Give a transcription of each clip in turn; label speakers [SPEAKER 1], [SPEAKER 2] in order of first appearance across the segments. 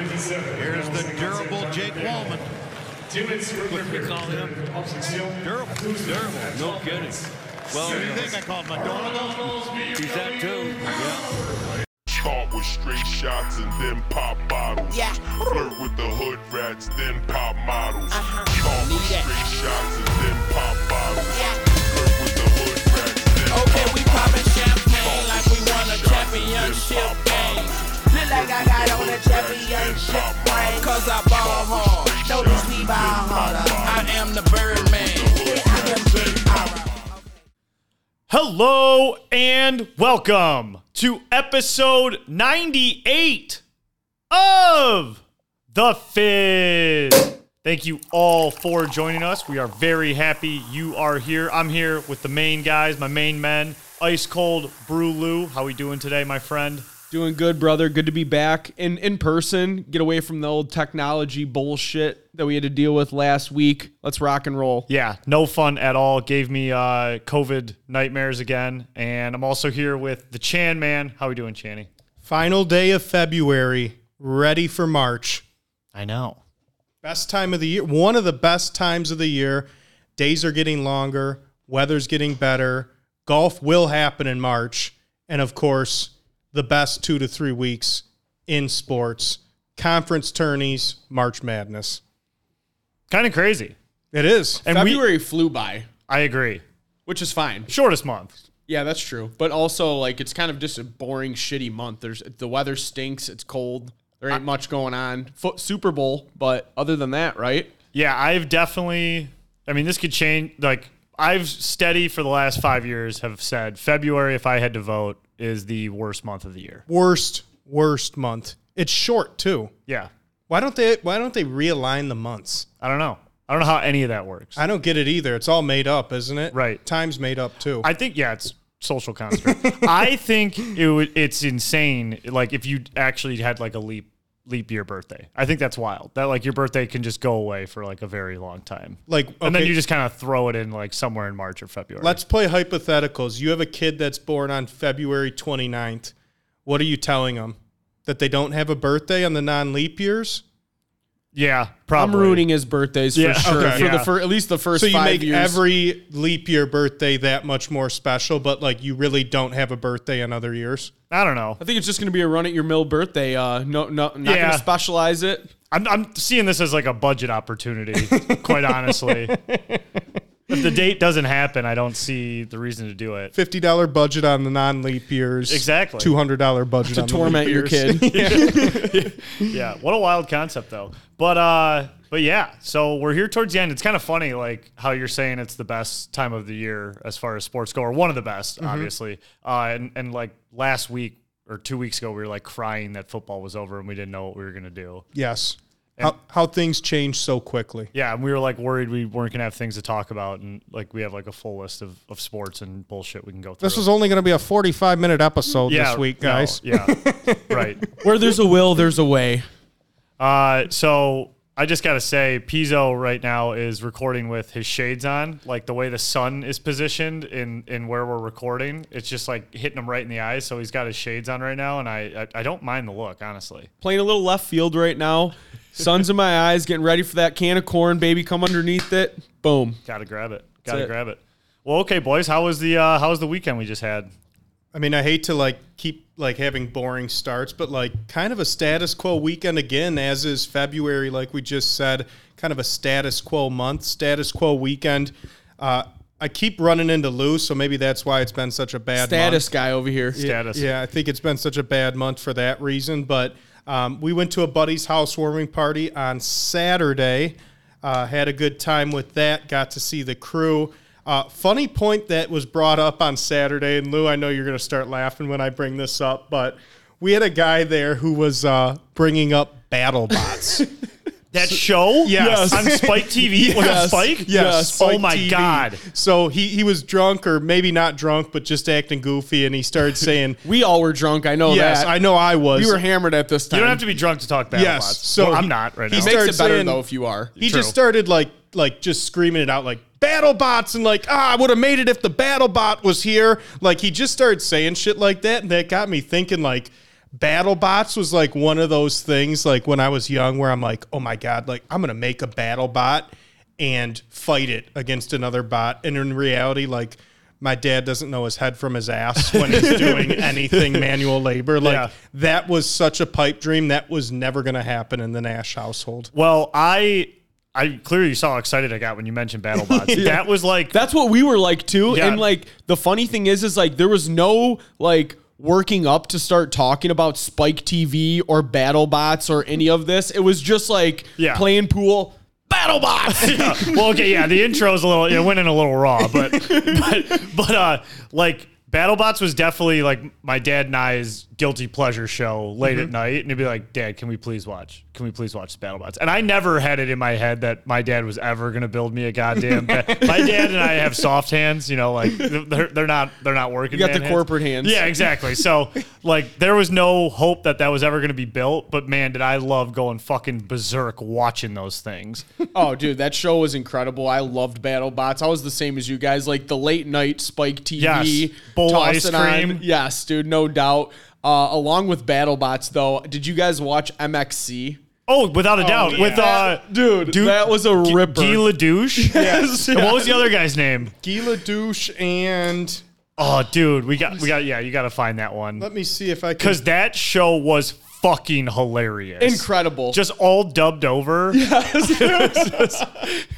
[SPEAKER 1] Here's the durable Jake Wallman.
[SPEAKER 2] What you call him?
[SPEAKER 1] Durable.
[SPEAKER 2] Durable. No kidding. Well,
[SPEAKER 1] What do you think I called McDonald?
[SPEAKER 2] he's that too. Yeah.
[SPEAKER 3] Caught with straight shots and then pop bottles.
[SPEAKER 4] Yeah.
[SPEAKER 3] Flirt with the hood rats, then pop models.
[SPEAKER 4] Uh-huh.
[SPEAKER 3] Caught with
[SPEAKER 4] Yeah.
[SPEAKER 3] straight shots and then pop bottles.
[SPEAKER 4] Yeah.
[SPEAKER 3] Flirt with the hood rats, then
[SPEAKER 4] Okay,
[SPEAKER 3] pop
[SPEAKER 4] we
[SPEAKER 3] bottles.
[SPEAKER 4] poppin' champagne like we won a
[SPEAKER 3] Shots and then
[SPEAKER 4] championship
[SPEAKER 3] pop
[SPEAKER 4] game.
[SPEAKER 3] bottles.
[SPEAKER 4] Look like I got on a championship ring. Cause I ball hard. No, these we ball harder. I am the Birdman. Yeah, I am Jay
[SPEAKER 5] Hello and welcome to episode 98 of The Fizz. Thank you all for joining us. We are very happy you are here. I'm here with the main guys, my main men, Ice Cold Brew Lou. How we doing today, my friend?
[SPEAKER 6] Doing good, brother. Good to be back in in person. Get away from the old technology bullshit that we had to deal with last week. Let's rock and roll.
[SPEAKER 5] Yeah, no fun at all. Gave me uh, COVID nightmares again. And I'm also here with the Chan Man. How we doing, Channy?
[SPEAKER 7] Final day of February, ready for March.
[SPEAKER 5] I know.
[SPEAKER 7] Best time of the year, one of the best times of the year. Days are getting longer, weather's getting better. Golf will happen in March. And of course, the best two to three weeks in sports conference tourneys, March Madness.
[SPEAKER 5] Kind of crazy.
[SPEAKER 7] It is.
[SPEAKER 5] And we,
[SPEAKER 6] February flew by,
[SPEAKER 5] I agree.
[SPEAKER 6] which is fine.
[SPEAKER 5] Shortest month.
[SPEAKER 6] Yeah, that's true. But also, like, it's kind of just a boring, shitty month. There's the weather stinks. It's cold. There ain't much going on. Foot Super Bowl, but other than that, right?
[SPEAKER 5] Yeah, I've definitely. I mean, this could change. Like, I've steady for the last five years have said February, if I had to vote, is the worst month of the year.
[SPEAKER 7] Worst, worst month. It's short too.
[SPEAKER 5] Yeah,
[SPEAKER 7] Why don't they why don't they realign the months?
[SPEAKER 5] I don't know. I don't know how any of that works.
[SPEAKER 7] I don't get it either. It's all made up, isn't it?
[SPEAKER 5] Right.
[SPEAKER 7] Time's made up too.
[SPEAKER 5] I think yeah, it's social construct. I think it would. It's insane. Like if you actually had like a leap leap year birthday, I think that's wild. That like your birthday can just go away for like a very long time.
[SPEAKER 7] like okay,
[SPEAKER 5] And then you just kind of throw it in like somewhere in March or February.
[SPEAKER 7] Let's play hypotheticals. You have a kid that's born on February 29th. What are you telling them? That they don't have a birthday on the non leap years?
[SPEAKER 5] yeah, probably.
[SPEAKER 6] I'm ruining his birthdays for
[SPEAKER 5] Yeah,
[SPEAKER 6] sure.
[SPEAKER 5] okay.
[SPEAKER 6] For
[SPEAKER 5] Yeah.
[SPEAKER 6] the fir- at least the first
[SPEAKER 7] So you
[SPEAKER 6] five
[SPEAKER 7] make
[SPEAKER 6] years.
[SPEAKER 7] every leap year birthday that much more special, but like you really don't have a birthday on other years.
[SPEAKER 5] I don't know.
[SPEAKER 6] I think it's just gonna be a run at your mill birthday. Uh, no, no, not
[SPEAKER 5] Yeah.
[SPEAKER 6] gonna specialize it.
[SPEAKER 5] I'm, I'm seeing this as like a budget opportunity, quite honestly. if the date doesn't happen, I don't see the reason to do it.
[SPEAKER 7] $50 budget on the non leap years.
[SPEAKER 5] Exactly.
[SPEAKER 7] $200 budget
[SPEAKER 6] to
[SPEAKER 7] on
[SPEAKER 6] torment
[SPEAKER 7] the
[SPEAKER 6] your
[SPEAKER 7] leap years.
[SPEAKER 6] kid.
[SPEAKER 5] Yeah, what a wild concept though. But uh but yeah, so we're here towards the end. It's kind of funny like how you're saying it's the best time of the year as far as sports go or one of the best,
[SPEAKER 7] Mm-hmm.
[SPEAKER 5] obviously. Uh and and like last week or 2 weeks ago we were like crying that football was over and we didn't know what we were going to do.
[SPEAKER 7] yes. How, how things change so quickly.
[SPEAKER 5] Yeah, and we were like worried we weren't going to have things to talk about and like we have like a full list of, of sports and bullshit we can go through.
[SPEAKER 7] This was only going to be a 45 minute episode this week,
[SPEAKER 5] no,
[SPEAKER 7] guys.
[SPEAKER 5] yeah, right.
[SPEAKER 6] Where there's a will, there's a way.
[SPEAKER 5] Uh, so I just gotta say, Pizzo right now is recording with his shades on. Like the way the sun is positioned in in where we're recording, it's just like hitting him right in the eyes. So he's got his shades on right now, and I I, I don't mind the look, honestly.
[SPEAKER 6] Playing a little left field right now. Sun's in my eyes, getting ready for that can of corn, baby. Come underneath it. Boom.
[SPEAKER 5] Gotta grab it. Gotta
[SPEAKER 6] it.
[SPEAKER 5] grab it. Well, okay, boys. How was the uh, how was the weekend we just had?
[SPEAKER 7] I mean, I hate to like keep like having boring starts, but like kind of a status quo weekend again, as is February, like we just said, kind of a status quo month, status quo weekend. Uh, I keep running into Lou, so maybe that's why it's been such a bad
[SPEAKER 6] Status
[SPEAKER 7] month.
[SPEAKER 6] guy over here.
[SPEAKER 5] Status.
[SPEAKER 7] Yeah, I think it's been such a bad month for that reason. But um, we went to a buddy's housewarming party on Saturday. Uh, had a good time with that. Got to see the crew. Uh, funny point that was brought up on Saturday, and Lou, I know you're going to start laughing when I bring this up, but we had a guy there who was uh, bringing up BattleBots.
[SPEAKER 5] That show,
[SPEAKER 7] Yes.
[SPEAKER 5] on Spike TV was it
[SPEAKER 7] Yes.
[SPEAKER 5] Spike?
[SPEAKER 7] Yes.
[SPEAKER 5] oh
[SPEAKER 7] Spike
[SPEAKER 5] my
[SPEAKER 7] TV.
[SPEAKER 5] god.
[SPEAKER 7] So he he was drunk, or maybe not drunk, but just acting goofy, and he started saying,
[SPEAKER 6] We all were drunk. I know
[SPEAKER 7] "Yes,
[SPEAKER 6] that.
[SPEAKER 7] I know I was."
[SPEAKER 6] We were hammered at this time.
[SPEAKER 5] You don't have to be drunk to talk battle
[SPEAKER 7] Yes,
[SPEAKER 5] bots.
[SPEAKER 7] so
[SPEAKER 5] Well, I'm
[SPEAKER 7] he-
[SPEAKER 5] not right
[SPEAKER 7] he
[SPEAKER 5] now.
[SPEAKER 6] Makes it
[SPEAKER 7] start
[SPEAKER 6] better
[SPEAKER 7] saying-
[SPEAKER 6] though if you are.
[SPEAKER 7] He
[SPEAKER 5] True.
[SPEAKER 7] just started like like just screaming it out like battle bots and like ah I would have made it if the battle bot was here. Like he just started saying shit like that and that got me thinking like BattleBots was like one of those things, like when I was young, where I'm like, oh my God, like I'm going to make a BattleBot and fight it against another bot. And in reality, like my dad doesn't know his head from his ass when he's doing anything manual labor. Like
[SPEAKER 5] Yeah.
[SPEAKER 7] that was such a pipe dream. That was never going to happen in the Nash household.
[SPEAKER 5] Well, I I clearly you saw how excited I got when you mentioned BattleBots. That was like
[SPEAKER 6] That's what we were like too.
[SPEAKER 5] Yeah.
[SPEAKER 6] And like the funny thing is, is like there was no like working up to start talking about Spike TV or BattleBots or any of this. It was just like
[SPEAKER 5] Yeah.
[SPEAKER 6] playing pool. BattleBots.
[SPEAKER 5] Yeah. well, okay, yeah, the intro's a little, it went in a little raw, but, but, but, uh, like, BattleBots was definitely like my dad and I's guilty pleasure show late
[SPEAKER 6] Mm-hmm.
[SPEAKER 5] at night, and he'd be like, "Dad, can we please watch? Can we please watch BattleBots?" And I never had it in my head that my dad was ever gonna build me a goddamn. ba- my dad and I have soft hands, you know, like they're, they're not they're not working.
[SPEAKER 6] You got
[SPEAKER 5] man
[SPEAKER 6] the corporate hands.
[SPEAKER 5] Yeah, exactly. So like, there was no hope that that was ever gonna be built, but man, did I love going fucking berserk watching those things.
[SPEAKER 6] oh, dude, that show was incredible. I loved BattleBots. I was the same as you guys. Like the late night Spike TV.
[SPEAKER 5] Yes. Bowl
[SPEAKER 6] toss
[SPEAKER 5] ice
[SPEAKER 6] it on.
[SPEAKER 5] cream.
[SPEAKER 6] Yes, dude, no doubt. Uh, along with BattleBots, though, did you guys watch MXC?
[SPEAKER 5] Oh, without a doubt. With uh,
[SPEAKER 6] dude, that was a
[SPEAKER 5] G-
[SPEAKER 6] ripper.
[SPEAKER 5] Guy LaDouche.
[SPEAKER 7] Yes.
[SPEAKER 5] And what was the other guy's name?
[SPEAKER 7] Gila Douche and
[SPEAKER 5] Oh, dude, we got we got yeah, you got to find that one
[SPEAKER 7] let me see if I can.
[SPEAKER 5] because that show was fucking hilarious.
[SPEAKER 6] Incredible.
[SPEAKER 5] Just all dubbed over. it, was just,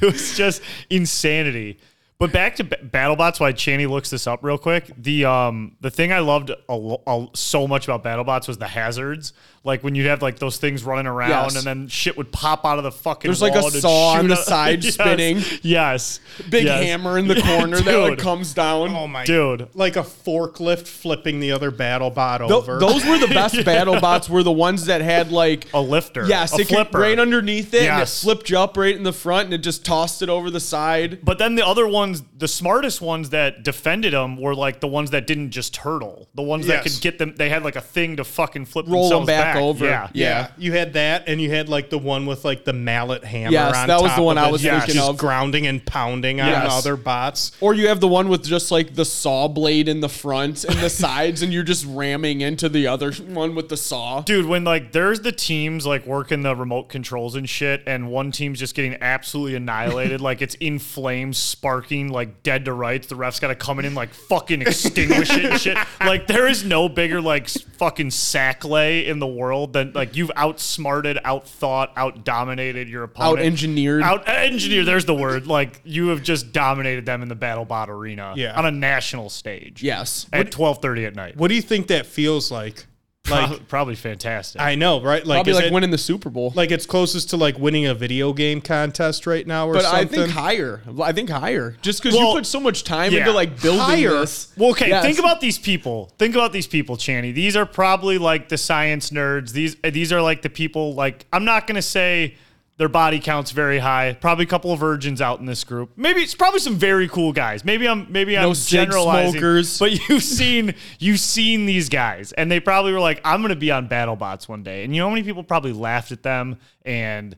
[SPEAKER 5] it was just insanity. But back to B- BattleBots, why Channy looks this up real quick. The um the thing I loved a, lo- a- so much about BattleBots was the hazards. Like when you'd have like those things running around,
[SPEAKER 6] Yes.
[SPEAKER 5] and then shit would pop out of the fucking.
[SPEAKER 6] There's like a
[SPEAKER 5] wall and it'd
[SPEAKER 6] saw on
[SPEAKER 5] shoot
[SPEAKER 6] the
[SPEAKER 5] out-
[SPEAKER 6] side
[SPEAKER 5] Yes.
[SPEAKER 6] spinning.
[SPEAKER 5] Yes,
[SPEAKER 6] big
[SPEAKER 5] Yes.
[SPEAKER 6] hammer in the
[SPEAKER 5] Yeah,
[SPEAKER 6] corner that like
[SPEAKER 5] dude.
[SPEAKER 6] comes down.
[SPEAKER 7] Oh my
[SPEAKER 5] dude.
[SPEAKER 7] Like a forklift flipping the other BattleBot
[SPEAKER 6] Tho-
[SPEAKER 7] over.
[SPEAKER 6] those were the best battle bots. Were the ones that had like
[SPEAKER 5] A lifter,
[SPEAKER 6] Yes,
[SPEAKER 5] a
[SPEAKER 6] it could,
[SPEAKER 5] flipper.
[SPEAKER 6] right underneath it, and it
[SPEAKER 5] Yes.
[SPEAKER 6] flipped you up right in the front, and it just tossed it over the side.
[SPEAKER 5] But then the other ones, the smartest ones that defended them were like the ones that didn't just turtle. The ones that
[SPEAKER 7] Yes.
[SPEAKER 5] could get them, they had like a thing to fucking flip
[SPEAKER 6] Roll 'em
[SPEAKER 5] themselves
[SPEAKER 6] back over.
[SPEAKER 5] Yeah.
[SPEAKER 6] Yeah.
[SPEAKER 7] You had that, and you had like the one with like the mallet hammer.
[SPEAKER 6] Yes,
[SPEAKER 7] on
[SPEAKER 6] that was
[SPEAKER 7] top
[SPEAKER 6] the one
[SPEAKER 7] of
[SPEAKER 6] I
[SPEAKER 7] it,
[SPEAKER 6] was
[SPEAKER 7] just
[SPEAKER 6] thinking of.
[SPEAKER 7] grounding and pounding on
[SPEAKER 6] Yes.
[SPEAKER 7] other bots.
[SPEAKER 6] Or you have the one with just like the saw blade in the front and the sides, and you're just ramming into the other one with the saw.
[SPEAKER 5] Dude, when like there's the teams like working the remote controls and shit, and one team's just getting absolutely annihilated, like it's in flames, sparking, like dead to rights. The ref's got to come in and like fucking extinguish it and shit. Like there is no bigger like s- fucking sack lay in the world than like you've outsmarted, outthought, outdominated your opponent,
[SPEAKER 6] Out-engineered.
[SPEAKER 5] out uh, engineer. There's the word. Like you have just dominated them in the battle bot arena,
[SPEAKER 7] Yeah.
[SPEAKER 5] on a national stage,
[SPEAKER 6] Yes.
[SPEAKER 5] at twelve thirty at night.
[SPEAKER 7] What do you think that feels like? Like
[SPEAKER 5] Prob- probably fantastic.
[SPEAKER 7] I know, right? Like
[SPEAKER 6] Probably
[SPEAKER 7] is
[SPEAKER 6] like
[SPEAKER 7] it-
[SPEAKER 6] winning the Super Bowl.
[SPEAKER 7] like it's closest to like winning a video game contest right now, or
[SPEAKER 6] but I
[SPEAKER 7] something.
[SPEAKER 6] think higher. I think higher. Just because
[SPEAKER 5] Well,
[SPEAKER 6] you put so much time
[SPEAKER 5] yeah.
[SPEAKER 6] into like building
[SPEAKER 7] Higher?
[SPEAKER 6] this.
[SPEAKER 5] Well, okay.
[SPEAKER 6] Yes.
[SPEAKER 5] Think about these people. Think about these people, Channy. These are probably like the science nerds. These uh, these are like the people. Like I'm not gonna say their body counts very high. Probably a couple of virgins out in this group. Maybe it's probably some very cool guys. Maybe I'm maybe I'm
[SPEAKER 6] No cig
[SPEAKER 5] generalizing.
[SPEAKER 6] smokers.
[SPEAKER 5] But you've seen you've seen these guys, and they probably were like, I'm gonna be on BattleBots one day. And you know how many people probably laughed at them and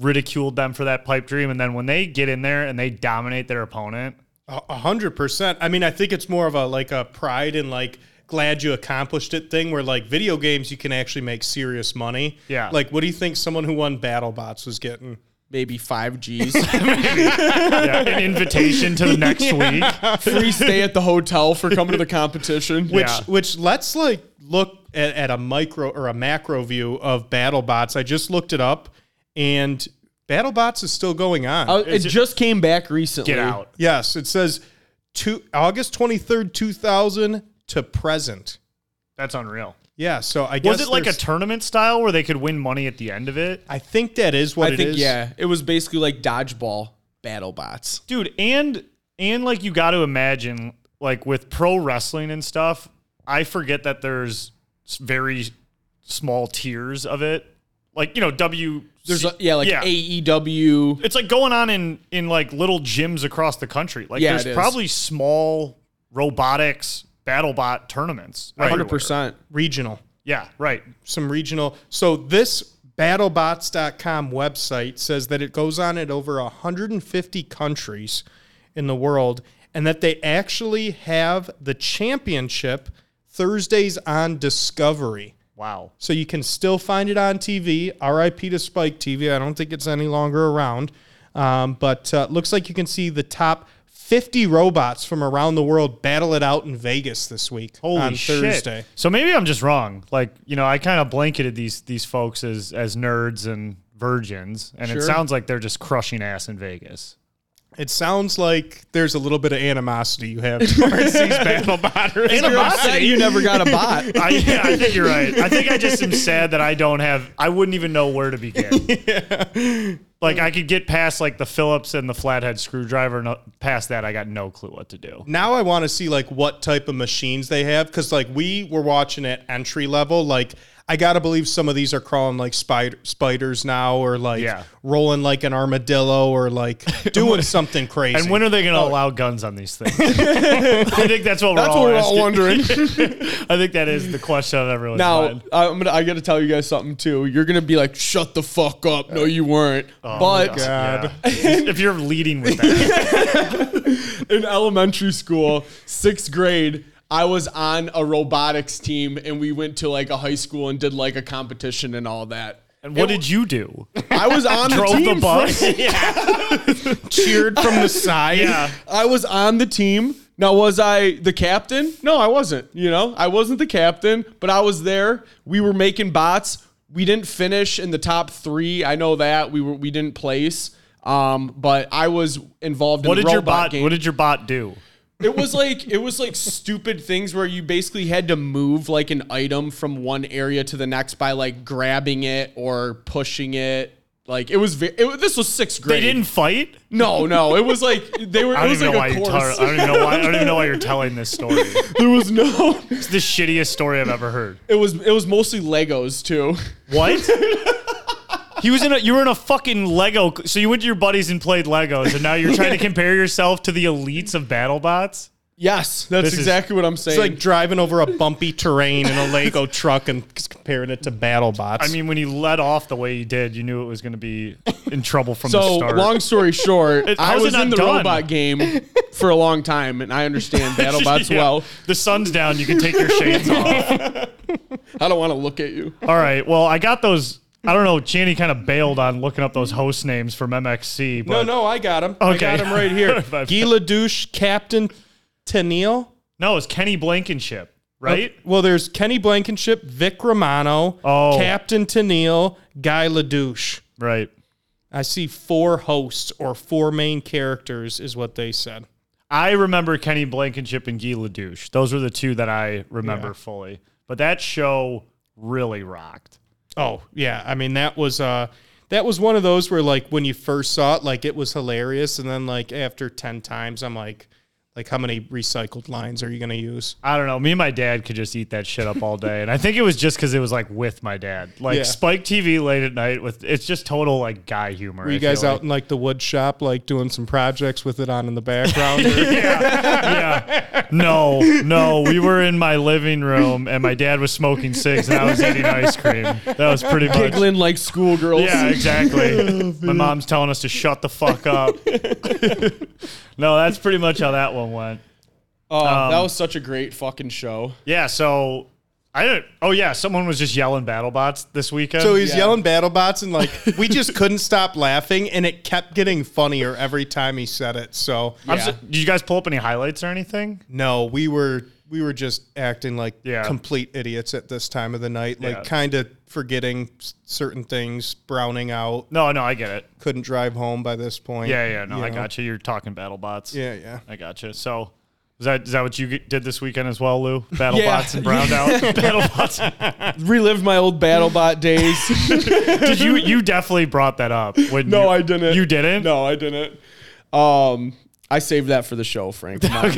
[SPEAKER 5] ridiculed them for that pipe dream. And then when they get in there and they dominate their opponent.
[SPEAKER 7] A a hundred percent. I mean, I think it's more of a like a pride and like glad you accomplished it thing where like video games you can actually make serious money.
[SPEAKER 5] Yeah.
[SPEAKER 7] Like what do you think someone who won BattleBots was getting?
[SPEAKER 6] Maybe five G's.
[SPEAKER 5] yeah, an invitation to the next week.
[SPEAKER 6] free stay at the hotel for coming to the competition.
[SPEAKER 5] Which-
[SPEAKER 7] Which- which let's like look at, at a micro or a macro view of BattleBots. I just looked it up, and BattleBots is still going on.
[SPEAKER 6] Uh, it just came back recently.
[SPEAKER 5] Get out.
[SPEAKER 7] yes, it says two, August twenty third, two thousand to present.
[SPEAKER 5] That's unreal.
[SPEAKER 7] Yeah, so I guess
[SPEAKER 5] Was it like a
[SPEAKER 7] there's-
[SPEAKER 5] tournament style where they could win money at the end of it?
[SPEAKER 7] I think that is what
[SPEAKER 6] I
[SPEAKER 7] it
[SPEAKER 6] think
[SPEAKER 7] is.
[SPEAKER 6] yeah, it was basically like dodgeball battle bots.
[SPEAKER 5] Dude, and and like you got to imagine like with pro wrestling and stuff, I forget that there's s- very small tiers of it. Like, you know, W
[SPEAKER 6] There's a, E yeah like AEW.
[SPEAKER 5] It's like going on in in like little gyms across the country. Like
[SPEAKER 6] Yeah, it
[SPEAKER 5] there's
[SPEAKER 6] is.
[SPEAKER 5] probably small robotics battlebot tournaments.
[SPEAKER 6] Hundred
[SPEAKER 5] everywhere.
[SPEAKER 6] percent.
[SPEAKER 7] regional.
[SPEAKER 5] Yeah, right.
[SPEAKER 7] Some regional. So this battlebots.com website says that it goes on at over 150 countries in the world and that they actually have the championship Thursdays on Discovery.
[SPEAKER 5] Wow.
[SPEAKER 7] So you can still find it on TV. RIP to Spike TV. I don't think it's any longer around. Um, but uh, looks like you can see the top 50 robots from around the world battle it out in Vegas this week
[SPEAKER 5] Holy
[SPEAKER 7] on
[SPEAKER 5] shit.
[SPEAKER 7] Thursday.
[SPEAKER 5] So maybe I'm just wrong. Like, you know, I kind of blanketed these these folks as as nerds and virgins, and
[SPEAKER 6] Sure.
[SPEAKER 5] it sounds like they're just crushing ass in Vegas.
[SPEAKER 7] It sounds like there's a little bit of animosity you have towards these battle botters.
[SPEAKER 6] You're upset you never got a bot.
[SPEAKER 5] I, yeah, I think you're right. I think I just am sad that I don't have. I wouldn't even know where to begin. Like I could get past like the Phillips and the flathead screwdriver. No, past that, I got no clue what to do.
[SPEAKER 7] now I want to see like what type of machines they have because like we were watching at entry level. Like I gotta believe some of these are crawling like spider spiders now, or like
[SPEAKER 5] Yeah.
[SPEAKER 7] rolling like an armadillo, or like doing something crazy.
[SPEAKER 5] And when are they going to
[SPEAKER 6] Oh.
[SPEAKER 5] allow guns on these things? I think that's what we're,
[SPEAKER 6] That's
[SPEAKER 5] all,
[SPEAKER 6] what we're all
[SPEAKER 5] asking.
[SPEAKER 6] wondering.
[SPEAKER 5] I think that is the question on everyone's
[SPEAKER 6] Now uh,
[SPEAKER 5] mind.
[SPEAKER 6] I'm gonna I gotta tell you guys something too. You're gonna be like, shut the fuck up. No, you weren't. but
[SPEAKER 5] Oh God. if you're leading with that,
[SPEAKER 6] in elementary school, sixth grade, I was on a robotics team and we went to like a high school and did like a competition and all that.
[SPEAKER 5] and what did you do?
[SPEAKER 6] I was on the
[SPEAKER 5] Drove
[SPEAKER 6] team.
[SPEAKER 5] the bus.
[SPEAKER 6] Frank.
[SPEAKER 7] cheered from the side.
[SPEAKER 5] yeah,
[SPEAKER 6] I was on the team. Now was I the captain? No, I wasn't. You know, I wasn't the captain, but I was there. We were making bots. We didn't finish in the top three. I know that we were we didn't place. Um, but I was involved in
[SPEAKER 5] what did
[SPEAKER 6] the
[SPEAKER 5] your
[SPEAKER 6] robot
[SPEAKER 5] bot?
[SPEAKER 6] game.
[SPEAKER 5] What did your bot do?
[SPEAKER 6] It was like it was like stupid things where you basically had to move like an item from one area to the next by like grabbing it or pushing it. Like it was very, it, was- this was sixth
[SPEAKER 5] They
[SPEAKER 6] grade.
[SPEAKER 5] didn't fight.
[SPEAKER 6] No, no, it was like they were. It
[SPEAKER 5] I don't
[SPEAKER 6] was like
[SPEAKER 5] even know why
[SPEAKER 6] a
[SPEAKER 5] you.
[SPEAKER 6] course.
[SPEAKER 5] Tar- I don't even know why. I don't even know why you're telling this story. It's
[SPEAKER 6] there was no.
[SPEAKER 5] the shittiest story I've ever heard.
[SPEAKER 6] It was it was mostly Legos too.
[SPEAKER 5] What? He was in a. You were in a fucking Lego. So you went to your buddies and played Legos, and now you're trying to compare yourself to the elites of BattleBots.
[SPEAKER 6] Yes, that's
[SPEAKER 5] This is-
[SPEAKER 6] exactly what I'm saying.
[SPEAKER 7] It's like driving over a bumpy terrain in a Lego truck and c- comparing it to battle bots.
[SPEAKER 5] I mean, when he let off the way he did, you knew it was going to be in trouble from the
[SPEAKER 6] so
[SPEAKER 5] start.
[SPEAKER 6] long story short,
[SPEAKER 5] It-
[SPEAKER 6] I
[SPEAKER 5] how's it
[SPEAKER 6] was
[SPEAKER 5] not
[SPEAKER 6] in the
[SPEAKER 5] done?
[SPEAKER 6] robot game for a long time, and I understand BattleBots
[SPEAKER 5] Yeah.
[SPEAKER 6] well.
[SPEAKER 5] The sun's down. You can take your shades off.
[SPEAKER 6] I don't want to look at you.
[SPEAKER 5] All right. Well, I got those. I don't know. Channy kind of bailed on looking up those host names from MXC.
[SPEAKER 7] no,
[SPEAKER 5] But
[SPEAKER 7] no, I got him. I
[SPEAKER 5] uh, Okay.
[SPEAKER 7] got him right here.
[SPEAKER 5] But-
[SPEAKER 7] Guy Ledouche, Captain Tennille.
[SPEAKER 5] no, it's Kenny Blankenship, right?
[SPEAKER 7] Well, there's Kenny Blankenship, Vic Romano,
[SPEAKER 5] Oh.
[SPEAKER 7] Captain Tennille, Guy Ledouche.
[SPEAKER 5] Right.
[SPEAKER 7] I see four hosts or four main characters is what they said.
[SPEAKER 5] I remember Kenny Blankenship and Guy LaDouche. Those were the two that I remember fully. But that show really rocked.
[SPEAKER 7] Oh yeah, I mean that was uh that was one of those where like when you first saw it, like it was hilarious, and then like after ten times, I'm like, like how many recycled lines are you gonna use?
[SPEAKER 5] I don't know. Me and my dad could just eat that shit up all day, and I think it was just because it was like with my dad, like
[SPEAKER 7] Yeah.
[SPEAKER 5] Spike TV late at night. With it's just total like guy humor.
[SPEAKER 7] Were you guys out in like the wood shop, like doing some projects with it on in the background? or-
[SPEAKER 5] No, no. We were in my living room, and my dad was smoking cigs, and I was eating ice cream. That was pretty much.
[SPEAKER 6] Giggling like schoolgirls.
[SPEAKER 5] Yeah, exactly.
[SPEAKER 7] Oh,
[SPEAKER 5] my mom's telling us to shut the fuck up. no, that's pretty much how that one went.
[SPEAKER 6] Oh, that was such a great fucking show.
[SPEAKER 5] Um, Yeah. So I didn't. Oh yeah, someone was just yelling BattleBots this weekend.
[SPEAKER 7] So he's
[SPEAKER 6] Yeah.
[SPEAKER 7] yelling BattleBots, and like we just couldn't stop laughing, and it kept getting funnier every time he said it. So
[SPEAKER 5] I'm so- did you guys pull up any highlights or anything?
[SPEAKER 7] No, we were we were just acting like
[SPEAKER 5] Yeah.
[SPEAKER 7] complete idiots at this time of the night, like
[SPEAKER 5] Yeah.
[SPEAKER 7] kind of forgetting s- certain things, browning out,
[SPEAKER 5] No, no, I get it.
[SPEAKER 7] couldn't drive home by this point.
[SPEAKER 5] Yeah, yeah, no,
[SPEAKER 7] you
[SPEAKER 5] I
[SPEAKER 7] know?
[SPEAKER 5] got you. You're talking BattleBots.
[SPEAKER 7] Yeah, yeah.
[SPEAKER 5] I got you. So, is that is that what you get- did this weekend as well, Lou? BattleBots
[SPEAKER 6] Yeah.
[SPEAKER 5] and browned out BattleBots.
[SPEAKER 6] Relived my old BattleBot days.
[SPEAKER 5] Did you you definitely brought that up? When
[SPEAKER 6] No,
[SPEAKER 5] you-
[SPEAKER 6] I didn't.
[SPEAKER 5] You didn't?
[SPEAKER 6] no, I didn't. Um, I saved that for the show, Frank. Come on.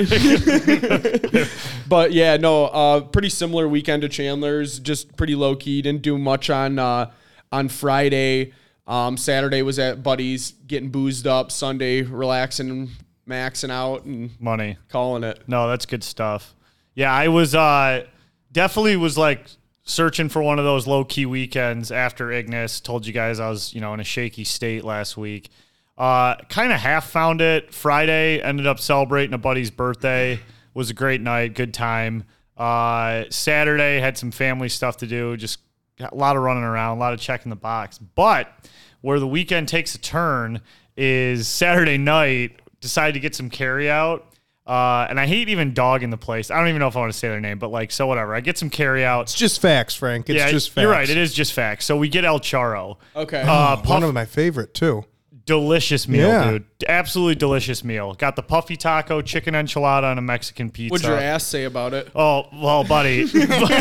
[SPEAKER 6] but yeah, no, uh, pretty similar weekend to Chandler's. Just pretty low key. Didn't do much on uh, on Friday. Um, Saturday was at buddies getting boozed up. Sunday relaxing, maxing out, and
[SPEAKER 5] money.
[SPEAKER 6] calling it.
[SPEAKER 5] No, that's good stuff. Yeah, I was uh, definitely was like searching for one of those low key weekends after Ignis. Told you guys I was you know in a shaky state last week. Uh, kind of half found it Friday. Ended up celebrating a buddy's birthday. Was a great night, good time. Uh, Saturday had some family stuff to do, just got a lot of running around, a lot of checking the box. But where the weekend takes a turn is Saturday night. Decided to get some carry out. Uh, and I hate even dogging the place. I don't even know if I want to say their name, but like, so whatever. I get some carry out.
[SPEAKER 7] It's just facts, Frank. It's
[SPEAKER 5] yeah,
[SPEAKER 7] just facts.
[SPEAKER 5] you're right. It is just facts. So we get El Charo.
[SPEAKER 6] Okay.
[SPEAKER 5] Uh, Puff
[SPEAKER 7] One of my favorite too.
[SPEAKER 5] delicious meal,
[SPEAKER 7] Yeah.
[SPEAKER 5] dude. Absolutely delicious meal. Got the puffy taco, chicken enchilada, and a Mexican pizza.
[SPEAKER 6] What'd your ass say about it?
[SPEAKER 5] Oh, well, buddy.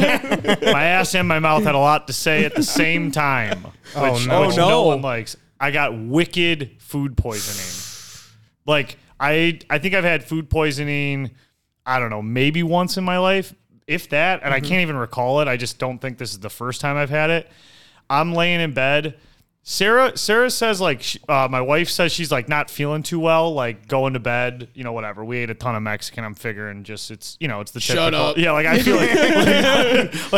[SPEAKER 5] my ass and my mouth had a lot to say at the same time, which,
[SPEAKER 7] no.
[SPEAKER 5] which
[SPEAKER 6] Oh,
[SPEAKER 5] no.
[SPEAKER 6] no.
[SPEAKER 5] one likes. I got wicked food poisoning. Like, I, I think I've had food poisoning, I don't know, maybe once in my life, if that. And I
[SPEAKER 6] Mm-hmm.
[SPEAKER 5] can't even recall it. I just don't think this is the first time I've had it. I'm laying in bed. Sarah Sarah says like sh uh, my wife says she's like not feeling too well like going to bed you know whatever we ate a ton of Mexican I'm figuring just it's you know it's the
[SPEAKER 6] Shut
[SPEAKER 5] typical-
[SPEAKER 6] up.
[SPEAKER 5] yeah like I feel like, like,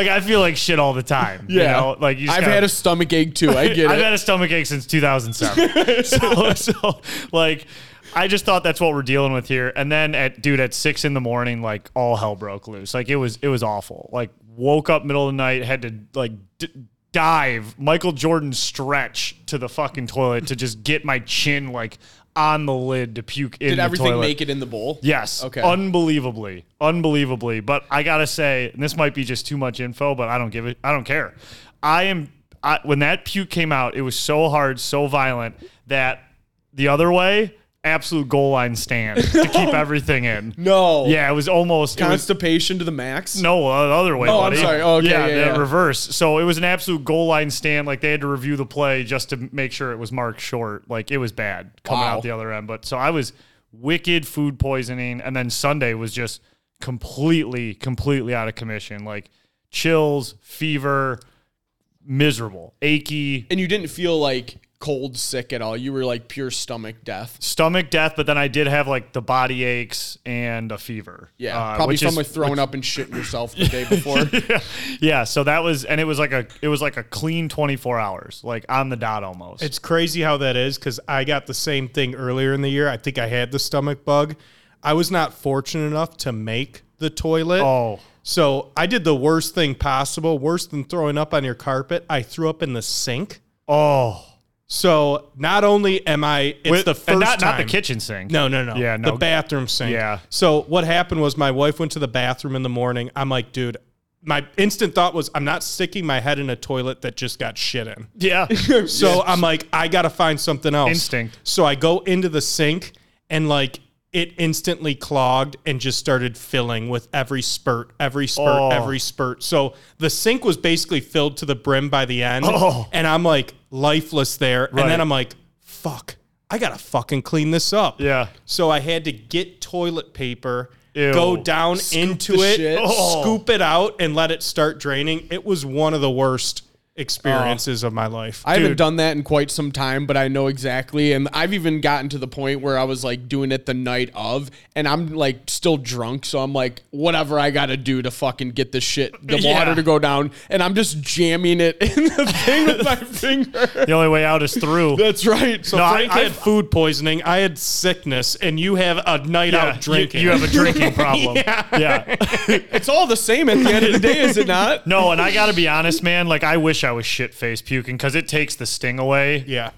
[SPEAKER 5] I feel like shit all the time you
[SPEAKER 6] Yeah.
[SPEAKER 5] know? like you just
[SPEAKER 6] I've
[SPEAKER 5] gotta-
[SPEAKER 6] had a stomach ache too. I get
[SPEAKER 5] I've
[SPEAKER 6] it.
[SPEAKER 5] had a stomach ache since 2007. so, so, like, I just thought that's what we're dealing with here. And then, at dude, at six in the morning, like all hell broke loose. Like it was, it was awful. Like woke up middle of the night, had to like d- dive Michael Jordan stretch to the fucking toilet to just get my chin like on the lid to puke in
[SPEAKER 6] Did
[SPEAKER 5] the
[SPEAKER 6] everything
[SPEAKER 5] toilet.
[SPEAKER 6] make it in the bowl?
[SPEAKER 5] Yes.
[SPEAKER 6] Okay.
[SPEAKER 5] Unbelievably, unbelievably. But I gotta say, and this might be just too much info, but I don't give it. I don't care. I am. I, when that puke came out, it was so hard, so violent that the other way, absolute goal line stand to keep everything in.
[SPEAKER 6] No.
[SPEAKER 5] Yeah, it was almost. It was,
[SPEAKER 6] Constipation to the max.
[SPEAKER 5] no, uh, the other way,
[SPEAKER 6] Oh, I'm
[SPEAKER 5] buddy.
[SPEAKER 6] sorry. Oh, okay, yeah,
[SPEAKER 5] the
[SPEAKER 6] yeah.
[SPEAKER 5] reverse. So it was an absolute goal line stand. Like they had to review the play just to make sure it was marked short. Like it was bad coming
[SPEAKER 6] Wow.
[SPEAKER 5] out the other end. But so I was wicked food poisoning, and then Sunday was just completely, completely out of commission. Like chills, fever, miserable, achy,
[SPEAKER 6] And you didn't feel like cold sick at all. You were like pure stomach death.
[SPEAKER 5] stomach death. But then I did have like the body aches and a fever.
[SPEAKER 6] Yeah.
[SPEAKER 5] uh,
[SPEAKER 6] probably
[SPEAKER 5] which is-
[SPEAKER 6] from like throwing up and shitting yourself the day before.
[SPEAKER 5] yeah. yeah, so that was and it was like a it was like a clean 24 hours, like on the dot almost.
[SPEAKER 7] It's crazy how that is because I got the same thing earlier in the year. I think I had the stomach bug. I was not fortunate enough to make the toilet.
[SPEAKER 5] oh,
[SPEAKER 7] So I did the worst thing possible, worse than throwing up on your carpet. I threw up in the sink.
[SPEAKER 5] oh.
[SPEAKER 7] So not only am I, it's
[SPEAKER 5] With-
[SPEAKER 7] the first
[SPEAKER 5] and not, not
[SPEAKER 7] time.
[SPEAKER 5] the kitchen sink.
[SPEAKER 7] No, no, no.
[SPEAKER 5] Yeah, no.
[SPEAKER 7] The bathroom sink.
[SPEAKER 5] Yeah.
[SPEAKER 7] So what happened was my wife went to the bathroom in the morning. I'm like, dude, my instant thought was, I'm not sticking my head in a toilet that just got shit in.
[SPEAKER 5] Yeah.
[SPEAKER 7] So I'm like, I gotta find something else.
[SPEAKER 5] Instinct.
[SPEAKER 7] So I go into the sink and like it instantly clogged and just started filling with every spurt, every spurt,
[SPEAKER 5] Oh.
[SPEAKER 7] every spurt. So the sink was basically filled to the brim by the end.
[SPEAKER 5] Oh.
[SPEAKER 7] And I'm like lifeless there.
[SPEAKER 5] Right.
[SPEAKER 7] And then I'm like, fuck, I gotta fucking clean this up.
[SPEAKER 5] Yeah.
[SPEAKER 7] So I had to get toilet paper.
[SPEAKER 5] Ew.
[SPEAKER 7] Go down into
[SPEAKER 6] the
[SPEAKER 7] it,
[SPEAKER 6] shit.
[SPEAKER 5] Oh.
[SPEAKER 7] scoop it out, and let it start draining. It was one of the worst
[SPEAKER 5] Oh.
[SPEAKER 7] experiences of my life.
[SPEAKER 6] I haven't
[SPEAKER 5] Dude.
[SPEAKER 6] done that in quite some time, but I know exactly. And I've even gotten to the point where I was like doing it the night of, and I'm like still drunk. So I'm like, whatever I got to do to fucking get this shit, the
[SPEAKER 5] Yeah.
[SPEAKER 6] water to go down. And I'm just jamming it in the thing with my finger.
[SPEAKER 5] the only way out is through.
[SPEAKER 6] That's right. So
[SPEAKER 5] No, I-
[SPEAKER 7] Frank
[SPEAKER 5] I-
[SPEAKER 7] had food poisoning. I had sickness, and you have a night
[SPEAKER 5] Yeah,
[SPEAKER 7] out drinking.
[SPEAKER 5] You, you have a drinking problem. yeah.
[SPEAKER 6] it's all the same at the end of the day, is it not?
[SPEAKER 5] No, and I got to be honest, man. Like, I wish I was shit faced puking because it takes the sting away.
[SPEAKER 7] Yeah.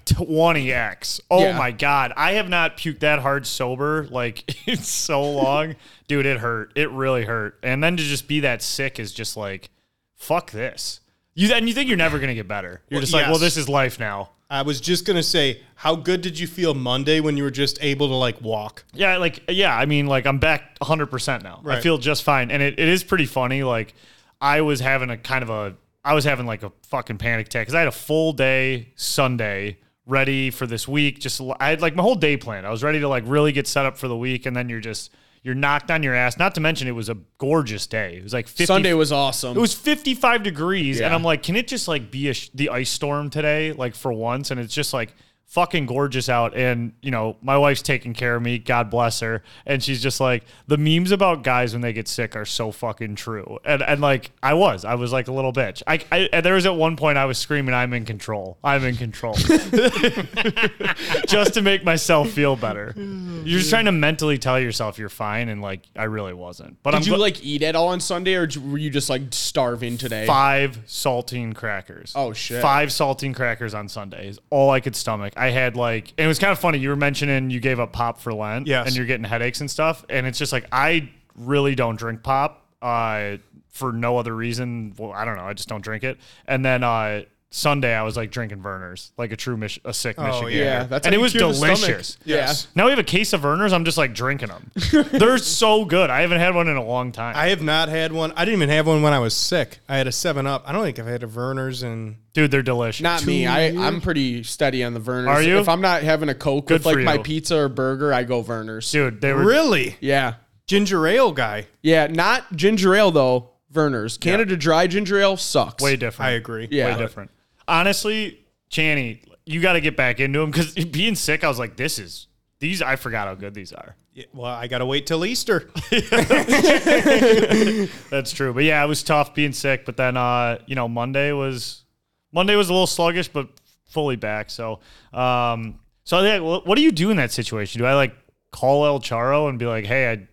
[SPEAKER 5] 20x. Oh
[SPEAKER 6] Yeah.
[SPEAKER 5] my God. I have not puked that hard sober, like, in so long. Dude, it hurt. It really hurt. And then to just be that sick is just like, fuck this. You And you think you're never going to get better. You're
[SPEAKER 7] Well,
[SPEAKER 5] just like, well,
[SPEAKER 7] yes.
[SPEAKER 5] this is life now.
[SPEAKER 7] I was just gonna say, how good did you feel Monday when you were just able to like walk?
[SPEAKER 5] Yeah, like yeah, I mean, like I'm back 100 percent now. I
[SPEAKER 7] Right.
[SPEAKER 5] feel just fine, and it, it is pretty funny. Like I was having a kind of a, I was having like a fucking panic attack because I had a full day Sunday ready for this week. Just I had like my whole day planned. I was ready to like really get set up for the week, and then you're just you're knocked on your ass. Not to mention it was a gorgeous day. It was like 50,
[SPEAKER 6] Sunday was awesome.
[SPEAKER 5] it was 55 degrees, and
[SPEAKER 6] Yeah.
[SPEAKER 5] I'm like, can it just like be a sh- the ice storm today, like for once? And it's just like fucking gorgeous out. And, you know, my wife's taking care of me. God bless her. And she's just like, the memes about guys when they get sick are so fucking true. And, and like, I was, I was like a little bitch. I, I and there was at one point I was screaming, I'm in control. I'm in control. just to make myself feel better. You're just trying to mentally tell yourself you're fine. And like, I really wasn't. But I'm
[SPEAKER 6] Did you
[SPEAKER 5] gl-
[SPEAKER 6] like eat at all on Sunday, or were you just like starving today?
[SPEAKER 5] five saltine crackers.
[SPEAKER 6] Oh, shit.
[SPEAKER 5] Five saltine crackers on Sunday is all I could stomach. I had like, and it was kind of funny. You were mentioning you gave up pop for Lent,
[SPEAKER 7] Yes.
[SPEAKER 5] and you're getting headaches and stuff. And it's just like I really don't drink pop, uh, for no other reason. Well, I don't know. I just don't drink it. And then uh, Sunday I was like drinking Verner's, like a true Mich- a sick Michigan.
[SPEAKER 6] Oh, Yeah, that's
[SPEAKER 5] and
[SPEAKER 6] how
[SPEAKER 5] it
[SPEAKER 6] you
[SPEAKER 5] was
[SPEAKER 6] cure the stomach.
[SPEAKER 5] delicious.
[SPEAKER 6] Yes.
[SPEAKER 5] Now we have a case of Verner's. I'm just like drinking them. They're so good. I haven't had one in a long time.
[SPEAKER 7] I have not had one. I didn't even have one when I was sick. I had a Seven Up. I don't think I've had a Verner's and
[SPEAKER 5] Dude, they're delicious.
[SPEAKER 6] Not me. I, I'm pretty steady on the Verners.
[SPEAKER 5] Are you?
[SPEAKER 6] If I'm not having a Coke
[SPEAKER 5] Good
[SPEAKER 6] with like
[SPEAKER 5] for
[SPEAKER 6] my
[SPEAKER 5] you.
[SPEAKER 6] pizza or burger, I go Verners.
[SPEAKER 5] Dude, they were
[SPEAKER 7] really
[SPEAKER 6] Yeah.
[SPEAKER 7] ginger ale guy.
[SPEAKER 6] Yeah. Not ginger ale though. Verners. Canada dry ginger ale sucks.
[SPEAKER 5] way different.
[SPEAKER 7] I agree.
[SPEAKER 6] Yeah.
[SPEAKER 5] Way different. Honestly, Channy, you got to get back into them because being sick, I was like, this is these. I forgot how good these are.
[SPEAKER 7] Yeah, Well, I gotta wait till Easter.
[SPEAKER 5] That's true. But yeah, it was tough being sick. But then, uh, you know, Monday was Monday was a little sluggish, but fully back. So, um, so yeah, wh- what do you do in that situation? Do I like call El Charo and be like, hey, I,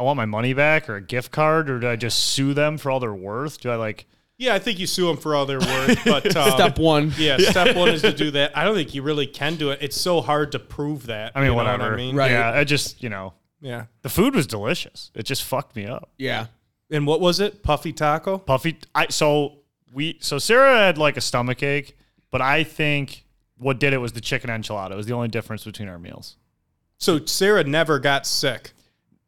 [SPEAKER 5] I want my money back or a gift card, or do I just sue them for all their worth? Do I like?
[SPEAKER 7] yeah, I think you sue them for all their work. But um,
[SPEAKER 6] Step one.
[SPEAKER 7] yeah, step one is to do that. I don't think you really can do it. It's so hard to prove that.
[SPEAKER 5] I mean,
[SPEAKER 7] you know what
[SPEAKER 5] whatever.
[SPEAKER 7] I mean?
[SPEAKER 6] Right.
[SPEAKER 5] Yeah, I just you know,
[SPEAKER 7] Yeah.
[SPEAKER 5] the food was delicious. It just fucked me up.
[SPEAKER 6] Yeah.
[SPEAKER 7] And what was it? Puffy taco.
[SPEAKER 5] Puffy. I so we so Sarah had like a stomach ache, but I think what did it was the chicken enchilada. It was the only difference between our meals.
[SPEAKER 7] So Sarah never got sick.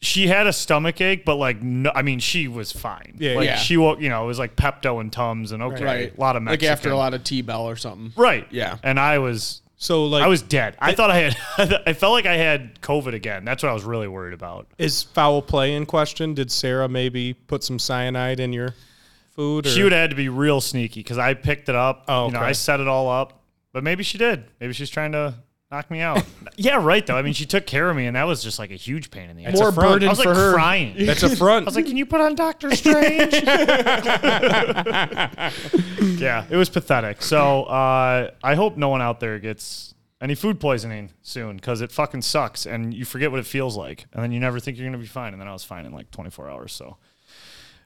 [SPEAKER 5] She had a stomach ache, but like no, I mean she was fine.
[SPEAKER 7] Yeah,
[SPEAKER 5] like
[SPEAKER 6] yeah.
[SPEAKER 5] she woke. You know, it was like Pepto and Tums and okay,
[SPEAKER 6] Right.
[SPEAKER 5] a lot of Mexican.
[SPEAKER 6] Like after a lot of T Bell or something.
[SPEAKER 5] Right.
[SPEAKER 6] Yeah.
[SPEAKER 5] And I was.
[SPEAKER 7] So like,
[SPEAKER 5] I was dead. I thought I had. I felt like I had COVID again. That's what I was really worried about.
[SPEAKER 7] is foul play in question? Did Sarah maybe put some cyanide in your food? Or?
[SPEAKER 5] She would have had to be real sneaky because I picked it up.
[SPEAKER 7] Oh,
[SPEAKER 5] you know,
[SPEAKER 7] okay.
[SPEAKER 5] I set it all up, but maybe she did. Maybe she's trying to knock me out. yeah, right. Though I mean, she took care of me, and that was just like a huge pain in the ass.
[SPEAKER 6] More
[SPEAKER 7] front.
[SPEAKER 6] burden
[SPEAKER 5] I was like
[SPEAKER 6] for her.
[SPEAKER 5] crying. I
[SPEAKER 7] That's a front.
[SPEAKER 5] was like, "Can you put on Doctor Strange?" yeah, it was pathetic. So uh, I hope no one out there gets any food poisoning soon because it fucking sucks, and you forget what it feels like, and then you never think you're gonna be fine, and then I was fine in like 24 hours. So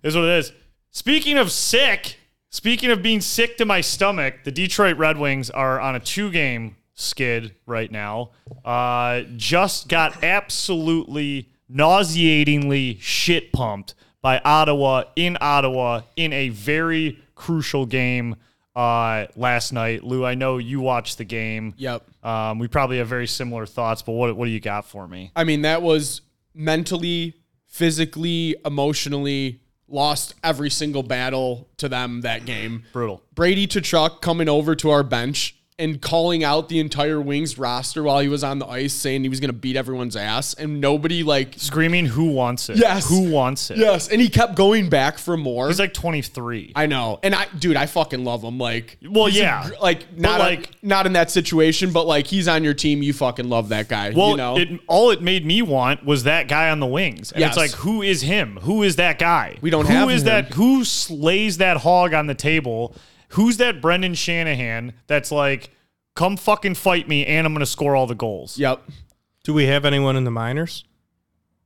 [SPEAKER 5] is what it is. Speaking of sick, speaking of being sick to my stomach, the Detroit Red Wings are on a two game skid right now. Uh, just got absolutely nauseatingly shit pumped by Ottawa in Ottawa in a very crucial game uh, last night. Lou, I know you watched the game.
[SPEAKER 6] Yep.
[SPEAKER 5] Um, we probably have very similar thoughts, but what, what do you got for me?
[SPEAKER 6] I mean, that was mentally, physically, emotionally lost every single battle to them that game.
[SPEAKER 5] Brutal.
[SPEAKER 6] Brady to Chuck coming over to our bench and calling out the entire Wings roster while he was on the ice, saying he was going to beat everyone's ass, and nobody like
[SPEAKER 5] Screaming, who wants it?
[SPEAKER 6] Yes.
[SPEAKER 5] Who wants it?
[SPEAKER 6] yes, and he kept going back for more.
[SPEAKER 5] He's like 23.
[SPEAKER 6] I know, and I dude, I fucking love him. Like,
[SPEAKER 5] Well,
[SPEAKER 6] he's a
[SPEAKER 5] yeah.
[SPEAKER 6] gr- like not
[SPEAKER 5] like-
[SPEAKER 6] like not in that situation, but like he's on your team, you fucking love that guy.
[SPEAKER 5] Well,
[SPEAKER 6] you know,
[SPEAKER 5] it, all it made me want was that guy on the wings, and it's
[SPEAKER 6] Yes.
[SPEAKER 5] like, who is him? Who is that guy?
[SPEAKER 6] We don't
[SPEAKER 5] Who
[SPEAKER 6] have
[SPEAKER 5] is
[SPEAKER 6] him.
[SPEAKER 5] that? Who slays that hog on the table? Who's that Brendan Shanahan? That's like, come fucking fight me, and I'm gonna score all the goals.
[SPEAKER 6] yep,
[SPEAKER 7] Do we have anyone in the minors?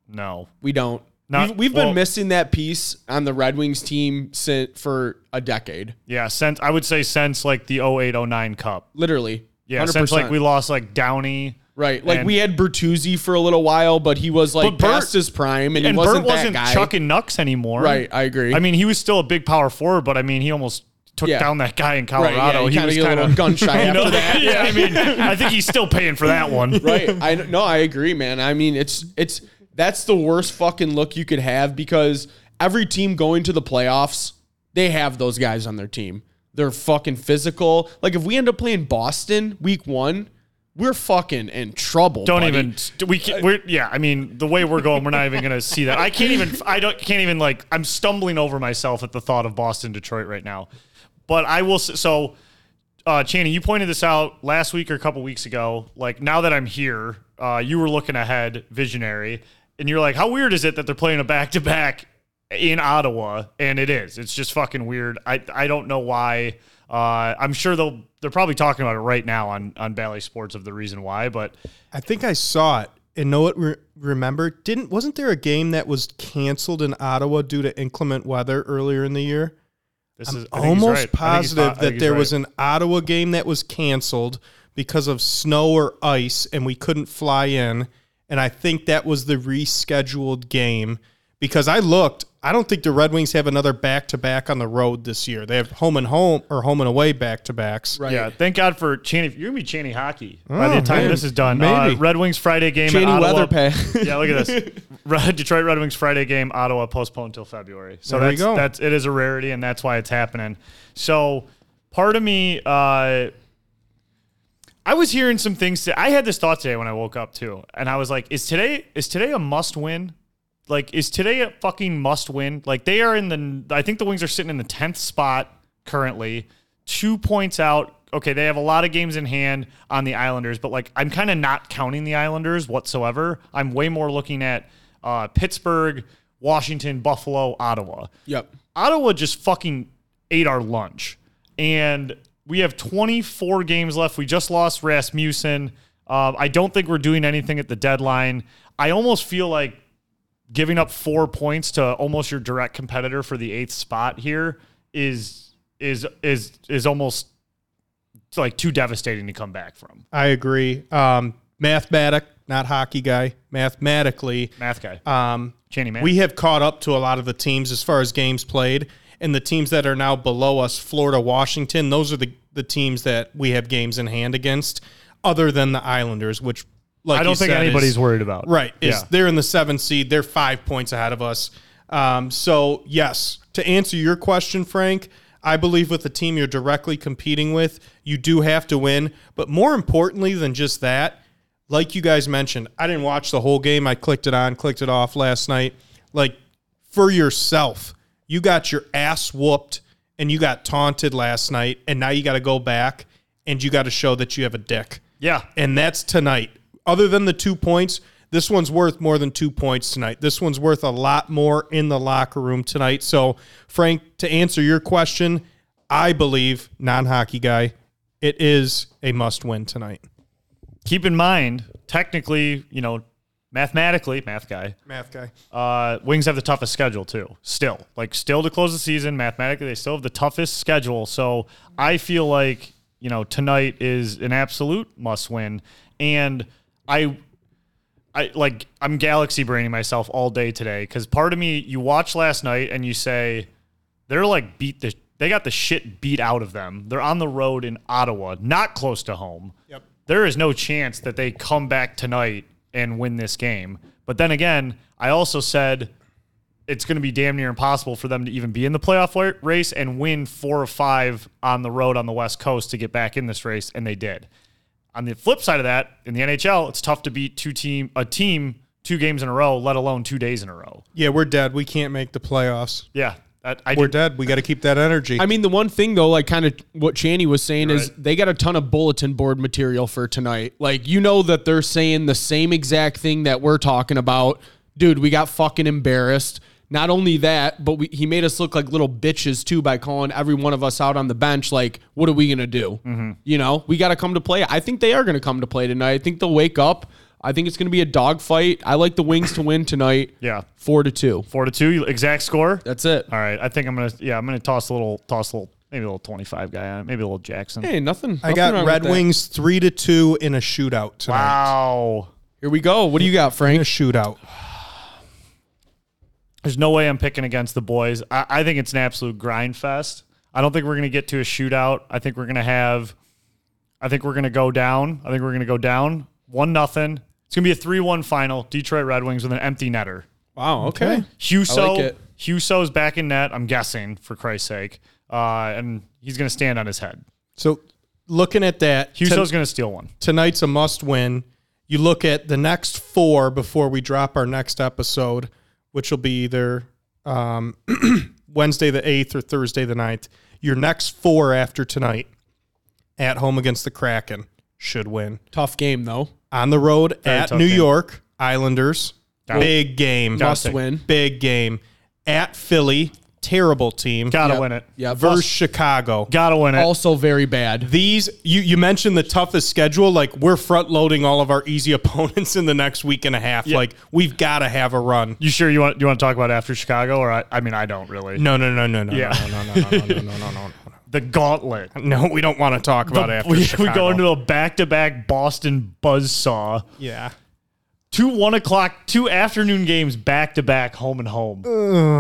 [SPEAKER 5] No,
[SPEAKER 6] we don't.
[SPEAKER 5] Not-
[SPEAKER 6] we've we've
[SPEAKER 5] well-
[SPEAKER 6] been missing that piece on the Red Wings team since for a decade,
[SPEAKER 5] yeah, since I would say since like the 0809 Cup,
[SPEAKER 6] literally.
[SPEAKER 5] yeah, since like
[SPEAKER 6] 100%.
[SPEAKER 5] we lost like Downey.
[SPEAKER 6] Right. Like
[SPEAKER 5] And-
[SPEAKER 6] we had Bertuzzi for a little while, but he was like
[SPEAKER 5] But Bert-
[SPEAKER 6] past his prime and,
[SPEAKER 5] And
[SPEAKER 6] he wasn't
[SPEAKER 5] Bert wasn't
[SPEAKER 6] that guy.
[SPEAKER 5] chucking nucks anymore.
[SPEAKER 6] Right, I agree.
[SPEAKER 5] I mean, he was still a big power forward, but I mean, he almost took
[SPEAKER 6] Yeah.
[SPEAKER 5] down that guy in
[SPEAKER 6] right,
[SPEAKER 5] Colorado.
[SPEAKER 6] yeah, he,
[SPEAKER 5] he was
[SPEAKER 6] kind
[SPEAKER 5] kind
[SPEAKER 6] of
[SPEAKER 5] of
[SPEAKER 6] gun shy
[SPEAKER 5] You
[SPEAKER 6] after
[SPEAKER 5] know,
[SPEAKER 6] that.
[SPEAKER 5] yeah, I mean, I think he's still paying for that one.
[SPEAKER 6] right. I no, I agree, man. I mean, it's it's that's the worst fucking look you could have because every team going to the playoffs, they have those guys on their team. They're fucking physical. Like if we end up playing Boston week one, we're fucking in trouble.
[SPEAKER 5] Don't
[SPEAKER 6] buddy.
[SPEAKER 5] even st- we can, we're yeah. I mean, the way we're going, we're not even gonna see that. I can't even. I don't can't even like. I'm stumbling over myself at the thought of Boston Detroit right now. But I will. s- So uh, Channing, you pointed this out last week or a couple weeks ago. Like now that I'm here, uh, you were looking ahead, visionary, and you're like, how weird is it that they're playing a back to back in Ottawa? And it is. It's just fucking weird. I I don't know why. Uh, I'm sure they'll they're probably talking about it right now on on Bally Sports of the reason why, but
[SPEAKER 7] I think I saw it and know it. Re- remember, didn't wasn't there a game that was canceled in Ottawa due to inclement weather earlier in the year?
[SPEAKER 5] this is I think he's
[SPEAKER 7] Almost
[SPEAKER 5] right. I think he's po- I
[SPEAKER 7] positive
[SPEAKER 5] think
[SPEAKER 7] that
[SPEAKER 5] he's
[SPEAKER 7] there
[SPEAKER 5] right.
[SPEAKER 7] was an Ottawa game that was canceled because of snow or ice, and we couldn't fly in. And I think that was the rescheduled game because I looked. I don't think the Red Wings have another back to back on the road this year. They have home and home or home and away back to backs. Right.
[SPEAKER 5] Yeah, thank God for Channy. You're gonna be Channy hockey by the time this is done.
[SPEAKER 7] Oh, maybe.
[SPEAKER 5] Uh, Red Wings Friday game. in
[SPEAKER 6] Chaney
[SPEAKER 5] Ottawa.
[SPEAKER 6] Weatherpack.
[SPEAKER 5] yeah, look at this. Red- Detroit Red Wings Friday game. Ottawa postponed until February. So
[SPEAKER 7] There we
[SPEAKER 5] that's
[SPEAKER 7] go.
[SPEAKER 5] that's it is a rarity, and that's why it's happening. So part of me. Uh, I was hearing some things. To, I had this thought today when I woke up too, and I was like, "Is today is today a must win? Like, is today a fucking must win? Like, they are in the. I think the Wings are sitting in the tenth spot currently, two points out. Okay, they have a lot of games in hand on the Islanders, but like, I'm kind of not counting the Islanders whatsoever. I'm way more looking at uh, Pittsburgh, Washington, Buffalo, Ottawa.
[SPEAKER 6] Yep.
[SPEAKER 5] Ottawa just fucking ate our lunch. And we have 24 games left. We just lost Rasmussen. Um, I don't think we're doing anything at the deadline. I almost feel like giving up four points to almost your direct competitor for the eighth spot here is is is is almost like too devastating to come back from.
[SPEAKER 7] I agree. Um, mathematic, not hockey guy. Mathematically,
[SPEAKER 5] Math guy,
[SPEAKER 7] um,
[SPEAKER 5] Chaney Man.
[SPEAKER 7] we have caught up to a lot of the teams as far as games played, and the teams that are now below us, Florida, Washington, those are the the teams that we have games in hand against, other than the Islanders, which like
[SPEAKER 5] I don't
[SPEAKER 7] you
[SPEAKER 5] think
[SPEAKER 7] said, is-
[SPEAKER 5] anybody's worried about
[SPEAKER 7] Right. Is
[SPEAKER 5] Yeah.
[SPEAKER 7] they're in the seventh seed. They're five points ahead of us. Um, so yes, to answer your question, Frank, I believe with the team you're directly competing with, you do have to win. But more importantly than just that, like you guys mentioned, I didn't watch the whole game. I clicked it on, clicked it off last night. Like for yourself, you got your ass whooped and you got taunted last night, and now you got to go back and you got to show that you have a dick
[SPEAKER 5] Yeah,
[SPEAKER 7] and that's tonight. Other than the two points, this one's worth more than two points tonight. This one's worth a lot more in the locker room tonight. So, Frank, to answer your question, I believe non hockey guy, it is a must win tonight.
[SPEAKER 5] keep in mind, technically, you know, mathematically, math guy,
[SPEAKER 7] Math guy.
[SPEAKER 5] uh, Wings have the toughest schedule too. Still, like still to close the season, mathematically they still have the toughest schedule. So I feel like you know tonight is an absolute must win, and I, I like I'm galaxy braining myself all day today because part of me you watch last night and you say they're like beat the they got the shit beat out of them. They're on the road in Ottawa, not close to home. Yep. There is no chance that they come back tonight and win this game. But then again, I also said it's going to be damn near impossible for them to even be in the playoff wa- race and win four or five on the road on the West Coast to get back in this race, and they did. On the flip side of that, in the NHL, it's tough to beat two team a team two games in a row, let alone two days in a row.
[SPEAKER 7] Yeah, we're dead. We can't make the playoffs.
[SPEAKER 5] Yeah, I, I
[SPEAKER 7] We're
[SPEAKER 5] did-
[SPEAKER 7] dead. We got to keep that energy.
[SPEAKER 6] I mean, the one thing though, like kind of what Chaney was saying
[SPEAKER 5] You're
[SPEAKER 6] is
[SPEAKER 5] right.
[SPEAKER 6] they got a ton of bulletin board material for tonight. Like you know that they're saying the same exact thing that we're talking about. Dude, we got fucking embarrassed. Not only that, but we, he made us look like little bitches too by calling every one of us out on the bench. Like, what are we gonna do?
[SPEAKER 5] Mm-hmm.
[SPEAKER 6] You know, we got to come to play. I think they are gonna come to play tonight. I think they'll wake up. I think it's gonna be a dogfight. I like the Wings to win tonight.
[SPEAKER 5] Yeah.
[SPEAKER 6] four to two.
[SPEAKER 5] four to two exact score.
[SPEAKER 6] That's it.
[SPEAKER 5] All right, I think I'm gonna yeah I'm gonna toss a little toss a little maybe a little 25 guy on it, maybe a little Jackson.
[SPEAKER 6] Hey, nothing.
[SPEAKER 7] I got Red Wings three to two in a shootout tonight.
[SPEAKER 5] Wow,
[SPEAKER 6] Here we go. What do you got,
[SPEAKER 7] In
[SPEAKER 6] Frank?
[SPEAKER 7] a shootout.
[SPEAKER 5] there's no way I'm picking against the boys. I, I think it's an absolute grind fest. I don't think we're gonna get to a shootout. I think we're gonna have, I think we're gonna go down. I think we're gonna go down one nothing. It's gonna be a three one final. Detroit Red Wings with an empty netter.
[SPEAKER 6] Wow. Okay. I
[SPEAKER 5] Huso,
[SPEAKER 6] like it.
[SPEAKER 5] Huso's back in net. I'm guessing for Christ's sake, uh, and he's gonna stand on his head.
[SPEAKER 7] So, looking at that,
[SPEAKER 5] Huso's gonna steal one.
[SPEAKER 7] tonight's a must win. You look at the next four before we drop our next episode, which will be either um, Wednesday the 8th or Thursday the 9th. Your next four after tonight at home against the Kraken. Should win.
[SPEAKER 6] Tough game though.
[SPEAKER 7] On the road at
[SPEAKER 5] tough
[SPEAKER 7] New
[SPEAKER 5] game.
[SPEAKER 7] York, Islanders.
[SPEAKER 5] Gotta-
[SPEAKER 7] big game.
[SPEAKER 5] Gotta
[SPEAKER 6] Must
[SPEAKER 5] take-
[SPEAKER 6] win.
[SPEAKER 7] Big game. At Philly, terrible team.
[SPEAKER 5] Gotta
[SPEAKER 6] Yep.
[SPEAKER 5] win it.
[SPEAKER 6] Yeah.
[SPEAKER 7] Versus Chicago.
[SPEAKER 5] Gotta win it.
[SPEAKER 6] Also very bad.
[SPEAKER 7] These you you mentioned the toughest schedule. Like we're front loading all of our easy opponents in the next week and a half.
[SPEAKER 5] Yeah.
[SPEAKER 7] Like we've got to have a run.
[SPEAKER 5] you sure you want you want to talk about after Chicago or I, I mean I don't really.
[SPEAKER 7] No, no, no, no, no,
[SPEAKER 5] Yeah.
[SPEAKER 7] no, no, no, no, no, no, no, no, no.
[SPEAKER 5] The gauntlet.
[SPEAKER 7] No, we don't want to talk about
[SPEAKER 5] The-
[SPEAKER 7] after
[SPEAKER 5] we, we
[SPEAKER 7] Chicago.
[SPEAKER 5] go into a back-to-back Boston buzzsaw.
[SPEAKER 7] yeah.
[SPEAKER 5] Two one o'clock, two afternoon games back-to-back, home and home.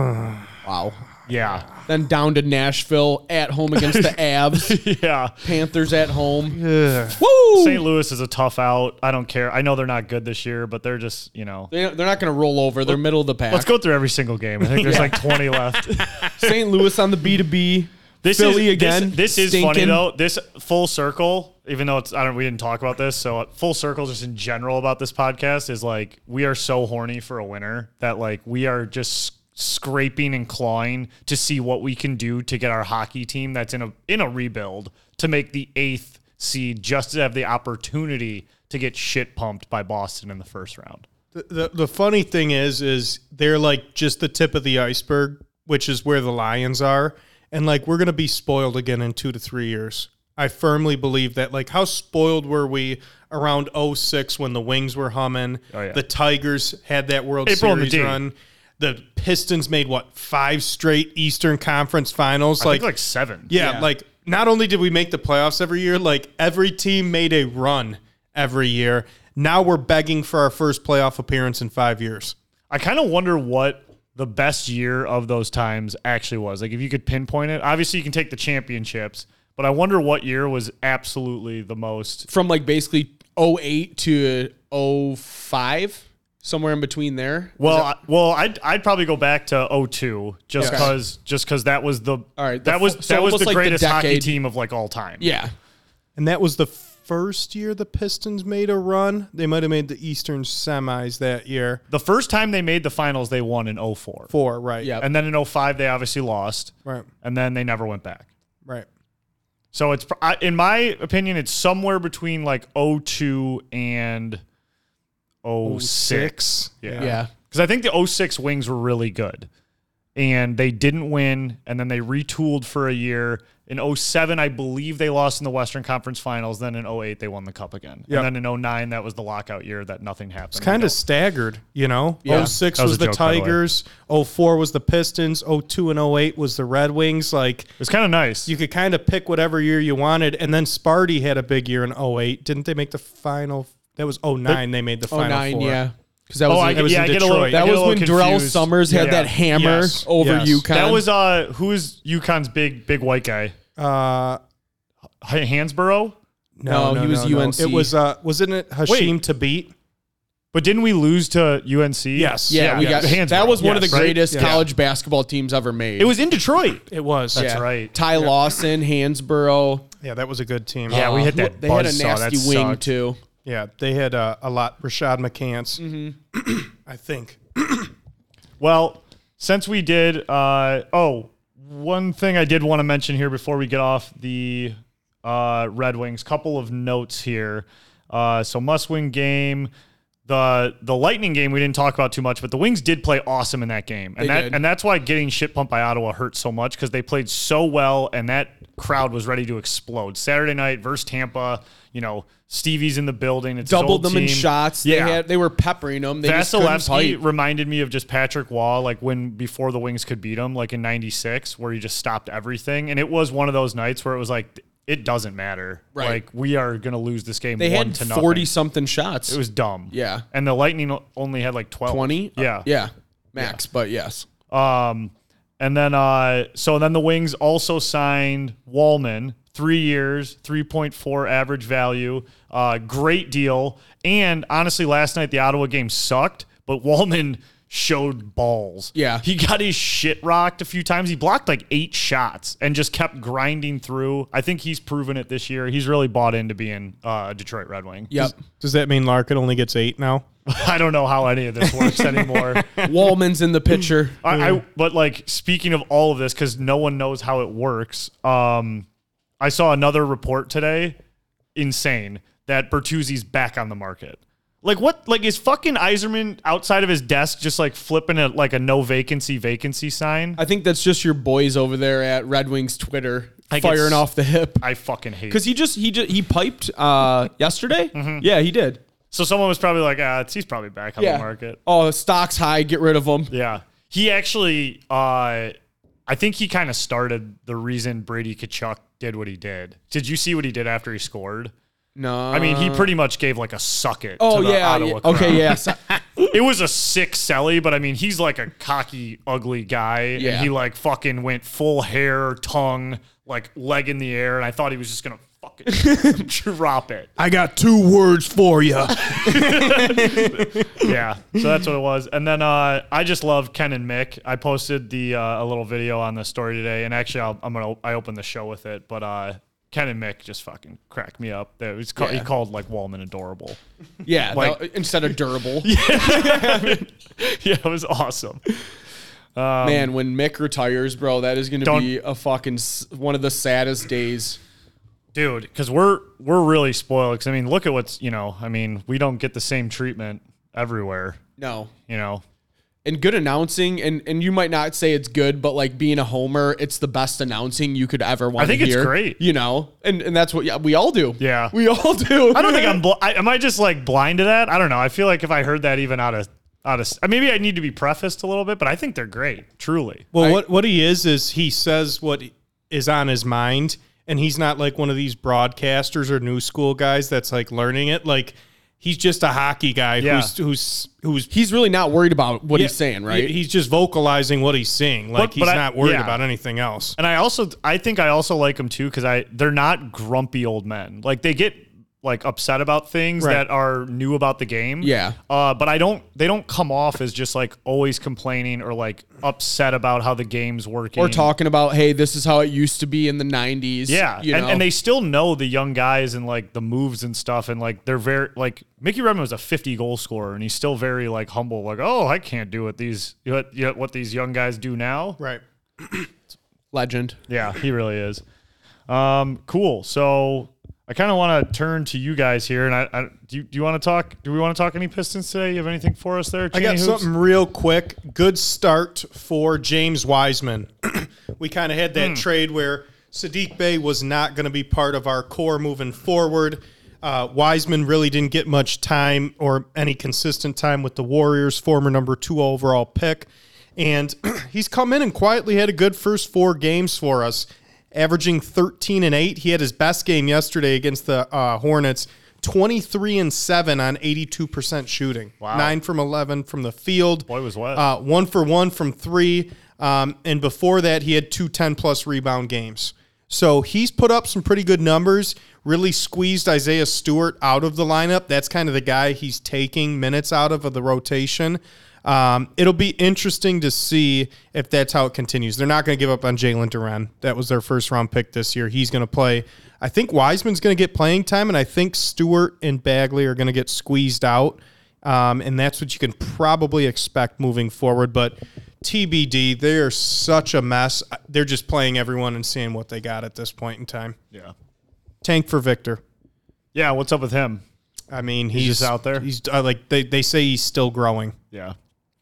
[SPEAKER 6] Wow.
[SPEAKER 5] Yeah,
[SPEAKER 6] Then down to Nashville at home against the Avs.
[SPEAKER 5] yeah.
[SPEAKER 6] Panthers at home. Woo!
[SPEAKER 5] St. Louis is a tough out. I don't care. I know they're not good this year, but they're just you know.
[SPEAKER 6] They, they're not going to roll over. They're middle of the pack.
[SPEAKER 5] Let's go through every single game. I think there's like 20 left.
[SPEAKER 6] St. Louis on the B2B.
[SPEAKER 5] This
[SPEAKER 6] Philly
[SPEAKER 5] is,
[SPEAKER 6] again.
[SPEAKER 5] This, this is
[SPEAKER 6] stinking.
[SPEAKER 5] funny though. This full circle, even though it's I don't we didn't talk about this, so uh, full circle just in general about this podcast is like we are so horny for a winner that like we are just scraping and clawing to see what we can do to get our hockey team that's in a in a rebuild to make the eighth seed just to have the opportunity to get shit pumped by Boston in the first round.
[SPEAKER 7] The, the the funny thing is, is they're like just the tip of the iceberg, which is where the Lions are, and like we're gonna be spoiled again in two to three years. I firmly believe that. Like, how spoiled were we around 06 when the Wings were humming?
[SPEAKER 5] Oh, yeah.
[SPEAKER 7] The Tigers had that World
[SPEAKER 5] April and the
[SPEAKER 7] Series
[SPEAKER 5] D.
[SPEAKER 7] run. The Pistons made what five straight Eastern Conference Finals?
[SPEAKER 5] I think like seven.
[SPEAKER 7] Yeah,
[SPEAKER 6] Yeah.
[SPEAKER 7] like not only did we make the playoffs every year, like every team made a run every year. Now we're begging for our first playoff appearance in five years.
[SPEAKER 5] I kind of wonder what the best year of those times actually was. Like, if you could pinpoint it, obviously you can take the championships, but I wonder what year was absolutely the most.
[SPEAKER 6] From like basically 08 to 05, somewhere in between there.
[SPEAKER 5] Well, I, well, I'd, I'd probably go back to 02 just
[SPEAKER 6] Okay.
[SPEAKER 5] because just because that was the
[SPEAKER 6] All right, the
[SPEAKER 5] that was
[SPEAKER 6] fu- so
[SPEAKER 5] that was
[SPEAKER 6] almost
[SPEAKER 5] the
[SPEAKER 6] like the
[SPEAKER 5] greatest hockey
[SPEAKER 6] decade.
[SPEAKER 5] team of like all time.
[SPEAKER 6] Yeah.
[SPEAKER 7] And that was the first year the Pistons made a run. They might have made the Eastern semis that year.
[SPEAKER 5] The first time they made the finals, they won in 04.
[SPEAKER 7] Four, right?
[SPEAKER 6] Yeah.
[SPEAKER 5] and then in 05 they obviously lost,
[SPEAKER 7] Right.
[SPEAKER 5] and then they never went back.
[SPEAKER 7] Right.
[SPEAKER 5] So it's pr- I- in my opinion, it's somewhere between like 02 and 06.
[SPEAKER 6] Yeah.
[SPEAKER 5] Because I think the 06 Wings were really good. And they didn't win. And then they retooled for a year. In 07, I believe they lost in the Western Conference Finals. Then in 08, they won the cup again.
[SPEAKER 7] Yep.
[SPEAKER 5] And then in 09, that was the lockout year that nothing happened. We
[SPEAKER 7] Kind
[SPEAKER 5] don't-
[SPEAKER 7] of staggered, you know?
[SPEAKER 6] Yeah.
[SPEAKER 7] 06
[SPEAKER 5] That
[SPEAKER 7] was,
[SPEAKER 5] was a
[SPEAKER 7] the
[SPEAKER 5] joke, by the way.
[SPEAKER 7] Tigers, 04 was the Pistons, 02 and 08 was the Red Wings. Like,
[SPEAKER 5] It was kind of nice.
[SPEAKER 7] you could kind of pick whatever year you wanted. And then Sparty had a big year in 08. Didn't they make the final? That was 09. They made the final
[SPEAKER 6] 09,
[SPEAKER 7] four.
[SPEAKER 6] yeah. Because that
[SPEAKER 5] oh,
[SPEAKER 6] was,
[SPEAKER 5] I,
[SPEAKER 6] in-
[SPEAKER 7] was
[SPEAKER 5] yeah,
[SPEAKER 7] in
[SPEAKER 5] I get a little.
[SPEAKER 7] Detroit.
[SPEAKER 5] I
[SPEAKER 6] that
[SPEAKER 5] get a
[SPEAKER 6] was
[SPEAKER 5] little
[SPEAKER 6] when Darrell
[SPEAKER 5] confused.
[SPEAKER 6] Summers had
[SPEAKER 5] Yeah.
[SPEAKER 6] that hammer
[SPEAKER 7] Yes.
[SPEAKER 6] over
[SPEAKER 7] Yes.
[SPEAKER 6] UConn.
[SPEAKER 5] That was uh, who is UConn's big big white guy?
[SPEAKER 7] Uh,
[SPEAKER 5] H- Hansborough.
[SPEAKER 7] no,
[SPEAKER 6] No,
[SPEAKER 7] no,
[SPEAKER 6] he was
[SPEAKER 7] no, no.
[SPEAKER 6] UNC.
[SPEAKER 7] It was uh, wasn't it Hashim to beat?
[SPEAKER 5] But didn't we lose to UNC?
[SPEAKER 7] Yes.
[SPEAKER 6] yeah, we got that was one of the
[SPEAKER 5] Yes.
[SPEAKER 6] greatest
[SPEAKER 5] Right? Yeah.
[SPEAKER 6] college basketball teams ever made.
[SPEAKER 5] It was in Detroit.
[SPEAKER 7] It was.
[SPEAKER 5] That's right.
[SPEAKER 6] Ty Lawson, Hansborough.
[SPEAKER 7] Yeah, that was a good team.
[SPEAKER 5] Yeah, we
[SPEAKER 6] Uh,
[SPEAKER 5] hit
[SPEAKER 6] who-
[SPEAKER 5] that
[SPEAKER 6] They had a
[SPEAKER 5] buzzsaw.
[SPEAKER 6] nasty
[SPEAKER 5] That
[SPEAKER 6] wing
[SPEAKER 5] sucked.
[SPEAKER 6] too.
[SPEAKER 7] yeah. They had uh, a lot. Rashad McCants.
[SPEAKER 6] Mm-hmm.
[SPEAKER 7] I think.
[SPEAKER 5] Well, since we did, uh, oh, one thing I did want to mention here before we get off the uh, Red Wings, couple of notes here. Uh, so must win game. The the Lightning game we didn't talk about too much, but the Wings did play awesome in that game, and
[SPEAKER 6] They
[SPEAKER 5] that
[SPEAKER 6] did.
[SPEAKER 5] and that's why getting shit pumped by Ottawa hurt so much because they played so well, and that crowd was ready to explode. Saturday night versus Tampa, you know, Stevie's in the building. It's his
[SPEAKER 6] Doubled
[SPEAKER 5] old
[SPEAKER 6] them in
[SPEAKER 5] team.
[SPEAKER 6] shots. They
[SPEAKER 5] Yeah.
[SPEAKER 6] had, they were peppering them. They just couldn't
[SPEAKER 5] Vasilevsky
[SPEAKER 6] fight.
[SPEAKER 5] reminded me of just Patrick Wall, like when before the Wings could beat him, like in '96, where he just stopped everything. And it was one of those nights where it was like, it doesn't matter.
[SPEAKER 6] Right.
[SPEAKER 5] Like we are gonna lose this game.
[SPEAKER 6] They
[SPEAKER 5] one
[SPEAKER 6] had
[SPEAKER 5] to
[SPEAKER 6] forty
[SPEAKER 5] Nothing.
[SPEAKER 6] something shots.
[SPEAKER 5] It was dumb.
[SPEAKER 6] Yeah.
[SPEAKER 5] And the Lightning only had like twelve.
[SPEAKER 6] twenty.
[SPEAKER 5] Yeah.
[SPEAKER 6] yeah, max. But yes,
[SPEAKER 5] Um, and then uh, so then the Wings also signed Wallman, three years, three point four average value, uh, great deal. And honestly, last night the Ottawa game sucked, but Wallman showed balls.
[SPEAKER 6] Yeah.
[SPEAKER 5] he got his shit rocked a few times. He blocked like eight shots and just kept grinding through. I think he's proven it this year. He's really bought into being uh, a Detroit Red Wing.
[SPEAKER 6] yep.
[SPEAKER 7] Does that mean Larkin only gets eight now?
[SPEAKER 5] I don't know how any of this works anymore.
[SPEAKER 6] Wallman's in the picture.
[SPEAKER 5] I, I but like speaking of all of this because no one knows how it works. Um, I saw another report today, insane, that Bertuzzi's back on the market. Like what? Like is fucking Iserman outside of his desk just like flipping a like a no vacancy vacancy sign?
[SPEAKER 6] I think that's just your boys over there at Red Wings Twitter
[SPEAKER 5] I get s-
[SPEAKER 6] firing off the hip.
[SPEAKER 5] I fucking hate.
[SPEAKER 6] Because he just he just he piped uh yesterday.
[SPEAKER 5] Mm-hmm.
[SPEAKER 6] Yeah, he did.
[SPEAKER 5] So someone was probably like, ah, it's- he's probably back on
[SPEAKER 6] Yeah.
[SPEAKER 5] the market.
[SPEAKER 6] Oh, stocks high. Get rid of him.
[SPEAKER 5] Yeah. He actually, uh, I think he kind of started the reason Brady Kachuk did what he did. Did you see what he did after he scored?
[SPEAKER 6] No,
[SPEAKER 5] I mean, he pretty much gave like a suck it.
[SPEAKER 6] Uh, Oh
[SPEAKER 5] to the
[SPEAKER 6] yeah,
[SPEAKER 5] Ottawa
[SPEAKER 6] yeah.
[SPEAKER 5] crowd.
[SPEAKER 6] Okay. Yeah. so-
[SPEAKER 5] It was a sick celly, but I mean, he's like a cocky, ugly guy.
[SPEAKER 6] Yeah.
[SPEAKER 5] And he like fucking went full hair, tongue, like leg in the air. And I thought he was just going to fucking drop it.
[SPEAKER 7] I got two words for you.
[SPEAKER 5] yeah, so that's what it was. And then uh, I just love Ken and Mick. I posted the uh, a little video on the story today, and actually I'll, I'm gonna I open the show with it, but uh, Ken and Mick just fucking cracked me up. It was called, he
[SPEAKER 6] Yeah.
[SPEAKER 5] called like Wallman adorable.
[SPEAKER 6] yeah.
[SPEAKER 5] Like-
[SPEAKER 6] no, instead of durable.
[SPEAKER 5] yeah, it was awesome.
[SPEAKER 6] Man, when Mick retires, bro, that is going to
[SPEAKER 5] Don't-
[SPEAKER 6] be a fucking s- one of the saddest days.
[SPEAKER 5] dude because we're we're really spoiled because i mean look at what's you know i mean we don't get the same treatment everywhere
[SPEAKER 6] No.
[SPEAKER 5] you know
[SPEAKER 6] And good announcing, and, and you might not say it's good, but like being a homer, it's the best announcing you could ever want.
[SPEAKER 5] think it's great.
[SPEAKER 6] you know, and and that's what yeah, we all do.
[SPEAKER 5] Yeah.
[SPEAKER 6] we all do.
[SPEAKER 5] i don't think i'm bl- I, am i just like blind to that i don't know i feel like if i heard that even out of out of uh, maybe i need to be prefaced a little bit but i think they're great truly
[SPEAKER 7] Well, what what he is is he says what is on his mind, and he's not like one of these broadcasters or new school guys that's like learning it. Like he's just a hockey guy
[SPEAKER 5] Yeah.
[SPEAKER 7] who's who's who's
[SPEAKER 6] He's really not worried about what he's
[SPEAKER 7] Yeah,
[SPEAKER 6] saying, right?
[SPEAKER 7] He's just vocalizing what he's seeing. Like
[SPEAKER 5] But-
[SPEAKER 7] he's
[SPEAKER 5] but I-
[SPEAKER 7] not worried
[SPEAKER 5] yeah.
[SPEAKER 7] about anything else.
[SPEAKER 5] and i also i think i also like them too because i they're not grumpy old men like they get like upset about things
[SPEAKER 7] Right.
[SPEAKER 5] that are new about the game
[SPEAKER 6] Yeah.
[SPEAKER 5] uh, but i don't they don't come off as just like always complaining or like upset about how the game's working
[SPEAKER 6] We're talking about hey, this is how it used to be in the '90s.
[SPEAKER 5] Yeah,
[SPEAKER 6] you
[SPEAKER 5] and,
[SPEAKER 6] know?
[SPEAKER 5] and they still know the young guys and like the moves and stuff, and like they're very like Mickey Redmond was a fifty goal scorer, and he's still very like humble, like oh I can't do what these you know what, you know what these young guys do now.
[SPEAKER 7] Right.
[SPEAKER 6] legend.
[SPEAKER 5] Yeah, he really is. Um, cool. So I kind of want to turn to you guys here, and I, I do. You, do you want to talk? Do we want to talk any Pistons today? You have anything for us there?
[SPEAKER 7] I got
[SPEAKER 5] Cheney Hoops?
[SPEAKER 7] something real quick. Good start for James Wiseman. we kind of had that trade where Sadiq Bey was not going to be part of our core moving forward. Uh, Wiseman really didn't get much time or any consistent time with the Warriors, former number two overall pick. And he's come in and quietly had a good first four games for us, averaging 13 and 8. He had his best game yesterday against the uh, Hornets, 23 and 7 on 82% shooting. Wow. 9 from 11 from the field.
[SPEAKER 5] Boy, was wet.
[SPEAKER 7] Uh, one for one from three. Um, and before that, he had two 10 plus rebound games. So he's put up some pretty good numbers, really squeezed Isaiah Stewart out of the lineup. That's kind of the guy he's taking minutes out of of the rotation. Um, it'll be interesting to see if that's how it continues. They're not going to give up on Jalen Duran. That was their first round pick this year. He's going to play. I think Wiseman's going to get playing time, and I think Stewart and Bagley are going to get squeezed out. Um, and that's what you can probably expect moving forward. But TBD, they are such a mess. They're just playing everyone and seeing what they got at this point in time.
[SPEAKER 5] yeah,
[SPEAKER 7] Tank for Victor.
[SPEAKER 5] yeah. What's up with him?
[SPEAKER 7] I mean, he's,
[SPEAKER 5] just out there?
[SPEAKER 7] He's uh, like they, they say he's still growing.
[SPEAKER 5] Yeah,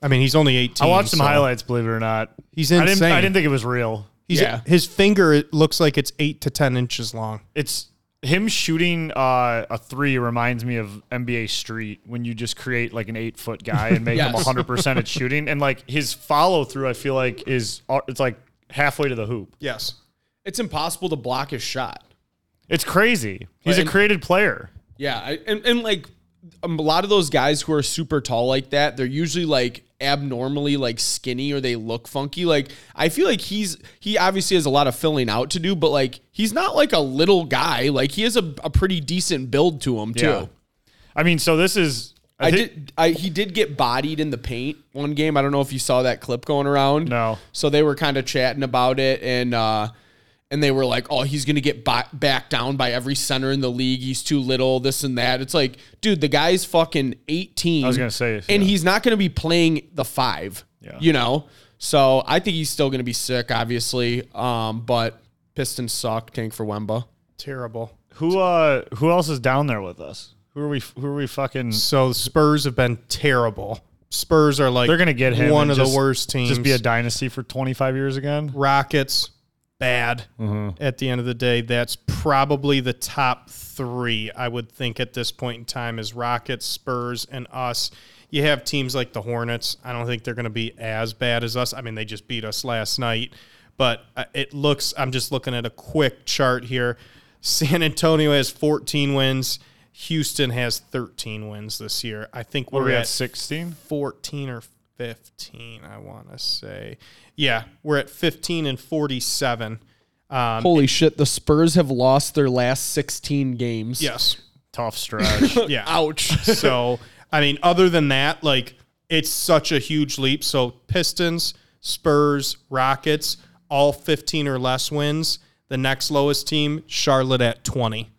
[SPEAKER 7] I mean, he's only 18.
[SPEAKER 5] I watched some
[SPEAKER 7] so
[SPEAKER 5] highlights. Believe it or not,
[SPEAKER 7] He's
[SPEAKER 5] I didn't.
[SPEAKER 7] insane.
[SPEAKER 5] I didn't think it was real.
[SPEAKER 7] He's,
[SPEAKER 6] Yeah.
[SPEAKER 7] His finger looks like it's 8 to 10 inches long.
[SPEAKER 5] it's him shooting uh, a three reminds me of NBA Street when you just create like an eight foot guy and make him
[SPEAKER 6] Yes.
[SPEAKER 5] 100 percent at shooting, and like his follow through, I feel like is uh, it's like halfway to the hoop.
[SPEAKER 7] Yes.
[SPEAKER 6] It's impossible to block his shot.
[SPEAKER 5] It's crazy. He's a
[SPEAKER 6] And-
[SPEAKER 5] creative player.
[SPEAKER 6] Yeah, I, and and like um, a lot of those guys who are super tall like that, they're usually like abnormally like skinny or they look funky. Like I feel like he's he obviously has a lot of filling out to do, but like he's not like a little guy. Like he has a, a pretty decent build to him too.
[SPEAKER 5] Yeah. I mean, so this is
[SPEAKER 6] I
[SPEAKER 5] thi-
[SPEAKER 6] did. I he did get bodied in the paint one game. I don't know if you saw that clip going around.
[SPEAKER 5] No.
[SPEAKER 6] So they were kind of chatting about it, and uh, and they were like, "Oh, he's gonna get bo- back down by every center in the league. He's too little. This and that." It's like, dude, the guy's fucking eighteen. I
[SPEAKER 5] was gonna say,
[SPEAKER 6] and
[SPEAKER 5] yeah.
[SPEAKER 6] he's not gonna be playing the five.
[SPEAKER 5] Yeah.
[SPEAKER 6] You know. So I think he's still gonna be sick, obviously. Um, but Pistons sucked. King for Wemba.
[SPEAKER 7] Terrible.
[SPEAKER 5] Who uh who else is down there with us? Who are we who are we fucking
[SPEAKER 7] So Spurs have been terrible. Spurs are like
[SPEAKER 5] They're gonna get him
[SPEAKER 7] one
[SPEAKER 5] and
[SPEAKER 7] of
[SPEAKER 5] just-
[SPEAKER 7] the worst teams.
[SPEAKER 5] just be a dynasty for 25 years again?
[SPEAKER 7] Rockets bad.
[SPEAKER 5] Mm-hmm.
[SPEAKER 7] At the end of the day, that's probably the top three I would think at this point in time is Rockets, Spurs, and us. You have teams like the Hornets. I don't think they're going to be as bad as us. I mean, they just beat us last night, but uh, it looks. I'm just looking at a quick chart here. San Antonio has 14 wins. Houston has 13 wins this year. I think we're
[SPEAKER 5] What are we
[SPEAKER 7] at
[SPEAKER 5] at 16?
[SPEAKER 7] 14 or 15, I want to say. Yeah, we're at 15 and 47. Um,
[SPEAKER 6] Holy shit! The Spurs have lost their last 16 games.
[SPEAKER 7] yes.
[SPEAKER 5] Tough stretch.
[SPEAKER 7] Yeah.
[SPEAKER 6] Ouch.
[SPEAKER 7] so, I mean, other than that, like, it's such a huge leap. So, Pistons, Spurs, Rockets, all 15 or less wins. The next lowest team, Charlotte at 20.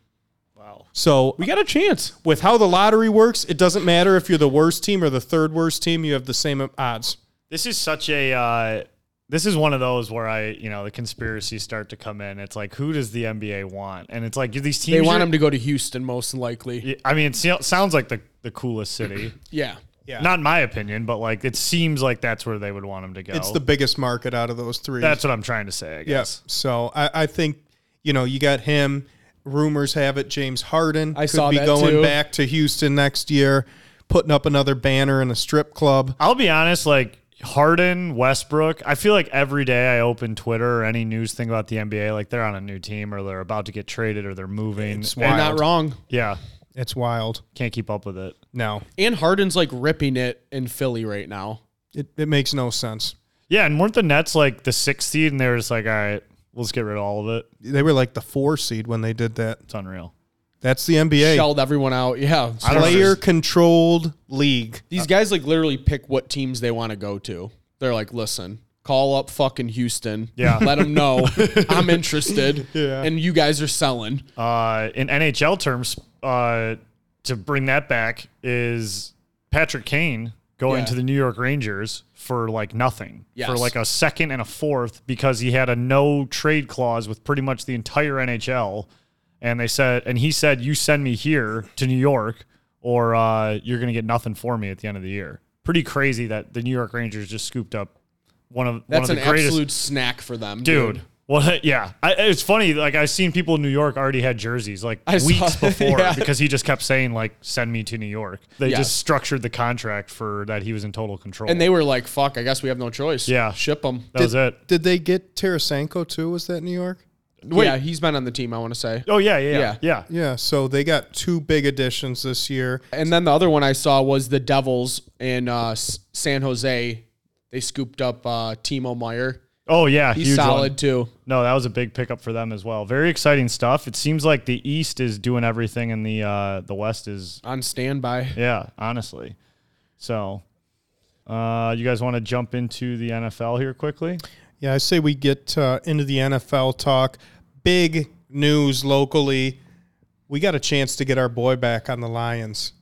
[SPEAKER 7] Wow. So,
[SPEAKER 6] we got a chance.
[SPEAKER 7] with how the lottery works, it doesn't matter if you're the worst team or the third worst team, you have the same odds.
[SPEAKER 5] this is such a uh, this is one of those where I, you know, the conspiracies start to come in. It's like, who does the NBA want? And it's like these teams.
[SPEAKER 6] They want
[SPEAKER 5] are-
[SPEAKER 6] him to go to Houston, most likely.
[SPEAKER 5] I mean, it so- sounds like the the coolest city.
[SPEAKER 6] Yeah.
[SPEAKER 7] Yeah.
[SPEAKER 5] Not in my opinion, but like it seems like that's where they would want him to go.
[SPEAKER 7] It's the biggest market out of those three.
[SPEAKER 5] that's what I'm trying to say. I guess.
[SPEAKER 7] Yes. So I, I think you know you got him. Rumors have it James Harden
[SPEAKER 6] I
[SPEAKER 7] could
[SPEAKER 6] saw
[SPEAKER 7] be
[SPEAKER 6] that
[SPEAKER 7] going
[SPEAKER 6] too.
[SPEAKER 7] back to Houston next year, putting up another banner in a strip club.
[SPEAKER 5] I'll be honest, like Harden, Westbrook, I feel like every day I open Twitter or any news thing about the NBA, like they're on a new team or they're about to get traded or they're moving.
[SPEAKER 7] It's
[SPEAKER 5] And-
[SPEAKER 6] You're
[SPEAKER 7] wild.
[SPEAKER 6] not wrong.
[SPEAKER 5] Yeah.
[SPEAKER 7] It's wild.
[SPEAKER 5] Can't keep up with it.
[SPEAKER 7] No,
[SPEAKER 6] And Harden's like ripping it in Philly right now.
[SPEAKER 7] it, it makes no sense.
[SPEAKER 5] Yeah, and weren't the Nets like the sixth seed and they were just like, all right, let's get rid of all of it.
[SPEAKER 7] They were like the four seed when they did that.
[SPEAKER 5] It's unreal.
[SPEAKER 7] That's the NBA
[SPEAKER 6] Shelled everyone out. Yeah.
[SPEAKER 5] I don't
[SPEAKER 7] player
[SPEAKER 5] understand.
[SPEAKER 7] controlled league.
[SPEAKER 6] These guys like literally pick what teams they want to go to. They're like, listen, call up fucking Houston.
[SPEAKER 5] Yeah.
[SPEAKER 6] Let them know I'm interested. Yeah. And you guys are selling.
[SPEAKER 5] Uh, in NHL terms, uh, to bring that back is Patrick Kane going
[SPEAKER 6] Yeah.
[SPEAKER 5] to the New York Rangers for like nothing, for
[SPEAKER 6] Yes.
[SPEAKER 5] like a second and a fourth because he had a no trade clause with pretty much the entire NHL, and they said, and he said, you send me here to New York, or uh, you're gonna get nothing for me at the end of the year. Pretty crazy that the New York Rangers just scooped up one of
[SPEAKER 6] That's
[SPEAKER 5] one
[SPEAKER 6] an
[SPEAKER 5] of the greatest
[SPEAKER 6] absolute snack for them, dude.
[SPEAKER 5] dude. Well, yeah, I, it's funny. Like I've seen people in New York already had jerseys like
[SPEAKER 6] I saw-
[SPEAKER 5] weeks before
[SPEAKER 6] yeah.
[SPEAKER 5] because he just kept saying like "send me to New York." They
[SPEAKER 6] Yes.
[SPEAKER 5] just structured the contract for that he was in total control,
[SPEAKER 6] And they were like, fuck, I guess we have no choice.
[SPEAKER 5] Yeah.
[SPEAKER 6] Ship them.
[SPEAKER 5] that was it.
[SPEAKER 7] Did they get Tarasenko too? Was that New York?
[SPEAKER 5] Wait.
[SPEAKER 6] Yeah, he's been on the team, I want to say.
[SPEAKER 5] Oh yeah, yeah,
[SPEAKER 6] Yeah.
[SPEAKER 5] yeah, yeah.
[SPEAKER 7] Yeah, so they got two big additions this year.
[SPEAKER 6] And then the other one I saw was the Devils in uh, S- San Jose. They scooped up uh, Timo Meyer.
[SPEAKER 5] Oh yeah,
[SPEAKER 6] He's
[SPEAKER 5] huge one.
[SPEAKER 6] solid too.
[SPEAKER 5] No, that was a big pickup for them as well. Very exciting stuff. It seems like the East is doing everything, and the uh, the West is
[SPEAKER 6] On standby.
[SPEAKER 5] yeah. Honestly, so. Uh, you guys want to jump into the NFL here quickly?
[SPEAKER 7] Yeah, I say we get uh, into the NFL talk. Big news locally. We got a chance to get our boy back on the Lions.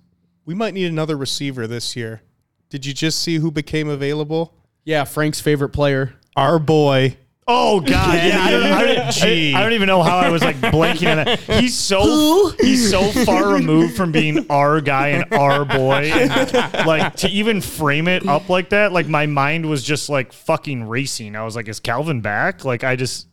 [SPEAKER 7] We might need another receiver this year. Did you just see who became available?
[SPEAKER 6] Yeah, Frank's favorite player.
[SPEAKER 7] Our boy.
[SPEAKER 5] Oh God! Yeah, I don't, I, don't, I- I don't even know how I was like blanking on that. He's so he's so far removed from being our guy and our boy. And, like to even frame it up like that, like my mind was just like fucking racing. I was like, is Calvin back? Like I just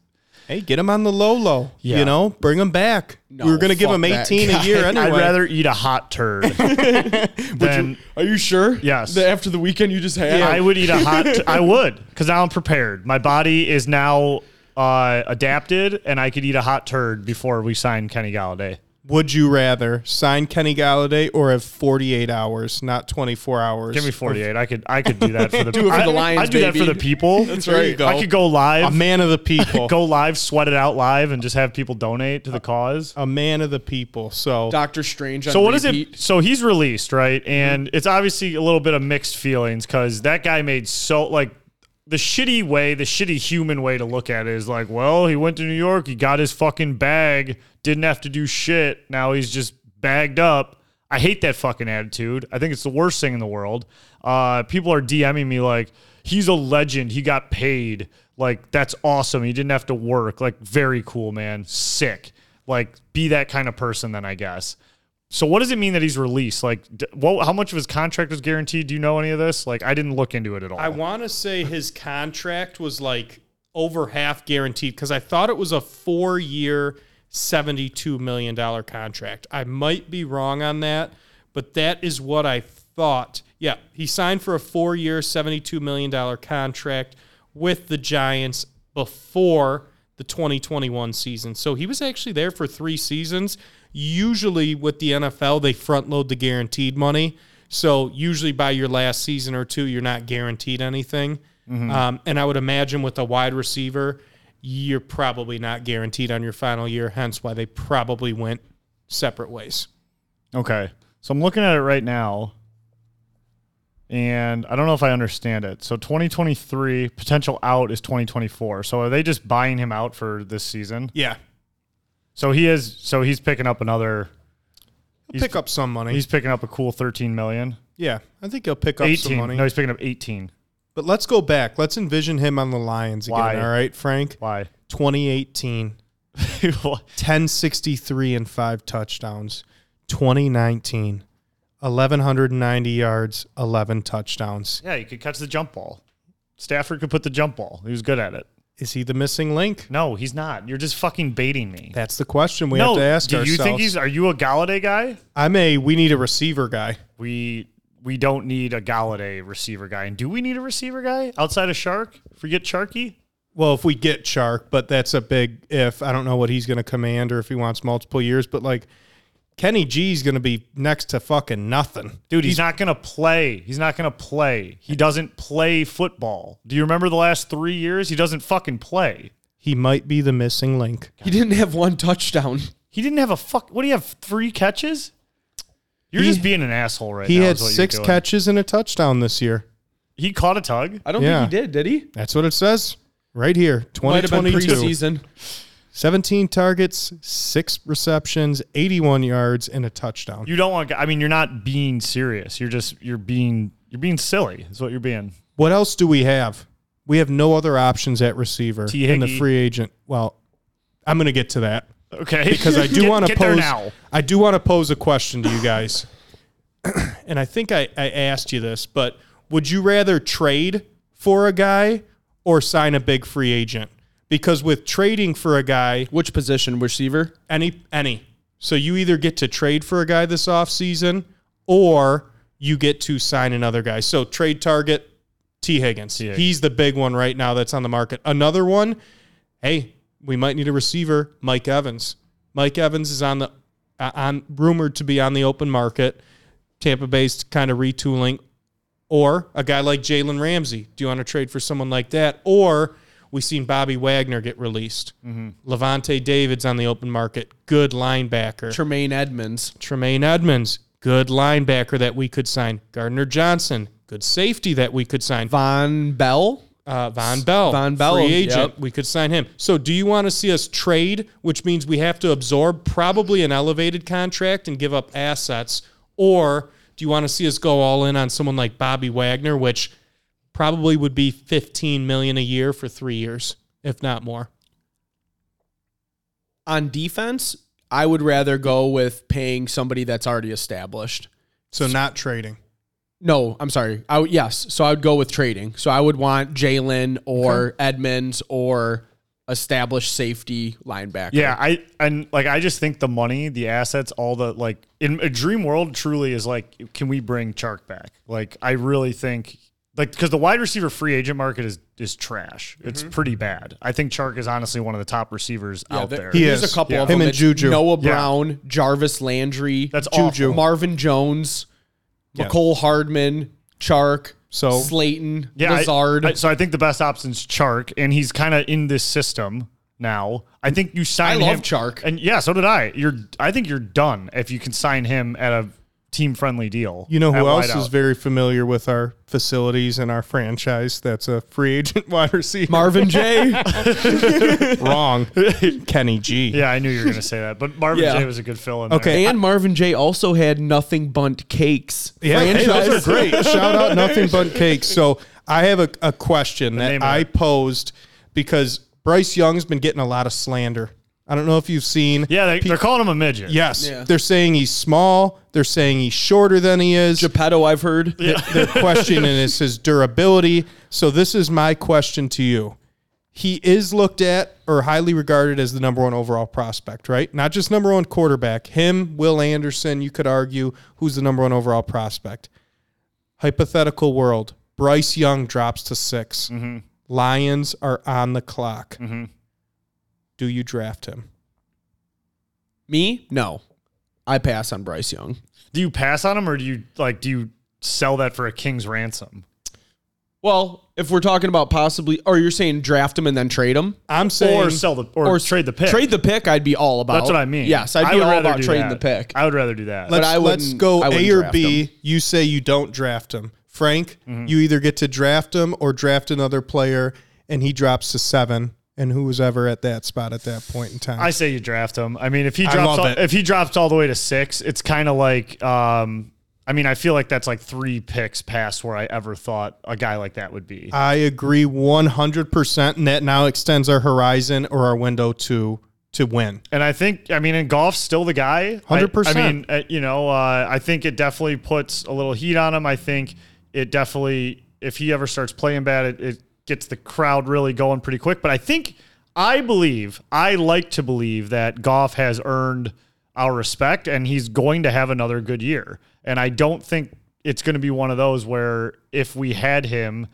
[SPEAKER 7] Hey, get him on the low low.
[SPEAKER 5] Yeah.
[SPEAKER 7] You know, bring him back.
[SPEAKER 6] No,
[SPEAKER 7] we were going to give
[SPEAKER 6] fuck
[SPEAKER 7] him
[SPEAKER 6] that
[SPEAKER 7] 18 a
[SPEAKER 6] guy.
[SPEAKER 7] year anyway.
[SPEAKER 5] I'd rather eat a hot turd than
[SPEAKER 6] Are you sure?
[SPEAKER 5] Yes.
[SPEAKER 6] That after the weekend you just had.
[SPEAKER 5] I would eat a hot. T- I would because now I'm prepared. My body is now uh, adapted, and I could eat a hot turd before we sign Kenny Galladay.
[SPEAKER 7] Would you rather sign Kenny Galladay or have 48 hours, not 24 hours?
[SPEAKER 5] Give me 48. I could I could do that for the
[SPEAKER 6] it for
[SPEAKER 5] I,
[SPEAKER 6] the Lions,
[SPEAKER 5] I'd do that
[SPEAKER 6] baby.
[SPEAKER 5] for the people. That's
[SPEAKER 6] There right. you go.
[SPEAKER 5] I could go
[SPEAKER 7] a
[SPEAKER 5] live.
[SPEAKER 7] man of the people.
[SPEAKER 5] Go live, sweat it out live, and just have people donate to the cause.
[SPEAKER 7] a man of the people. So
[SPEAKER 6] Doctor Strange. On
[SPEAKER 5] So what is
[SPEAKER 6] repeat.
[SPEAKER 5] it? So he's released, right? And it's obviously a little bit of mixed feelings because that guy made so like the shitty way, the shitty human way to look at it is like, well, he went to New York, he got his fucking bag, didn't have to do shit. Now he's just bagged up. I hate that fucking attitude. I think it's the worst thing in the world. Uh, people are DMing me like, he's a legend. He got paid. Like that's awesome. You didn't have to work. Like very cool, man. Sick. Like be that kind of person then, I guess. So what does it mean that he's released? Like, d- what, how much of his contract was guaranteed? Do you know any of this? Like, I didn't look into it at all.
[SPEAKER 7] I want to say his contract was like over half guaranteed because I thought it was a four year, $72 million contract. I might be wrong on that, but that is what I thought. Yeah, he signed for a four year, $72 million contract with the Giants before the 2021 season. So he was actually there for three seasons. Usually with the NFL, they front load the guaranteed money. So usually by your last season or two, you're not guaranteed anything.
[SPEAKER 5] Mm-hmm.
[SPEAKER 7] Um, and I would imagine with a wide receiver, you're probably not guaranteed on your final year, hence why they probably went separate ways.
[SPEAKER 5] Okay. So I'm looking at it right now. And I don't know if I understand it. So 2023 potential out is 2024. So are they just buying him out for this season?
[SPEAKER 7] Yeah.
[SPEAKER 5] So he is so he's picking up another
[SPEAKER 7] pick up some money.
[SPEAKER 5] he's picking up a cool 13 million.
[SPEAKER 7] yeah, I think he'll pick up some
[SPEAKER 5] 18.
[SPEAKER 7] money.
[SPEAKER 5] No, he's picking up 18.
[SPEAKER 7] But let's go back. Let's envision him on the Lions again,
[SPEAKER 5] Why?
[SPEAKER 7] all right, Frank?
[SPEAKER 5] Why?
[SPEAKER 7] 2018, 1063 and five touchdowns. 2019, 1190 yards, 11 touchdowns.
[SPEAKER 5] yeah, he could catch the jump ball. Stafford could put the jump ball. He was good at it.
[SPEAKER 7] Is he the missing link?
[SPEAKER 5] No, he's not. You're just fucking baiting me.
[SPEAKER 7] That's the question we
[SPEAKER 5] no,
[SPEAKER 7] have to ask
[SPEAKER 5] do
[SPEAKER 7] ourselves.
[SPEAKER 5] you think he's? Are you a Galladay guy?
[SPEAKER 7] I'm a we need a receiver guy.
[SPEAKER 5] we we don't need a Galladay receiver guy. And do we need a receiver guy outside of Shark? Forget Sharky.
[SPEAKER 7] Well, if we get Chark, but that's a big if. I don't know what he's going to command or if he wants multiple years, but like Kenny G's going to be next to fucking nothing.
[SPEAKER 5] Dude, he's, not going to play. He's not going to play. He doesn't play football. Do you remember the last three years? He doesn't fucking play.
[SPEAKER 7] He might be the missing link.
[SPEAKER 6] He didn't have one touchdown.
[SPEAKER 5] He didn't have a fuck. What do you have? Three catches? You're
[SPEAKER 7] He-
[SPEAKER 5] just being an asshole right
[SPEAKER 7] He
[SPEAKER 5] now.
[SPEAKER 7] had
[SPEAKER 5] is what you're
[SPEAKER 7] six
[SPEAKER 5] doing.
[SPEAKER 7] catches and a touchdown this year.
[SPEAKER 5] He caught a tug.
[SPEAKER 6] I don't
[SPEAKER 7] Yeah.
[SPEAKER 6] think he did, did he?
[SPEAKER 7] That's what it says right here.
[SPEAKER 6] Might have been
[SPEAKER 7] 2022.
[SPEAKER 6] preseason.
[SPEAKER 7] 17 targets, six receptions, 81 yards, and a touchdown.
[SPEAKER 5] You don't want. I mean, you're not being serious. You're just. You're being. You're being silly. Is what you're being.
[SPEAKER 7] What else do we have? We have no other options at receiver
[SPEAKER 5] T.
[SPEAKER 7] in the
[SPEAKER 5] Higgey.
[SPEAKER 7] free agent. Well, I'm going to get to that
[SPEAKER 5] Okay.
[SPEAKER 7] because I do
[SPEAKER 5] Get-
[SPEAKER 7] want to
[SPEAKER 5] get there
[SPEAKER 7] pose.
[SPEAKER 5] now.
[SPEAKER 7] I do want to pose a question to you guys, and I think I, I asked you this, but would you rather trade for a guy or sign a big free agent? Because with trading for a guy,
[SPEAKER 6] Which position? Receiver?
[SPEAKER 7] any any. So you either get to trade for a guy this offseason or you get to sign another guy. So trade target T Higgins.
[SPEAKER 5] Higgins.
[SPEAKER 7] He's the big one right now that's on the market. Another one, hey, we might need a receiver, Mike Evans. Mike Evans is on the uh, on rumored to be on the open market. Tampa Bay's kind of retooling or a guy like Jalen Ramsey. Do you want to trade for someone like that? Or we seen Bobby Wagner get released. Levante David's on the open market. Good linebacker.
[SPEAKER 6] Tremaine Edmonds.
[SPEAKER 7] Tremaine Edmonds. Good linebacker that we could sign. Gardner Johnson. Good safety that we could sign.
[SPEAKER 6] Von Bell.
[SPEAKER 7] Uh, Von Bell.
[SPEAKER 6] Von Bell,
[SPEAKER 7] Free agent.
[SPEAKER 6] yep.
[SPEAKER 7] We could sign him. So do you want to see us trade, which means we have to absorb probably an elevated contract and give up assets? Or do you want to see us go all in on someone like Bobby Wagner, which probably would be 15 million a year for three years, if not more?
[SPEAKER 6] On defense, I would rather go with paying somebody that's already established.
[SPEAKER 7] So not trading.
[SPEAKER 6] No, I'm sorry. I would, yes, so I would go with trading. So I would want Jalen or Edmonds or established safety linebacker.
[SPEAKER 5] Yeah, I and like I just think the money, the assets, all the like in a dream world truly is like can we bring Chark back? Like I really think like because the wide receiver free agent market is is trash. It's pretty bad. I think Chark is honestly one of the top receivers out
[SPEAKER 6] there-
[SPEAKER 5] there.
[SPEAKER 7] He
[SPEAKER 6] there's
[SPEAKER 7] is.
[SPEAKER 6] a couple
[SPEAKER 7] Yeah.
[SPEAKER 6] of
[SPEAKER 7] Him
[SPEAKER 6] them.
[SPEAKER 7] and
[SPEAKER 6] It's
[SPEAKER 7] Juju.
[SPEAKER 6] Noah
[SPEAKER 5] Yeah.
[SPEAKER 6] Brown, Jarvis Landry,
[SPEAKER 5] That's Juju. awful.
[SPEAKER 6] Marvin Jones, McCole Hardman, Chark,
[SPEAKER 7] So-
[SPEAKER 6] Slayton,
[SPEAKER 5] yeah, I-
[SPEAKER 6] Lazard.
[SPEAKER 5] I- so I think the best option's Chark, and he's kind of in this system now. I think you sign.
[SPEAKER 6] I love
[SPEAKER 5] him-
[SPEAKER 6] Chark.
[SPEAKER 5] and yeah, so did I. You're. I think you're done if you can sign him at a team friendly deal.
[SPEAKER 7] You know
[SPEAKER 5] at
[SPEAKER 7] who else
[SPEAKER 5] wideout.
[SPEAKER 7] is very familiar with our facilities and our franchise? That's a free agent wide receiver.
[SPEAKER 6] Marvin J.
[SPEAKER 7] Wrong. Kenny G.
[SPEAKER 5] Yeah, I knew you were going to say that, but Marvin
[SPEAKER 6] Yeah.
[SPEAKER 5] J was a good fill in.
[SPEAKER 7] Okay.
[SPEAKER 6] and Marvin J also had nothing but cakes.
[SPEAKER 7] Yeah, hey, those
[SPEAKER 6] franchise.
[SPEAKER 7] are great. Shout out nothing but cakes. So I have a, a question that
[SPEAKER 5] name of
[SPEAKER 7] I
[SPEAKER 5] it.
[SPEAKER 7] posed because Bryce Young's been getting a lot of slander. I don't know if you've seen.
[SPEAKER 5] Yeah, they,
[SPEAKER 7] Pe-
[SPEAKER 5] they're calling him a midget.
[SPEAKER 7] Yes,
[SPEAKER 6] Yeah.
[SPEAKER 7] they're saying he's small. They're saying he's shorter than he is.
[SPEAKER 6] Geppetto, I've heard.
[SPEAKER 7] Their question is his durability. So this is my question to you. He is looked at or highly regarded as the number one overall prospect, right? Not just number one quarterback. Him, Will Anderson, you could argue who's the number one overall prospect. Hypothetical world. Bryce Young drops to 6 Lions are on the clock. Do you draft him?
[SPEAKER 6] Me? No. I pass on Bryce Young.
[SPEAKER 5] Do you pass on him or do you like do you sell that for a king's ransom?
[SPEAKER 6] Well, if we're talking about possibly, or you're saying draft him and then trade him,
[SPEAKER 7] I'm saying
[SPEAKER 5] or sell the or, trade the pick.
[SPEAKER 6] Trade the pick, I'd be all about.
[SPEAKER 5] That's what I mean.
[SPEAKER 6] Yes, I'd
[SPEAKER 5] I
[SPEAKER 6] be
[SPEAKER 5] would
[SPEAKER 6] all
[SPEAKER 5] rather
[SPEAKER 6] about
[SPEAKER 5] do
[SPEAKER 6] trading
[SPEAKER 5] that.
[SPEAKER 6] the pick.
[SPEAKER 5] I would rather do that.
[SPEAKER 7] let's,
[SPEAKER 6] I
[SPEAKER 7] let's
[SPEAKER 6] wouldn't-
[SPEAKER 7] go
[SPEAKER 6] I wouldn't
[SPEAKER 7] A or
[SPEAKER 6] draft
[SPEAKER 7] B.
[SPEAKER 6] him. Mm-hmm.
[SPEAKER 7] You say you don't draft him. Frank, you either get to draft him or draft another player, and he drops to seven. And who was ever at that spot at that point in time?
[SPEAKER 5] I say you draft him. I mean, if he
[SPEAKER 7] I
[SPEAKER 5] drops
[SPEAKER 7] love
[SPEAKER 5] all,
[SPEAKER 7] it.
[SPEAKER 5] if he drops all the way to six, it's kind of like. Um, I mean, I feel like that's like three picks past where I ever thought a guy like that would be.
[SPEAKER 7] I agree 100%. And that now extends our horizon or our window to to win.
[SPEAKER 5] And I think, I mean, in golf, still the guy. I-
[SPEAKER 7] 100%.
[SPEAKER 5] I, mean, uh, you know, uh, I think it definitely puts a little heat on him. I think it definitely, if he ever starts playing bad, it, it gets the crowd really going pretty quick. But I think, I believe, I like to believe that golf has earned our respect and he's going to have another good year. And I don't think it's going to be one of those where if we had him,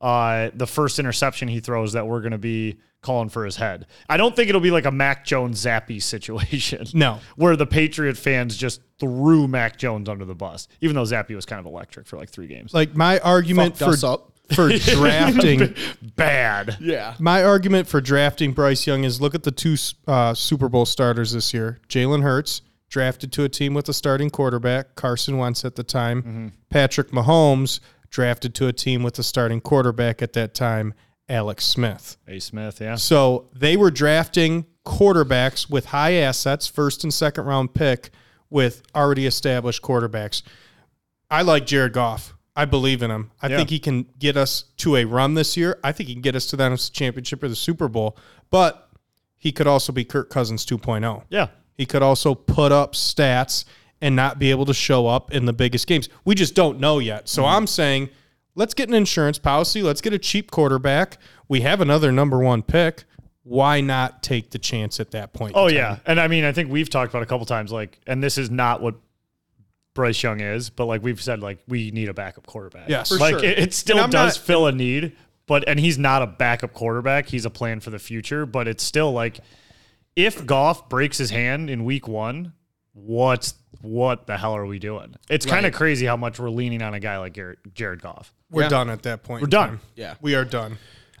[SPEAKER 5] uh, the first interception he throws that we're going to be calling for his head. I don't think it'll be like a Mac Jones Zappy situation.
[SPEAKER 7] No.
[SPEAKER 5] Where the Patriot fans just threw Mac Jones under the bus, even though Zappy was kind of electric for like three games.
[SPEAKER 7] Like my argument
[SPEAKER 6] Fucked us
[SPEAKER 7] for,
[SPEAKER 6] up.
[SPEAKER 7] for drafting
[SPEAKER 5] Bad.
[SPEAKER 6] yeah.
[SPEAKER 7] My argument for drafting Bryce Young is look at the two uh, Super Bowl starters this year. Jalen Hurts drafted to a team with a starting quarterback, Carson Wentz at the time. Patrick Mahomes drafted to a team with a starting quarterback at that time, Alex Smith.
[SPEAKER 5] A Smith, yeah.
[SPEAKER 7] So they were drafting quarterbacks with high assets, first and second round pick, with already established quarterbacks. I like Jared Goff. I believe in him. I
[SPEAKER 5] Yeah.
[SPEAKER 7] think he can get us to a run this year. I think he can get us to the NFC Championship or the Super Bowl. But he could also be Kirk Cousins oh. 2.0.
[SPEAKER 5] Yeah.
[SPEAKER 7] He could also put up stats and not be able to show up in the biggest games. We just don't know yet. So I'm saying let's get an insurance policy. Let's get a cheap quarterback. We have another number one pick. Why not take the chance at that point? in
[SPEAKER 5] Oh
[SPEAKER 7] time?
[SPEAKER 5] yeah, and I mean, I think we've talked about a couple times, like, and this is not what Bryce Young is, but like we've said, like we need a backup quarterback.
[SPEAKER 7] Yes. For
[SPEAKER 5] like
[SPEAKER 7] sure.
[SPEAKER 5] it, it still
[SPEAKER 7] And I'm
[SPEAKER 5] does
[SPEAKER 7] not-
[SPEAKER 5] fill a need, but and he's not a backup quarterback; he's a plan for the future. But it's still like, if Goff breaks his hand in Week One, what's what the hell are we doing? It's kind of crazy how much we're leaning on a guy like Jared, Jared Goff.
[SPEAKER 7] We're
[SPEAKER 6] Yeah.
[SPEAKER 7] done at that point. We're
[SPEAKER 5] done.
[SPEAKER 6] Yeah.
[SPEAKER 7] We are done.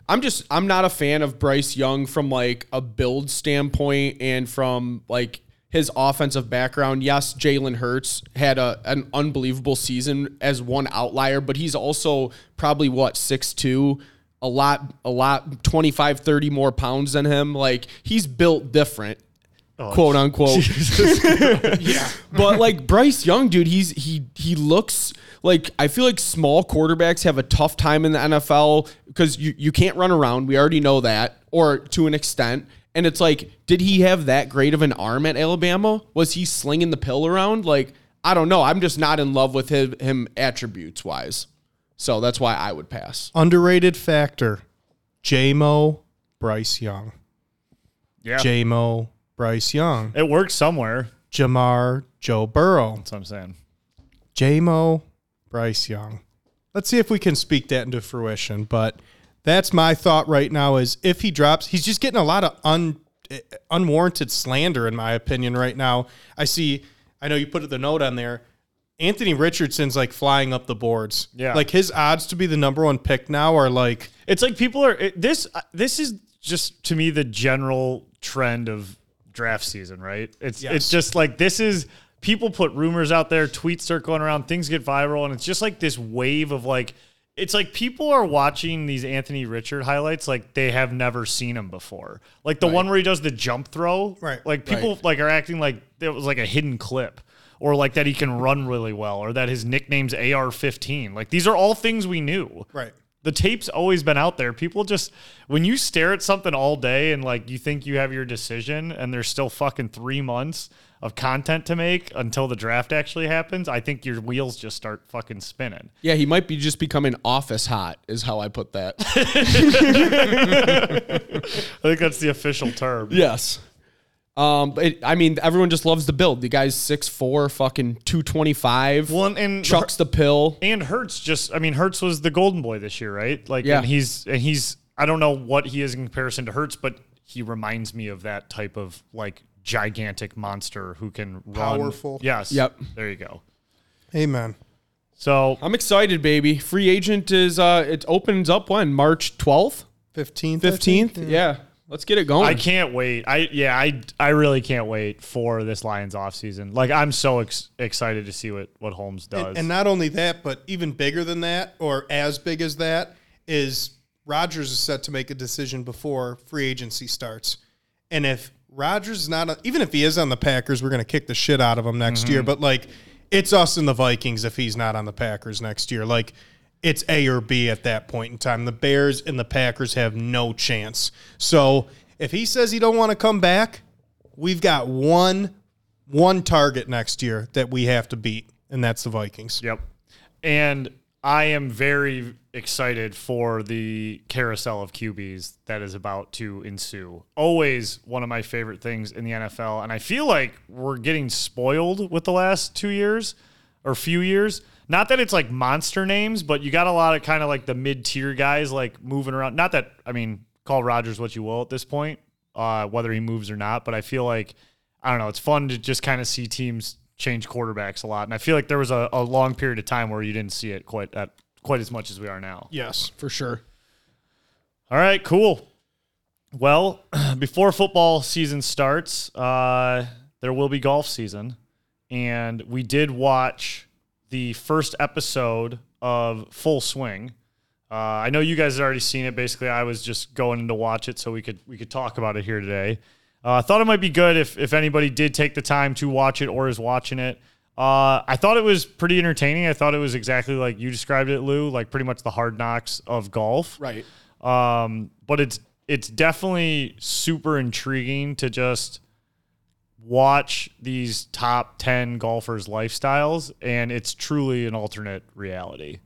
[SPEAKER 6] I'm just I'm not a fan of Bryce Young from like a build standpoint and from like his offensive background. Yes, Jalen Hurts had a an unbelievable season as one outlier, but he's also probably what 6'2, a lot a lot 25 30 more pounds than him. Like he's built different.
[SPEAKER 5] Oh,
[SPEAKER 6] quote unquote. But like Bryce Young, dude, he's he he looks like I feel like small quarterbacks have a tough time in the NFL because you, you can't run around. We already know that, or to an extent. And it's like, did he have that great of an arm at Alabama? Was he slinging the pill around? Like, I don't know. I'm just not in love with him, him attributes wise. So that's why I would pass.
[SPEAKER 7] Underrated factor. JMO Bryce Young.
[SPEAKER 5] Yeah,
[SPEAKER 7] JMO Bryce Young.
[SPEAKER 5] it works somewhere.
[SPEAKER 7] Jamar Joe Burrow.
[SPEAKER 5] That's what I'm saying.
[SPEAKER 7] JMO, Bryce Young. Let's see if we can speak that into fruition. But that's my thought right now. Is if he drops, he's just getting a lot of un, eh, unwarranted slander, in my opinion, right now. I see. I know you put the note on there. Anthony Richardson's like flying up the boards.
[SPEAKER 5] Yeah.
[SPEAKER 7] like his odds to be the number one pick now are like
[SPEAKER 5] It's like people are it, this. uh, This is just to me the general trend of draft season, right? It's it's
[SPEAKER 7] Yes.
[SPEAKER 5] just like this is people put rumors out there, tweets start going around, things get viral, and it's just like this wave of like. It's like people are watching these Anthony Richard highlights like they have never seen him before. Like the one where he does the jump throw.
[SPEAKER 7] Right.
[SPEAKER 5] Like people like are acting like it was like a hidden clip or like that he can run really well or that his nickname's AR15. Like these are all things we knew.
[SPEAKER 7] right.
[SPEAKER 5] The tape's always been out there. People just when you stare at something all day and like you think you have your decision and there's still fucking 3 months of content to make until the draft actually happens, I think your wheels just start fucking spinning.
[SPEAKER 6] Yeah, he might be just becoming office hot, is how I put that.
[SPEAKER 5] I think that's the official term.
[SPEAKER 6] yes. Um, but it, I mean, everyone just loves the build. The guy's 6'4, fucking 225.
[SPEAKER 5] One and
[SPEAKER 6] chucks the pill.
[SPEAKER 5] and Hertz just I mean Hertz was the golden boy this year, right? Like
[SPEAKER 6] Yeah.
[SPEAKER 5] and he's and he's I don't know what he is in comparison to Hertz, but he reminds me of that type of like gigantic monster who can run.
[SPEAKER 7] Powerful.
[SPEAKER 5] Yes.
[SPEAKER 6] Yep.
[SPEAKER 5] There you go.
[SPEAKER 7] Amen.
[SPEAKER 5] So
[SPEAKER 6] I'm excited, baby. Free agent is uh it opens up when? March 12th?
[SPEAKER 7] 15th.
[SPEAKER 6] 15th? Yeah. Let's get it going.
[SPEAKER 5] I can't wait. I yeah, I I really can't wait for this Lions offseason. Like I'm so ex- excited to see what what Holmes does.
[SPEAKER 7] And not only that, but even bigger than that, or as big as that, is Rodgers is set to make a decision before free agency starts. And if Rodgers is not, even if he is on the Packers, we're going to kick the shit out of him next year. But like, it's us and the Vikings if he's not on the Packers next year. Like, it's A or B at that point in time. The Bears and the Packers have no chance. So if he says he don't want to come back, we've got one one target next year that we have to beat, and that's the Vikings.
[SPEAKER 5] Yep. And I am very excited for the carousel of QBs that is about to ensue. Always one of my favorite things in the NFL. And I feel like we're getting spoiled with the last two years or few years. Not that it's like monster names, but you got a lot of kind of like the mid tier guys like moving around. Not that, I mean, call Rodgers what you will at this point, uh, whether he moves or not. But I feel like I don't know. It's fun to just kind of see teams change quarterbacks a lot, and I feel like there was a, a long period of time where you didn't see it quite at quite as much as we are now.
[SPEAKER 7] Yes.
[SPEAKER 6] for sure.
[SPEAKER 5] All right, cool. Well, before football season starts, uh, there will be golf season, and we did watch the first episode of Full Swing. Uh, I know you guys had already seen it. Basically, I was just going in to watch it so we could we could talk about it here today. Uh, I thought it might be good if if anybody did take the time to watch it or is watching it. Uh, I thought it was pretty entertaining. I thought it was exactly like you described it, Lou, like pretty much the hard knocks of golf.
[SPEAKER 6] Right.
[SPEAKER 5] Um, but it's it's definitely super intriguing to just watch these top ten golfers' lifestyles, and it's truly an alternate reality.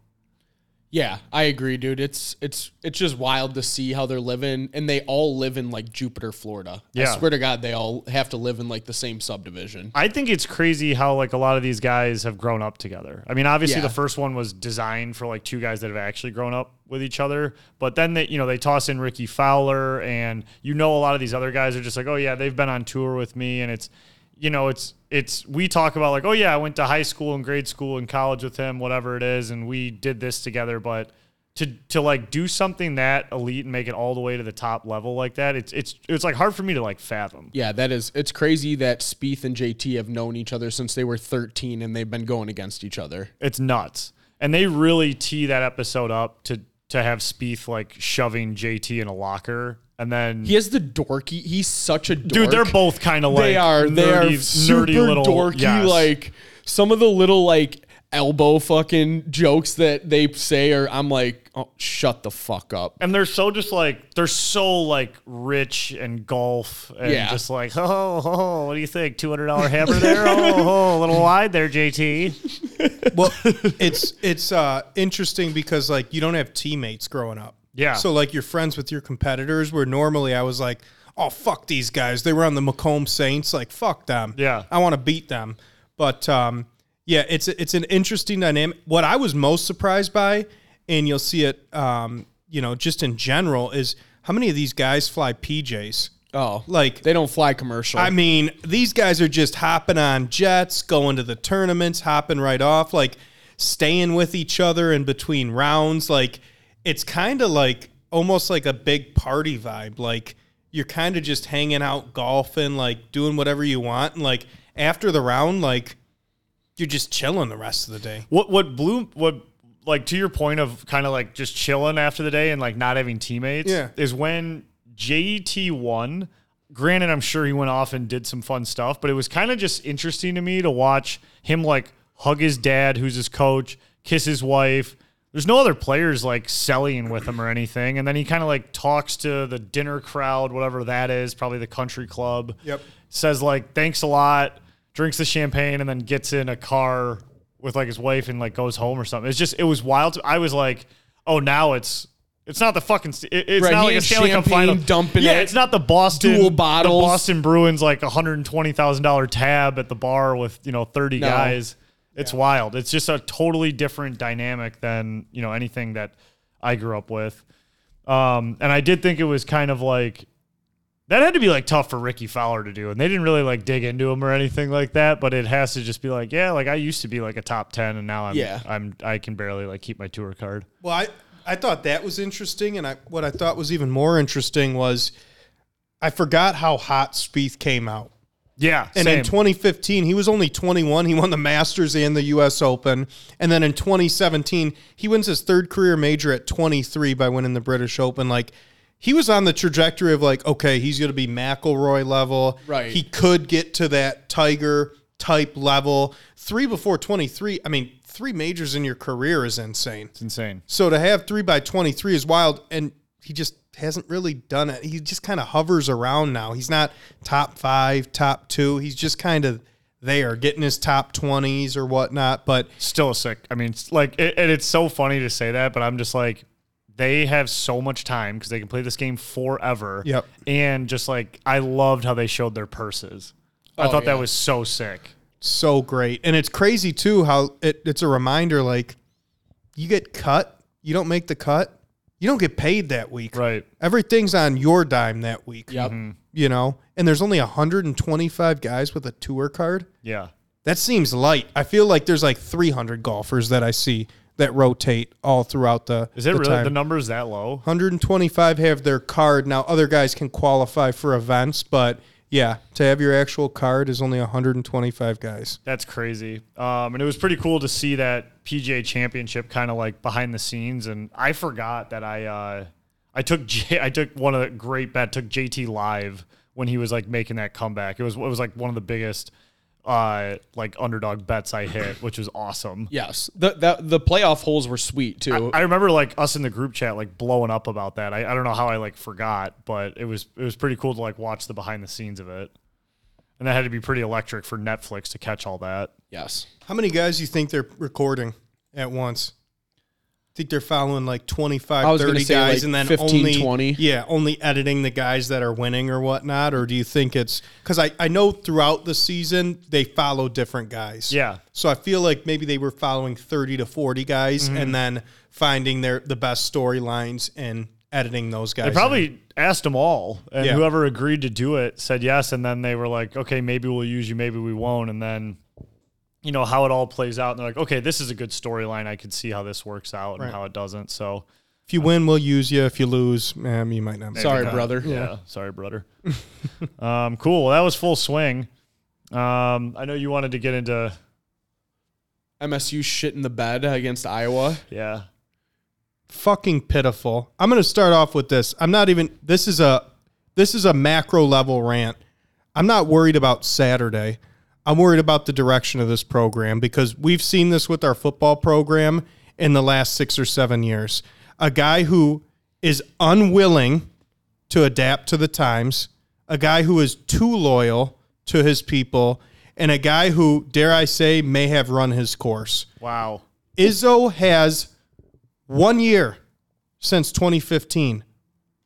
[SPEAKER 6] Yeah, I agree, dude. It's it's it's just wild to see how they're living and they all live in like Jupiter, Florida.
[SPEAKER 5] Yeah.
[SPEAKER 6] I swear to God, they all have to live in like the same subdivision.
[SPEAKER 5] I think it's crazy how like a lot of these guys have grown up together. I mean, obviously
[SPEAKER 6] Yeah.
[SPEAKER 5] the first one was designed for like two guys that have actually grown up with each other, but then they you know they toss in Ricky Fowler and you know a lot of these other guys are just like, "Oh yeah, they've been on tour with me." And it's you know, it's it's we talk about like, "Oh yeah, I went to high school and grade school and college with him, whatever it is, and we did this together." But to to like do something that elite and make it all the way to the top level like that, it's it's it's like hard for me to like fathom.
[SPEAKER 6] Yeah, that is it's crazy that Spieth and JT have known each other since they were 13 and they've been going against each other.
[SPEAKER 5] It's nuts. And they really tee that episode up to to have Spieth like shoving JT in a locker, and then
[SPEAKER 6] He has the dorky. He's such a dork.
[SPEAKER 5] dude, they're both kind of like
[SPEAKER 6] they are they
[SPEAKER 5] nerdy,
[SPEAKER 6] are super
[SPEAKER 5] nerdy little
[SPEAKER 6] dorky.
[SPEAKER 5] yes.
[SPEAKER 6] Like some of the little like elbow fucking jokes that they say are I'm like, oh, shut the fuck up.
[SPEAKER 5] and they're so just like they're so like rich and golf and
[SPEAKER 6] Yeah.
[SPEAKER 5] just like oh, oh what do you think two hundred dollar hammer there oh, oh a little wide there JT
[SPEAKER 7] Well, it's it's uh, interesting because like you don't have teammates growing up.
[SPEAKER 5] Yeah.
[SPEAKER 7] So like you're friends with your competitors. Where normally I was like, oh fuck these guys. They were on the Macomb Saints. Like fuck them.
[SPEAKER 5] Yeah.
[SPEAKER 7] I want to beat them. But um, yeah, it's it's an interesting dynamic. What I was most surprised by, and you'll see it, um, you know, just in general, is how many of these guys fly PJs.
[SPEAKER 6] Oh,
[SPEAKER 7] Like
[SPEAKER 6] they don't fly commercial.
[SPEAKER 7] I mean, these guys are just hopping on jets, going to the tournaments, hopping right off, like staying with each other in between rounds. Like it's kind of like almost like a big party vibe. Like you're kind of just hanging out, golfing, like doing whatever you want. And like after the round, like you're just chilling the rest of the day.
[SPEAKER 5] What what blew what like to your point of kind of like just chilling after the day and like not having teammates
[SPEAKER 7] Yeah.
[SPEAKER 5] is when JT won. Granted, I'm sure he went off and did some fun stuff, but it was kind of just interesting to me to watch him like hug his dad, who's his coach, kiss his wife, there's no other players like selling with him or anything. And then he kind of like talks to the dinner crowd, whatever that is, probably the country club.
[SPEAKER 7] Yep.
[SPEAKER 5] Says like thanks a lot, drinks the champagne, and then gets in a car with like his wife and like goes home or something. It's just it was wild. I was like, oh, now it's. It's not the fucking. st- It, it's
[SPEAKER 6] Right,
[SPEAKER 5] not
[SPEAKER 6] he
[SPEAKER 5] like a
[SPEAKER 6] had
[SPEAKER 5] Stanley Cup
[SPEAKER 6] champagne
[SPEAKER 5] final.
[SPEAKER 6] dumping
[SPEAKER 5] yeah,
[SPEAKER 6] it,
[SPEAKER 5] it's not the Boston
[SPEAKER 6] dual
[SPEAKER 5] the
[SPEAKER 6] bottles.
[SPEAKER 5] Boston Bruins like hundred and twenty thousand dollar tab at the bar with you know thirty
[SPEAKER 6] No.
[SPEAKER 5] guys. It's wild. It's just a totally different dynamic than you know anything that I grew up with. Um, and I did think it was kind of like that had to be like tough for Ricky Fowler to do, and they didn't really like dig into him or anything like that. But it has to just be like, yeah, like I used to be like a top ten, and now I'm
[SPEAKER 6] Yeah.
[SPEAKER 5] I'm I can barely like keep my tour card.
[SPEAKER 7] Well, I, I thought that was interesting, and I, what I thought was even more interesting was I forgot how hot Spieth came out.
[SPEAKER 5] Yeah,
[SPEAKER 7] And
[SPEAKER 5] same.
[SPEAKER 7] in 2015, he was only 21. He won the Masters and the U.S. Open. And then in 2017, he wins his third career major at 23 by winning the British Open. Like, he was on the trajectory of like, okay, he's going to be McIlroy level.
[SPEAKER 6] Right.
[SPEAKER 7] He could get to that Tiger type level. Three before 23. I mean, three majors in your career is insane.
[SPEAKER 5] it's insane.
[SPEAKER 7] So to have three by 23 is wild. And he just hasn't really done it. He just kind of hovers around now. He's not top five, top two. He's just kind of there, getting his top 20s or whatnot. But
[SPEAKER 5] still sick. I mean, it's like, it, and it's so funny to say that, but I'm just like, they have so much time because they can play this game forever.
[SPEAKER 7] Yep.
[SPEAKER 5] And just like, I loved how they showed their purses. I
[SPEAKER 6] Oh,
[SPEAKER 5] thought
[SPEAKER 6] yeah.
[SPEAKER 5] that was so sick.
[SPEAKER 7] so great. And it's crazy, too, how it, it's a reminder like, you get cut, you don't make the cut, you don't get paid that week.
[SPEAKER 5] Right.
[SPEAKER 7] Everything's on your dime that week,
[SPEAKER 6] Yep.
[SPEAKER 5] mm-hmm.
[SPEAKER 7] you know? And there's only 125 guys with a tour card.
[SPEAKER 5] Yeah.
[SPEAKER 7] That seems light. I feel like there's like 300 golfers that I see that rotate all throughout the.
[SPEAKER 5] Is it
[SPEAKER 7] the
[SPEAKER 5] really
[SPEAKER 7] time.
[SPEAKER 5] the number is that low?
[SPEAKER 7] 125 have their card now. Other guys can qualify for events, but yeah, to have your actual card is only 125 guys.
[SPEAKER 5] That's crazy. Um, and it was pretty cool to see that PGA Championship kind of like behind the scenes. And I forgot that I uh, I took J- I took one of the great bet took JT live when he was like making that comeback. It was it was like one of the biggest uh, like underdog bets I hit, which was awesome.
[SPEAKER 6] Yes. The, the the playoff holes were sweet too.
[SPEAKER 5] I remember like us in the group chat like blowing up about that. I, I don't know how I like forgot, but it was it was pretty cool to like watch the behind the scenes of it. And that had to be pretty electric for Netflix to catch all that.
[SPEAKER 6] yes.
[SPEAKER 7] How many guys do you think they're recording at once? think they're following like 25,
[SPEAKER 6] I was gonna
[SPEAKER 7] 30
[SPEAKER 6] say,
[SPEAKER 7] guys
[SPEAKER 6] like,
[SPEAKER 7] and then
[SPEAKER 6] 15,
[SPEAKER 7] only
[SPEAKER 6] 20.
[SPEAKER 7] Yeah, only editing the guys that are winning or whatnot. Or do you think it's because I, I know throughout the season they follow different guys.
[SPEAKER 5] Yeah.
[SPEAKER 7] So I feel like maybe they were following 30 to 40 guys
[SPEAKER 5] Mm-hmm.
[SPEAKER 7] and then finding their the best storylines and editing those guys.
[SPEAKER 5] They probably asked them all, and
[SPEAKER 7] Yeah.
[SPEAKER 5] whoever agreed to do it said yes, and then they were like, "Okay, maybe we'll use you, maybe we won't," and then, you know, how it all plays out, and they're like, "Okay, this is a good storyline. I can see how this works out and
[SPEAKER 7] Right.
[SPEAKER 5] how it doesn't." So,
[SPEAKER 7] if you win, we'll use you. If you lose, um, you might not.
[SPEAKER 6] Sorry, brother.
[SPEAKER 5] yeah, sorry, brother. um, cool. Well, that was full swing. Um, I know you wanted to get into
[SPEAKER 6] MSU shit in the bed against Iowa.
[SPEAKER 5] yeah.
[SPEAKER 7] fucking pitiful. I'm going to start off with this. I'm not even this is a this is a macro level rant. I'm not worried about Saturday. I'm worried about the direction of this program because we've seen this with our football program in the last 6 or 7 years. A guy who is unwilling to adapt to the times, a guy who is too loyal to his people, and a guy who dare I say may have run his course.
[SPEAKER 5] Wow.
[SPEAKER 7] Izzo has one year since 2015,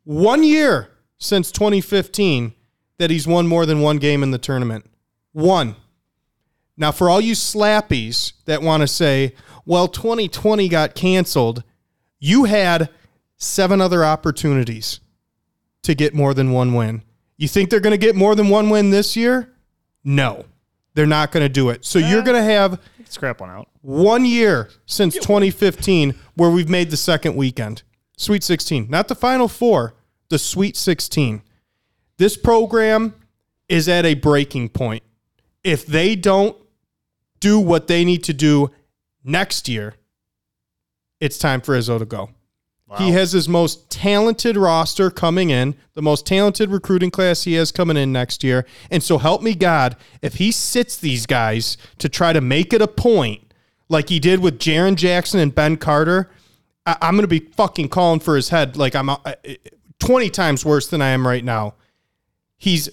[SPEAKER 7] one year since 2015 that he's won more than one game in the tournament. One. Now, for all you slappies that want to say, well, 2020 got canceled, you had seven other opportunities to get more than one win. You think they're going to get more than one win this year? No, they're not going to do it. So you're going to have
[SPEAKER 5] Scrap one out.
[SPEAKER 7] one year since 2015 where we've made the second weekend. Sweet 16. Not the final four, the Sweet 16. This program is at a breaking point. If they don't do what they need to do next year, it's time for Izzo to go. He has his most talented roster coming in, the most talented recruiting class he has coming in next year. And so help me God, if he sits these guys to try to make it a point like he did with Jaron Jackson and Ben Carter, I, I'm going to be fucking calling for his head like I'm uh, uh, 20 times worse than I am right now. He's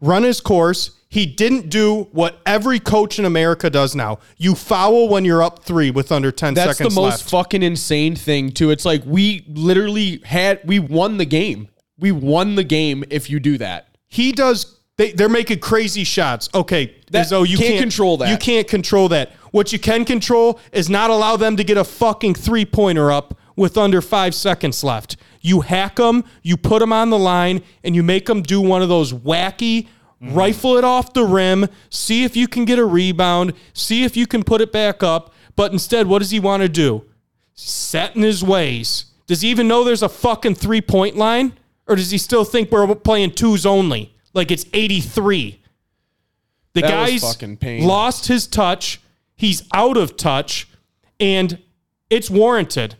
[SPEAKER 7] run his course. He didn't do what every coach in America does now. You foul when you're up three with under 10
[SPEAKER 6] That's the
[SPEAKER 7] seconds
[SPEAKER 6] most
[SPEAKER 7] left.
[SPEAKER 6] fucking insane thing too. It's like we literally had we won the game. We won the game if you do that.
[SPEAKER 7] he does. They, they're making crazy shots. Okay,
[SPEAKER 6] That-
[SPEAKER 7] Izzo, you
[SPEAKER 6] can't
[SPEAKER 7] can't,
[SPEAKER 6] control that.
[SPEAKER 7] You can't control that. What you can control is not allow them to get a fucking three pointer up with under five seconds left. You hack them, you put them on the line, and you make them do one of those wacky rifle it off the rim, see if you can get a rebound, see if you can put it back up. But instead, what does he want to do? set in his ways. Does he even know there's a fucking three point line? Or does he still think we're playing twos only? Like it's 83. The
[SPEAKER 6] That was
[SPEAKER 7] guy's
[SPEAKER 6] fucking pain.
[SPEAKER 7] lost his touch. He's out of touch. And it's warranted.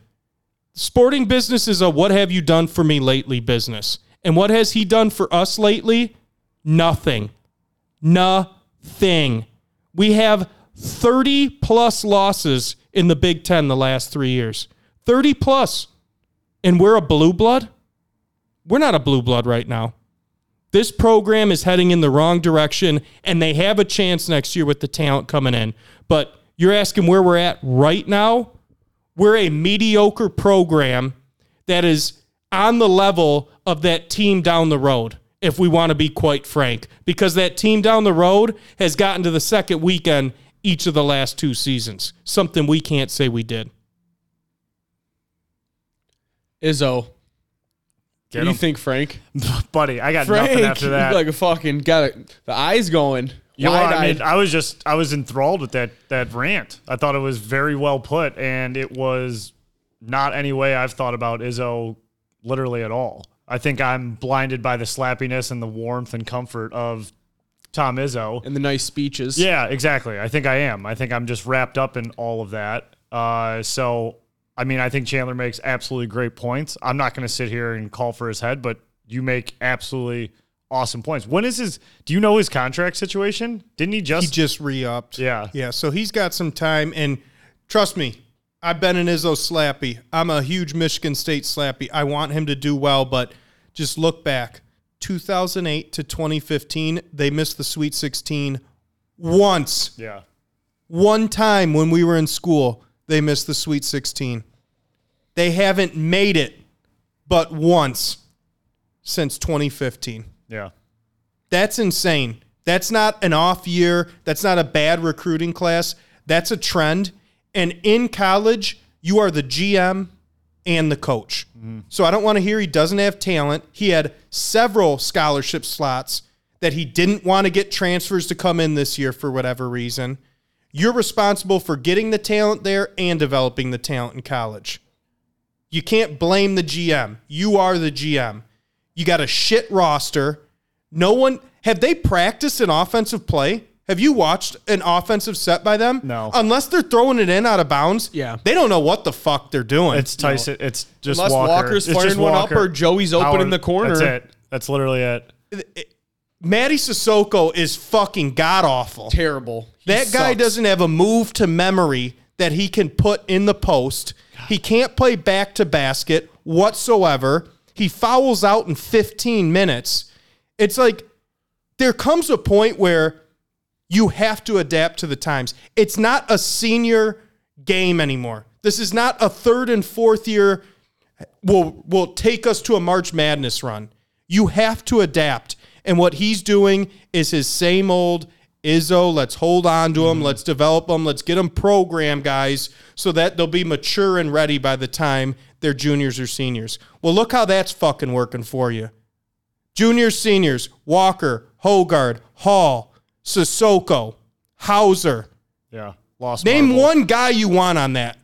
[SPEAKER 7] Sporting business is a what have you done for me lately business. And what has he done for us lately? Nothing. Nothing. We have 30 plus losses in the Big Ten the last three years. 30 plus. And we're a blue blood? We're not a blue blood right now. This program is heading in the wrong direction, and they have a chance next year with the talent coming in. But you're asking where we're at right now? We're a mediocre program that is on the level of that team down the road, if we want to be quite frank, because that team down the road has gotten to the second weekend each of the last two seasons, something we can't say we did.
[SPEAKER 6] Izzo. what do you
[SPEAKER 5] him.
[SPEAKER 6] think, Frank?
[SPEAKER 5] buddy. I got
[SPEAKER 6] Frank,
[SPEAKER 5] nothing after that.
[SPEAKER 6] you like a fucking got it. The eyes going.
[SPEAKER 5] Yeah, well, I
[SPEAKER 6] wide-eyed.
[SPEAKER 5] mean, I was just I was enthralled with that that rant. I thought it was very well put, and it was not any way I've thought about Izzo literally at all. I think I'm blinded by the slappiness and the warmth and comfort of Tom Izzo.
[SPEAKER 6] and the nice speeches.
[SPEAKER 5] Yeah, exactly. I think I am. I think I'm just wrapped up in all of that. Uh, so, I mean, I think Chandler makes absolutely great points. I'm not going to sit here and call for his head, but you make absolutely awesome points. When is his? Do you know his contract situation? Didn't he just?
[SPEAKER 7] He just re upped.
[SPEAKER 5] Yeah.
[SPEAKER 7] Yeah. So he's got some time. And trust me, I've been an Izzo slappy. I'm a huge Michigan State slappy. I want him to do well, but just look back 2008 to 2015, they missed the Sweet 16 once.
[SPEAKER 5] yeah,
[SPEAKER 7] One time when we were in school, they missed the Sweet 16. They haven't made it but once since 2015.
[SPEAKER 5] yeah,
[SPEAKER 7] That's insane. That's not an off year. That's not a bad recruiting class. That's a trend. And in college, you are the GM and the coach. So I don't want to hear he doesn't have talent. He had several scholarship slots that he didn't want to get transfers to come in this year for whatever reason. You're responsible for getting the talent there and developing the talent in college. You can't blame the GM. You are the GM. You got a shit roster. No one have they practiced an offensive play? Have you watched an offensive set by them?
[SPEAKER 5] No.
[SPEAKER 7] Unless they're throwing it in out of bounds.
[SPEAKER 6] Yeah.
[SPEAKER 7] They don't know what the fuck they're doing.
[SPEAKER 5] it's Tyson. It's just
[SPEAKER 6] Unless
[SPEAKER 5] Walker.
[SPEAKER 6] Walker's
[SPEAKER 5] It's
[SPEAKER 6] firing
[SPEAKER 5] just
[SPEAKER 6] one up
[SPEAKER 5] Walker.
[SPEAKER 6] or Joey's opening
[SPEAKER 5] Howard-
[SPEAKER 6] the corner.
[SPEAKER 5] That's it. That's literally it.
[SPEAKER 7] Matty Sissoko is fucking god awful.
[SPEAKER 6] Terrible. He
[SPEAKER 7] That guy
[SPEAKER 6] sucks.
[SPEAKER 7] doesn't have a move to memory that he can put in the post. He can't play back to basket whatsoever. He fouls out in 15 minutes. It's like there comes a point where you have to adapt to the times. It's not a senior game anymore. This is not a third and fourth year will will take us to a March Madness run. You have to adapt. And what he's doing is his same old Izzo, let's hold on to him, let's develop them, let's get them program guys so that they'll be mature and ready by the time they're juniors or seniors. Well, look how that's fucking working for you. Juniors, seniors, Walker, Hogard, Hall, Sissoko, Hauser.
[SPEAKER 5] Yeah, lost.
[SPEAKER 7] Name
[SPEAKER 5] marble.
[SPEAKER 7] one guy you want on that.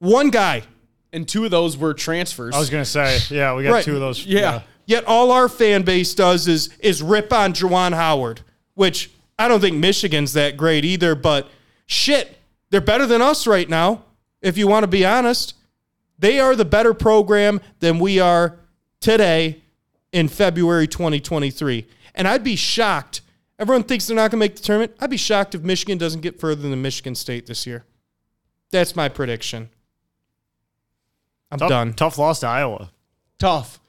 [SPEAKER 7] One guy.
[SPEAKER 6] And two of those were transfers.
[SPEAKER 5] I was gonna say. Yeah, we got
[SPEAKER 7] Right.
[SPEAKER 5] two of those.
[SPEAKER 6] yeah.
[SPEAKER 7] Yet all our fan base does is is rip on Juwan Howard, which I don't think Michigan's that great either, but shit, they're better than us right now, if you want to be honest. They are the better program than we are today in February 2023. And I'd be shocked. Everyone thinks they're not going to make the tournament. I'd be shocked if Michigan doesn't get further than Michigan State this year. That's my prediction. I'm
[SPEAKER 5] Tough,
[SPEAKER 7] done.
[SPEAKER 5] Tough loss to Iowa.
[SPEAKER 6] Tough.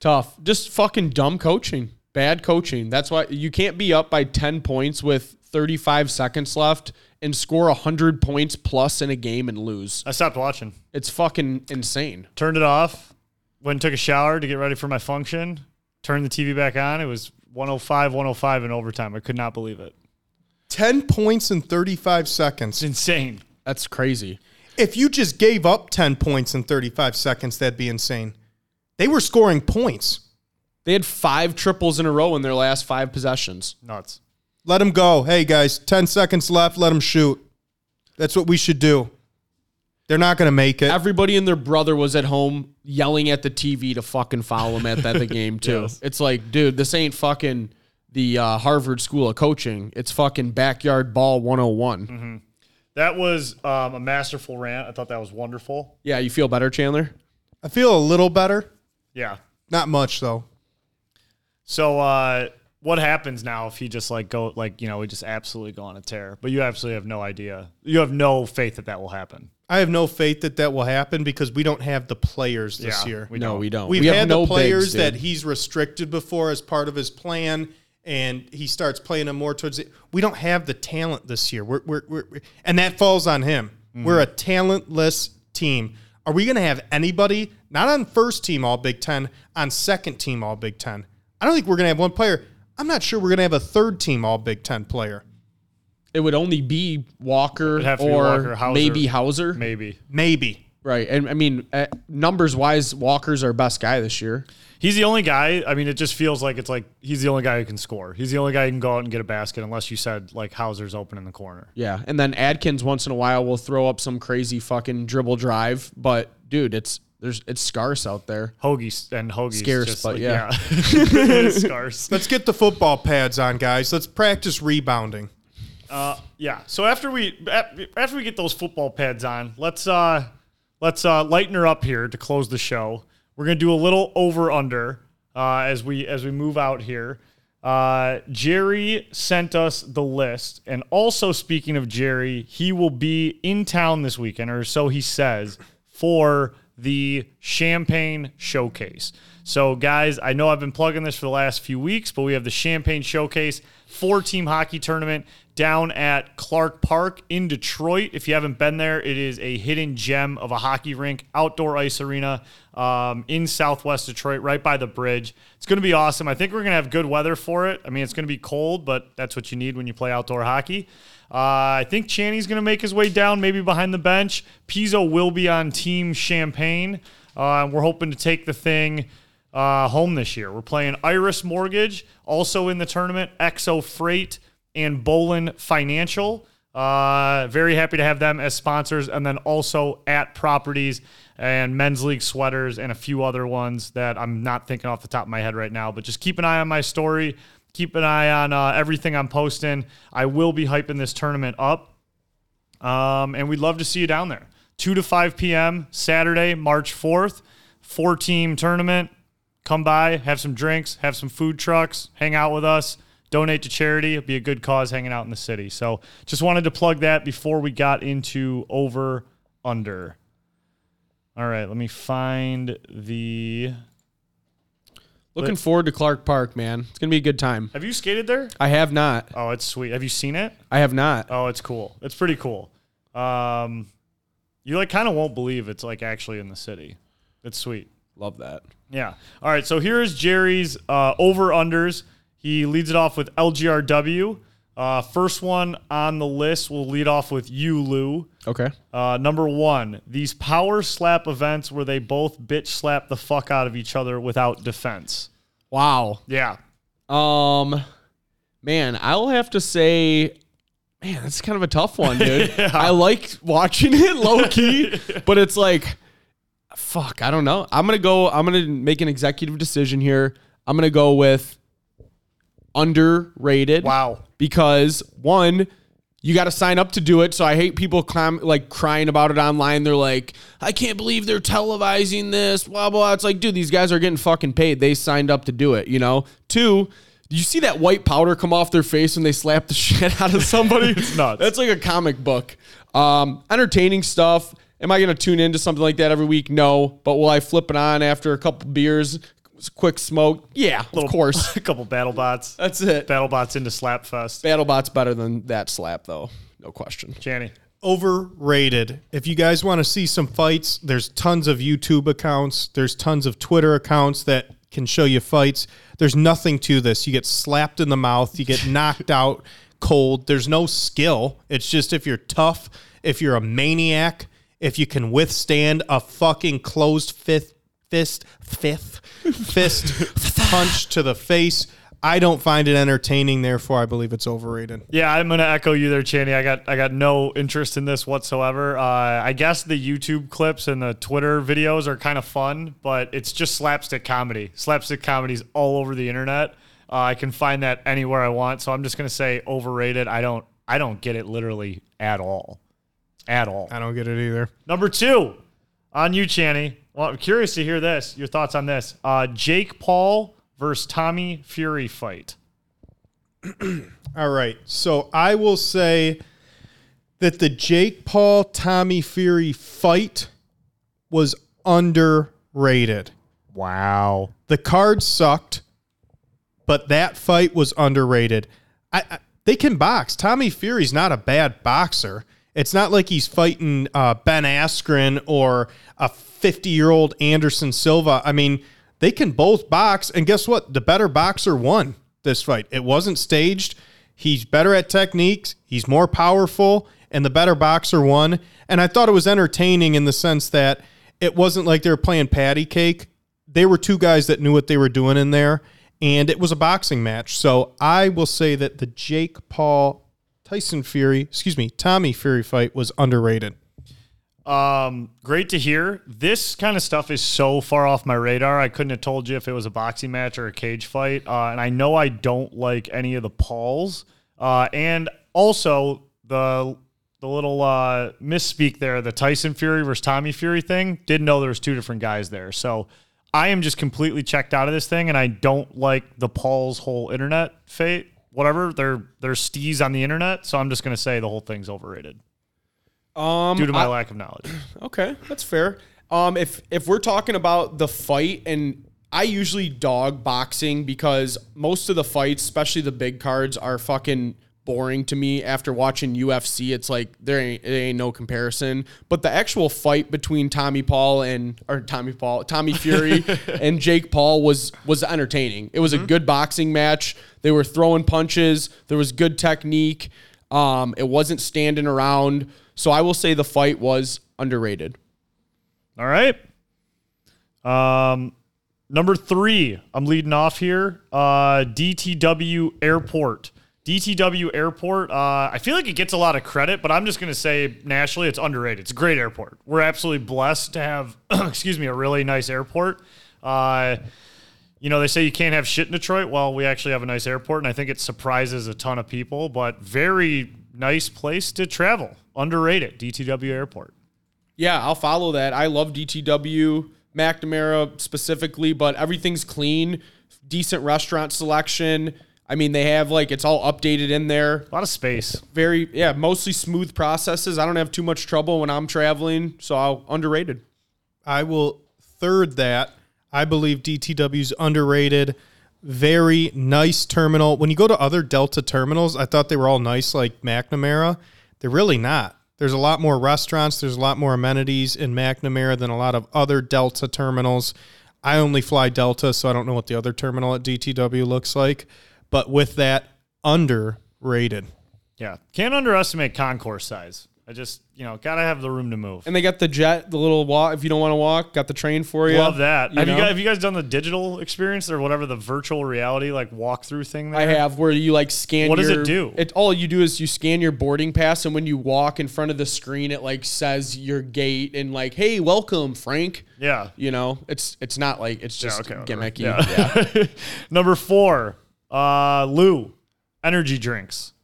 [SPEAKER 6] Tough. Just fucking dumb coaching. Bad coaching. That's why you can't be up by 10 points with 35 seconds left and score 100 points plus in a game and lose.
[SPEAKER 5] I stopped watching.
[SPEAKER 6] It's fucking insane.
[SPEAKER 5] Turned it off. Went and took a shower to get ready for my function. Turned the TV back on. It was 105, 105 in overtime. I could not believe it.
[SPEAKER 7] 10 points in 35
[SPEAKER 5] It's
[SPEAKER 7] seconds.
[SPEAKER 5] insane.
[SPEAKER 6] That's crazy.
[SPEAKER 7] If you just gave up 10 points in 35 seconds, that'd be insane. They were scoring points.
[SPEAKER 6] They had five triples in a row in their last five possessions.
[SPEAKER 5] Nuts.
[SPEAKER 7] Let them go. Hey, guys, 10 seconds left. Let them shoot. That's what we should do. They're not going to make it.
[SPEAKER 6] Everybody and their brother was at home yelling at the TV to fucking follow him at that the game too. It's like, dude, this ain't fucking the uh, Harvard School of Coaching. It's fucking backyard ball 101.
[SPEAKER 5] Mm-hmm. That was um, a masterful rant. I thought that was wonderful.
[SPEAKER 6] Yeah, you feel better, Chandler?
[SPEAKER 7] I feel a little better.
[SPEAKER 5] Yeah.
[SPEAKER 7] Not much, though.
[SPEAKER 5] So uh, what happens now if he just like go like you know we just absolutely go on a tear? But you absolutely have no idea. You have no faith that that will happen.
[SPEAKER 7] I have no faith that that will happen because we don't have the players this
[SPEAKER 5] Yeah,
[SPEAKER 7] year.
[SPEAKER 5] we
[SPEAKER 6] no,
[SPEAKER 5] don't.
[SPEAKER 6] we don't.
[SPEAKER 7] We've
[SPEAKER 6] we have
[SPEAKER 7] had
[SPEAKER 6] no
[SPEAKER 7] the players
[SPEAKER 6] bigs,
[SPEAKER 7] that
[SPEAKER 6] dude.
[SPEAKER 7] he's restricted before as part of his plan, and he starts playing them more towards. The, we don't have the talent this year. We're, we're, we're and that falls on him.
[SPEAKER 6] Mm-hmm.
[SPEAKER 7] We're a talentless team. Are we going to have anybody not on first team All Big Ten on second team All Big Ten? I don't think we're going to have one player. I'm not sure we're going to have a third team All Big Ten player.
[SPEAKER 6] it would only be Walker
[SPEAKER 5] It'd have to be
[SPEAKER 6] or
[SPEAKER 5] Walker, Hauser.
[SPEAKER 6] maybe Hauser,
[SPEAKER 5] Maybe
[SPEAKER 7] Maybe
[SPEAKER 6] right? And I mean, uh, numbers wise, Walker's our best guy this year.
[SPEAKER 5] he's the only guy. I mean, it just feels like it's like he's the only guy who can score. He's the only guy who can go out and get a basket, unless you said like Hauser's open in the corner.
[SPEAKER 6] Yeah, and then Adkins once in a while will throw up some crazy fucking dribble drive, but dude, it's there's it's scarce out there.
[SPEAKER 5] Hoagie and Hoagie's
[SPEAKER 6] Scarce,
[SPEAKER 5] just,
[SPEAKER 6] but
[SPEAKER 5] like,
[SPEAKER 6] yeah.
[SPEAKER 5] yeah. scarce.
[SPEAKER 7] let's get the football pads on, guys. Let's practice rebounding.
[SPEAKER 5] Yeah. So after we a- after we get those football pads on, let's uh let's uh lighten her up here to close the show. We're gonna do a little over under uh, as we as we move out here. Uh, Jerry sent us the list, and also speaking of Jerry, he will be in town this weekend, or so he says, for the Champagne Showcase. So, guys, I know I've been plugging this for the last few weeks, but we have the Champagne Showcase four team hockey tournament down at Clark Park in Detroit. If you haven't been there, it is a hidden gem of a hockey rink, outdoor ice arena um, in southwest Detroit, right by the bridge. It's going to be awesome. I think we're going to have good weather for it. I mean, it's going to be cold, but that's what you need when you play outdoor hockey. Uh, I think Channy's going to make his way down, maybe behind the bench. Pizzo will be on Team Champagne. Uh, we're hoping to take the thing uh, home this year. We're playing Iris Mortgage, also in the tournament, Exo Freight, and Bolin Financial. Uh, very happy to have them as sponsors, and then also at Properties and Men's League sweaters and a few other ones that I'm not thinking off the top of my head right now. But just keep an eye on my story. Keep an eye on uh, everything I'm posting. I will be hyping this tournament up. Um, and we'd love to see you down there. 2 to 5 p.m. Saturday, March 4th, four team tournament. Come by, have some drinks, have some food trucks, hang out with us, donate to charity. It'd be a good cause hanging out in the city. So just wanted to plug that before we got into over under. All right, let me find the.
[SPEAKER 6] Looking forward to Clark Park, man. It's gonna be a good time.
[SPEAKER 5] Have you skated there?
[SPEAKER 6] I have not.
[SPEAKER 5] Oh, it's sweet. Have you seen it?
[SPEAKER 6] I have not.
[SPEAKER 5] Oh, it's cool. It's pretty cool. Um, you like kind of won't believe it's like actually in the city. It's sweet.
[SPEAKER 6] Love that.
[SPEAKER 5] Yeah. All right. So here is Jerry's uh, over unders. He leads it off with LGRW. Uh, first one on the list will lead off with you, Lou.
[SPEAKER 6] Okay.
[SPEAKER 5] Uh, number one, these power slap events where they both bitch slap the fuck out of each other without defense.
[SPEAKER 6] Wow.
[SPEAKER 5] Yeah.
[SPEAKER 6] Um, man, I'll have to say, man, that's kind of a tough one, dude. I like watching it low key, but it's like, fuck, I don't know. I'm gonna go. I'm gonna make an executive decision here. I'm gonna go with underrated.
[SPEAKER 5] Wow.
[SPEAKER 6] Because one, you got to sign up to do it. So I hate people clam- like crying about it online. They're like, I can't believe they're televising this, blah, blah. It's like, dude, these guys are getting fucking paid. They signed up to do it, you know? Two, you see that white powder come off their face when they slap the shit out of somebody?
[SPEAKER 5] nuts.
[SPEAKER 6] That's like a comic book. Um, entertaining stuff. Am I going to tune into something like that every week? No. But will I flip it on after a couple beers, quick smoke? Yeah, of course.
[SPEAKER 5] a couple battle bots.
[SPEAKER 6] That's it.
[SPEAKER 5] Battle bots into Slapfest.
[SPEAKER 6] BattleBot's better than that slap, though. No question.
[SPEAKER 5] Channy.
[SPEAKER 7] overrated. If you guys want to see some fights, there's tons of YouTube accounts, there's tons of Twitter accounts that can show you fights. There's nothing to this. You get slapped in the mouth, you get knocked out cold. There's no skill. It's just if you're tough, if you're a maniac, if you can withstand a fucking closed fifth fist fifth fist punch to the face. I don't find it entertaining, therefore I believe it's overrated.
[SPEAKER 5] Yeah, I'm gonna echo you there, Channy. I got I got no interest in this whatsoever. Uh, I guess the YouTube clips and the Twitter videos are kind of fun, but it's just slapstick comedy. Slapstick comedy's all over the internet. Uh, I can find that anywhere I want, so I'm just gonna say overrated. I don't I don't get it literally at all, at all.
[SPEAKER 7] I don't get it either.
[SPEAKER 5] Number two, on you, Channy. Well, I'm curious to hear this. Your thoughts on this? Uh, Jake Paul versus Tommy Fury fight.
[SPEAKER 7] All right. So I will say that the Jake Paul Tommy Fury fight was underrated. Wow. The card sucked, but that fight was underrated. I, I they can box. Tommy Fury's not a bad boxer. It's not like he's fighting uh, Ben Askren or a 50 year old Anderson Silva. I mean, they can both box. And guess what? The better boxer won this fight. It wasn't staged. He's better at techniques, he's more powerful, and the better boxer won. And I thought it was entertaining in the sense that it wasn't like they were playing patty cake. They were two guys that knew what they were doing in there, and it was a boxing match. So I will say that the Jake Paul Tyson Fury, excuse me, Tommy Fury fight was underrated.
[SPEAKER 5] Um, great to hear. This kind of stuff is so far off my radar. I couldn't have told you if it was a boxing match or a cage fight. Uh, and I know I don't like any of the Pauls. Uh, and also the the little uh, misspeak there, the Tyson Fury versus Tommy Fury thing. Didn't know there was two different guys there. So I am just completely checked out of this thing, and I don't like the Pauls' whole internet fate. Whatever, they're they're stees on the internet, so I'm just gonna say the whole thing's overrated
[SPEAKER 6] Um,
[SPEAKER 5] due to my lack of knowledge.
[SPEAKER 6] Okay, that's fair. Um, if if we're talking about the fight, and I usually dog boxing because most of the fights, especially the big cards, are fucking boring to me. After watching UFC, it's like there ain't, there ain't no comparison. But the actual fight between Tommy Paul and or Tommy Paul, Tommy Fury and Jake Paul was was entertaining. It was a good boxing match. They were throwing punches. There was good technique. Um, it wasn't standing around. So I will say the fight was underrated.
[SPEAKER 5] All right. Um, number three, I'm leading off here. Uh, DTW Airport. DTW Airport. Uh, I feel like it gets a lot of credit, but I'm just going to say nationally, it's underrated. It's a great airport. We're absolutely blessed to have, excuse me, a really nice airport. Uh, you know, they say you can't have shit in Detroit. Well, we actually have a nice airport, and I think it surprises a ton of people, but very nice place to travel. Underrated DTW Airport.
[SPEAKER 6] Yeah, I'll follow that. I love DTW, McNamara specifically, but everything's clean, decent restaurant selection. I mean, they have like it's all updated in there.
[SPEAKER 5] A lot of space.
[SPEAKER 6] Very, yeah, mostly smooth processes. I don't have too much trouble when I'm traveling, so I'll underrated.
[SPEAKER 7] I will third that. I believe DTW's underrated. Very nice terminal. When you go to other Delta terminals, I thought they were all nice, like McNamara. They're really not. There's a lot more restaurants, there's a lot more amenities in McNamara than a lot of other Delta terminals. I only fly Delta, so I don't know what the other terminal at DTW looks like. But with that, underrated.
[SPEAKER 5] Yeah, can't underestimate concourse size. I just you know gotta have the room to move.
[SPEAKER 6] And they got the jet, the little walk. If you don't want to walk, got the train for you.
[SPEAKER 5] Love that. have you
[SPEAKER 6] know?
[SPEAKER 5] guys have you guys done the digital experience or whatever the virtual reality like walkthrough thing? There?
[SPEAKER 6] I have where you like scan.
[SPEAKER 5] What does it
[SPEAKER 6] your-
[SPEAKER 5] do?
[SPEAKER 6] It all you do is you scan your boarding pass, and when you walk in front of the screen, it like says your gate and like, "Hey, welcome, Frank."
[SPEAKER 5] Yeah.
[SPEAKER 6] You know, it's it's not like it's just
[SPEAKER 5] okay, whatever.
[SPEAKER 6] gimmicky.
[SPEAKER 5] Yeah.
[SPEAKER 6] Yeah.
[SPEAKER 5] Number four, uh, Lou, energy drinks.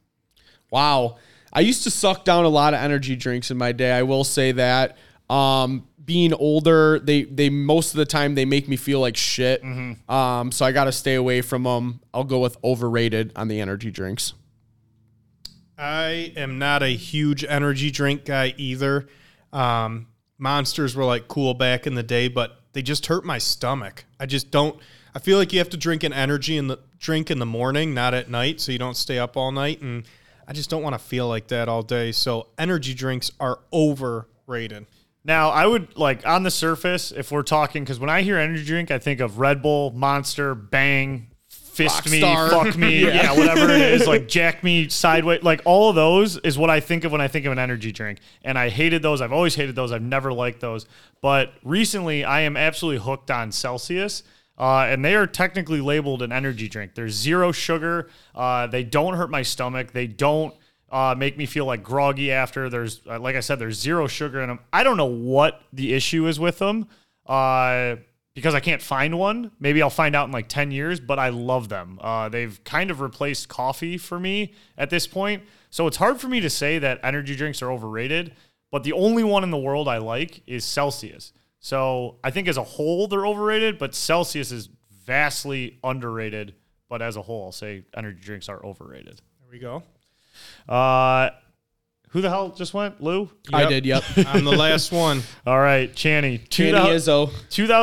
[SPEAKER 6] Wow. I used to suck down a lot of energy drinks in my day. I will say that. Um, being older, they they most of the time they make me feel like shit.
[SPEAKER 5] Mm-hmm.
[SPEAKER 6] Um, so I got to stay away from them. I'll go with overrated on the energy drinks.
[SPEAKER 7] I am not a huge energy drink guy either. Um, monsters were like cool back in the day, but they just hurt my stomach. I just don't. I feel like you have to drink an energy in the drink in the morning, not at night, so you don't stay up all night. And I just don't want to feel like that all day. So energy drinks are overrated.
[SPEAKER 5] Now, I would like on the surface, if we're talking, because when I hear energy drink, I think of Red Bull, Monster, Bang, Fist
[SPEAKER 7] Rockstar.
[SPEAKER 5] Me, Fuck Me, yeah. whatever it is, like Jack Me, Sideways, like all of those is what I think of when I think of an energy drink. And I hated those. I've always hated those. I've never liked those. But recently, I am absolutely hooked on Celsius. Uh, and they are technically labeled an energy drink. They're zero sugar. Uh, they don't hurt my stomach. They don't uh, make me feel like groggy after. There's, uh, like I said, there's zero sugar in them. I don't know what the issue is with them uh, because I can't find one. Maybe I'll find out in like 10 years, but I love them. Uh, they've kind of replaced coffee for me at this point. So it's hard for me to say that energy drinks are overrated, but the only one in the world I like is Celsius. So I think as a whole, they're overrated, but Celsius is vastly underrated. But as a whole, I'll say energy drinks are overrated.
[SPEAKER 7] There we go.
[SPEAKER 5] Uh, who the hell just went? Lou?
[SPEAKER 6] I did, yep.
[SPEAKER 7] I'm the last one.
[SPEAKER 5] All right, Channy. Two
[SPEAKER 6] Danny
[SPEAKER 5] thou-
[SPEAKER 6] Izzo.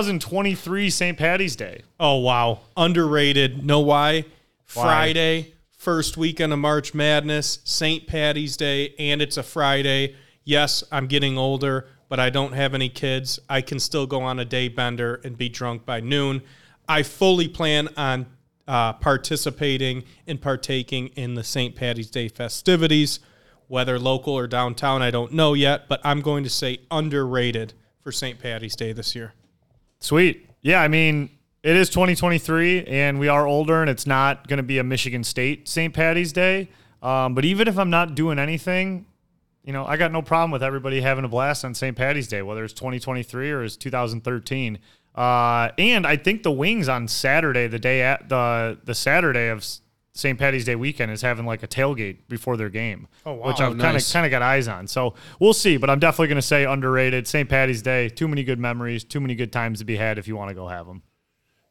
[SPEAKER 5] 2023 St. Patty's Day.
[SPEAKER 7] Oh wow, underrated. Know why? Friday, first weekend of March Madness, St. Patty's Day, and it's a Friday. Yes, I'm getting older, but I don't have any kids. I can still go on a day bender and be drunk by noon. I fully plan on uh, participating and partaking in the St. Patty's Day festivities, whether local or downtown. I don't know yet, but I'm going to say underrated for St. Patty's Day this year.
[SPEAKER 5] Sweet. Yeah, I mean, it is 2023 and we are older and it's not going to be a Michigan State St. Patty's Day. Um, but even if I'm not doing anything, you know, I got no problem with everybody having a blast on St. Patty's Day, whether it's 2023 or it's 2013. Uh, and I think the Wings on Saturday, the day at the the Saturday of S- St. Patty's Day weekend, is having like a tailgate before their game, oh, wow. which I've kind of
[SPEAKER 6] nice.
[SPEAKER 5] kind of got eyes on. So we'll see. But I'm definitely going to say underrated. St. Patty's Day, too many good memories, too many good times to be had if you want to go have them.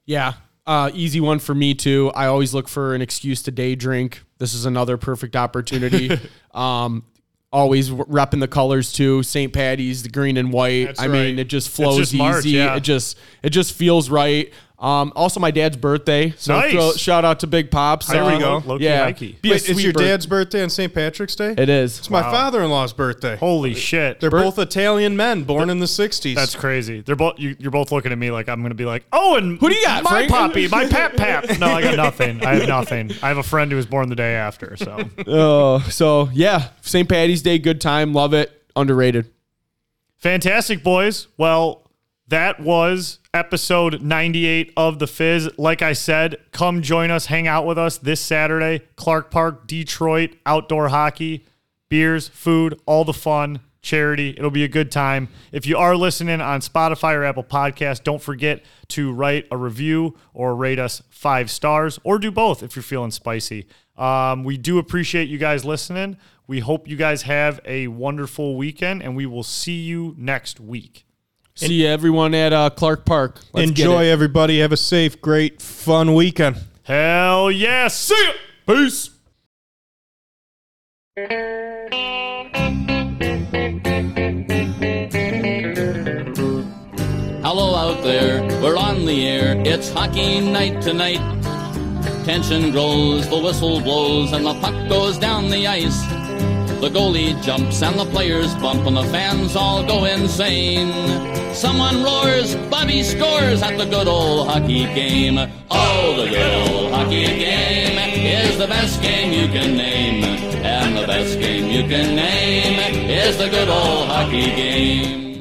[SPEAKER 6] Yeah. Uh, easy one for me too. I always look for an excuse to day drink. This is another perfect opportunity. um, always w- repping the colors too. St. Patty's, the green and white. I mean,
[SPEAKER 7] right.
[SPEAKER 6] it just flows
[SPEAKER 5] just
[SPEAKER 6] easy.
[SPEAKER 5] March, yeah.
[SPEAKER 6] It just it just feels right. Um, also my dad's birthday. So
[SPEAKER 5] Nice.
[SPEAKER 6] throw- shout out to Big Pops.
[SPEAKER 5] There we
[SPEAKER 6] Uh,
[SPEAKER 5] go. Low-key
[SPEAKER 6] yeah.
[SPEAKER 5] hikey.
[SPEAKER 6] Be a
[SPEAKER 7] Wait, it's
[SPEAKER 6] sweet
[SPEAKER 7] your
[SPEAKER 6] birth-
[SPEAKER 7] dad's birthday and St. Patrick's Day?
[SPEAKER 6] It is.
[SPEAKER 7] It's my father-in-law's birthday.
[SPEAKER 5] Holy shit!
[SPEAKER 7] They're both Italian men born in the 60s.
[SPEAKER 5] That's crazy. They're both you, you're both looking at me like I'm gonna be like, oh, and
[SPEAKER 6] Who do you got,
[SPEAKER 5] My
[SPEAKER 6] Frank?"
[SPEAKER 5] poppy, my pap pap. No, I got nothing. I have nothing. I have a friend who was born the day after. So
[SPEAKER 6] Oh, so yeah. St. Patty's Day, good time. Love it. Underrated.
[SPEAKER 5] fantastic, boys. Well, that was episode 98 of the Fizz. Like I said, come join us, hang out with us this Saturday, Clark Park, Detroit, outdoor hockey, beers, food, all the fun. Charity. It'll be a good time. If you are listening on Spotify or Apple Podcasts, don't forget to write a review or rate us five stars or do both if you're feeling spicy. Um, we do appreciate you guys listening. We hope you guys have a wonderful weekend and we will see you next week.
[SPEAKER 6] See everyone at uh, Clark Park. Let's get
[SPEAKER 7] Enjoy,
[SPEAKER 6] it.
[SPEAKER 7] everybody. Have a safe, great, fun weekend.
[SPEAKER 5] Hell yeah. See ya. Peace.
[SPEAKER 8] Hello out there, we're on the air. It's hockey night tonight. Tension grows, the whistle blows, and the puck goes down the ice. The goalie jumps and the players bump and the fans all go insane. Someone roars, Bobby scores at the good old hockey game. Oh, the good old hockey game is the best game you can name. And the best game you can name is the good old hockey game.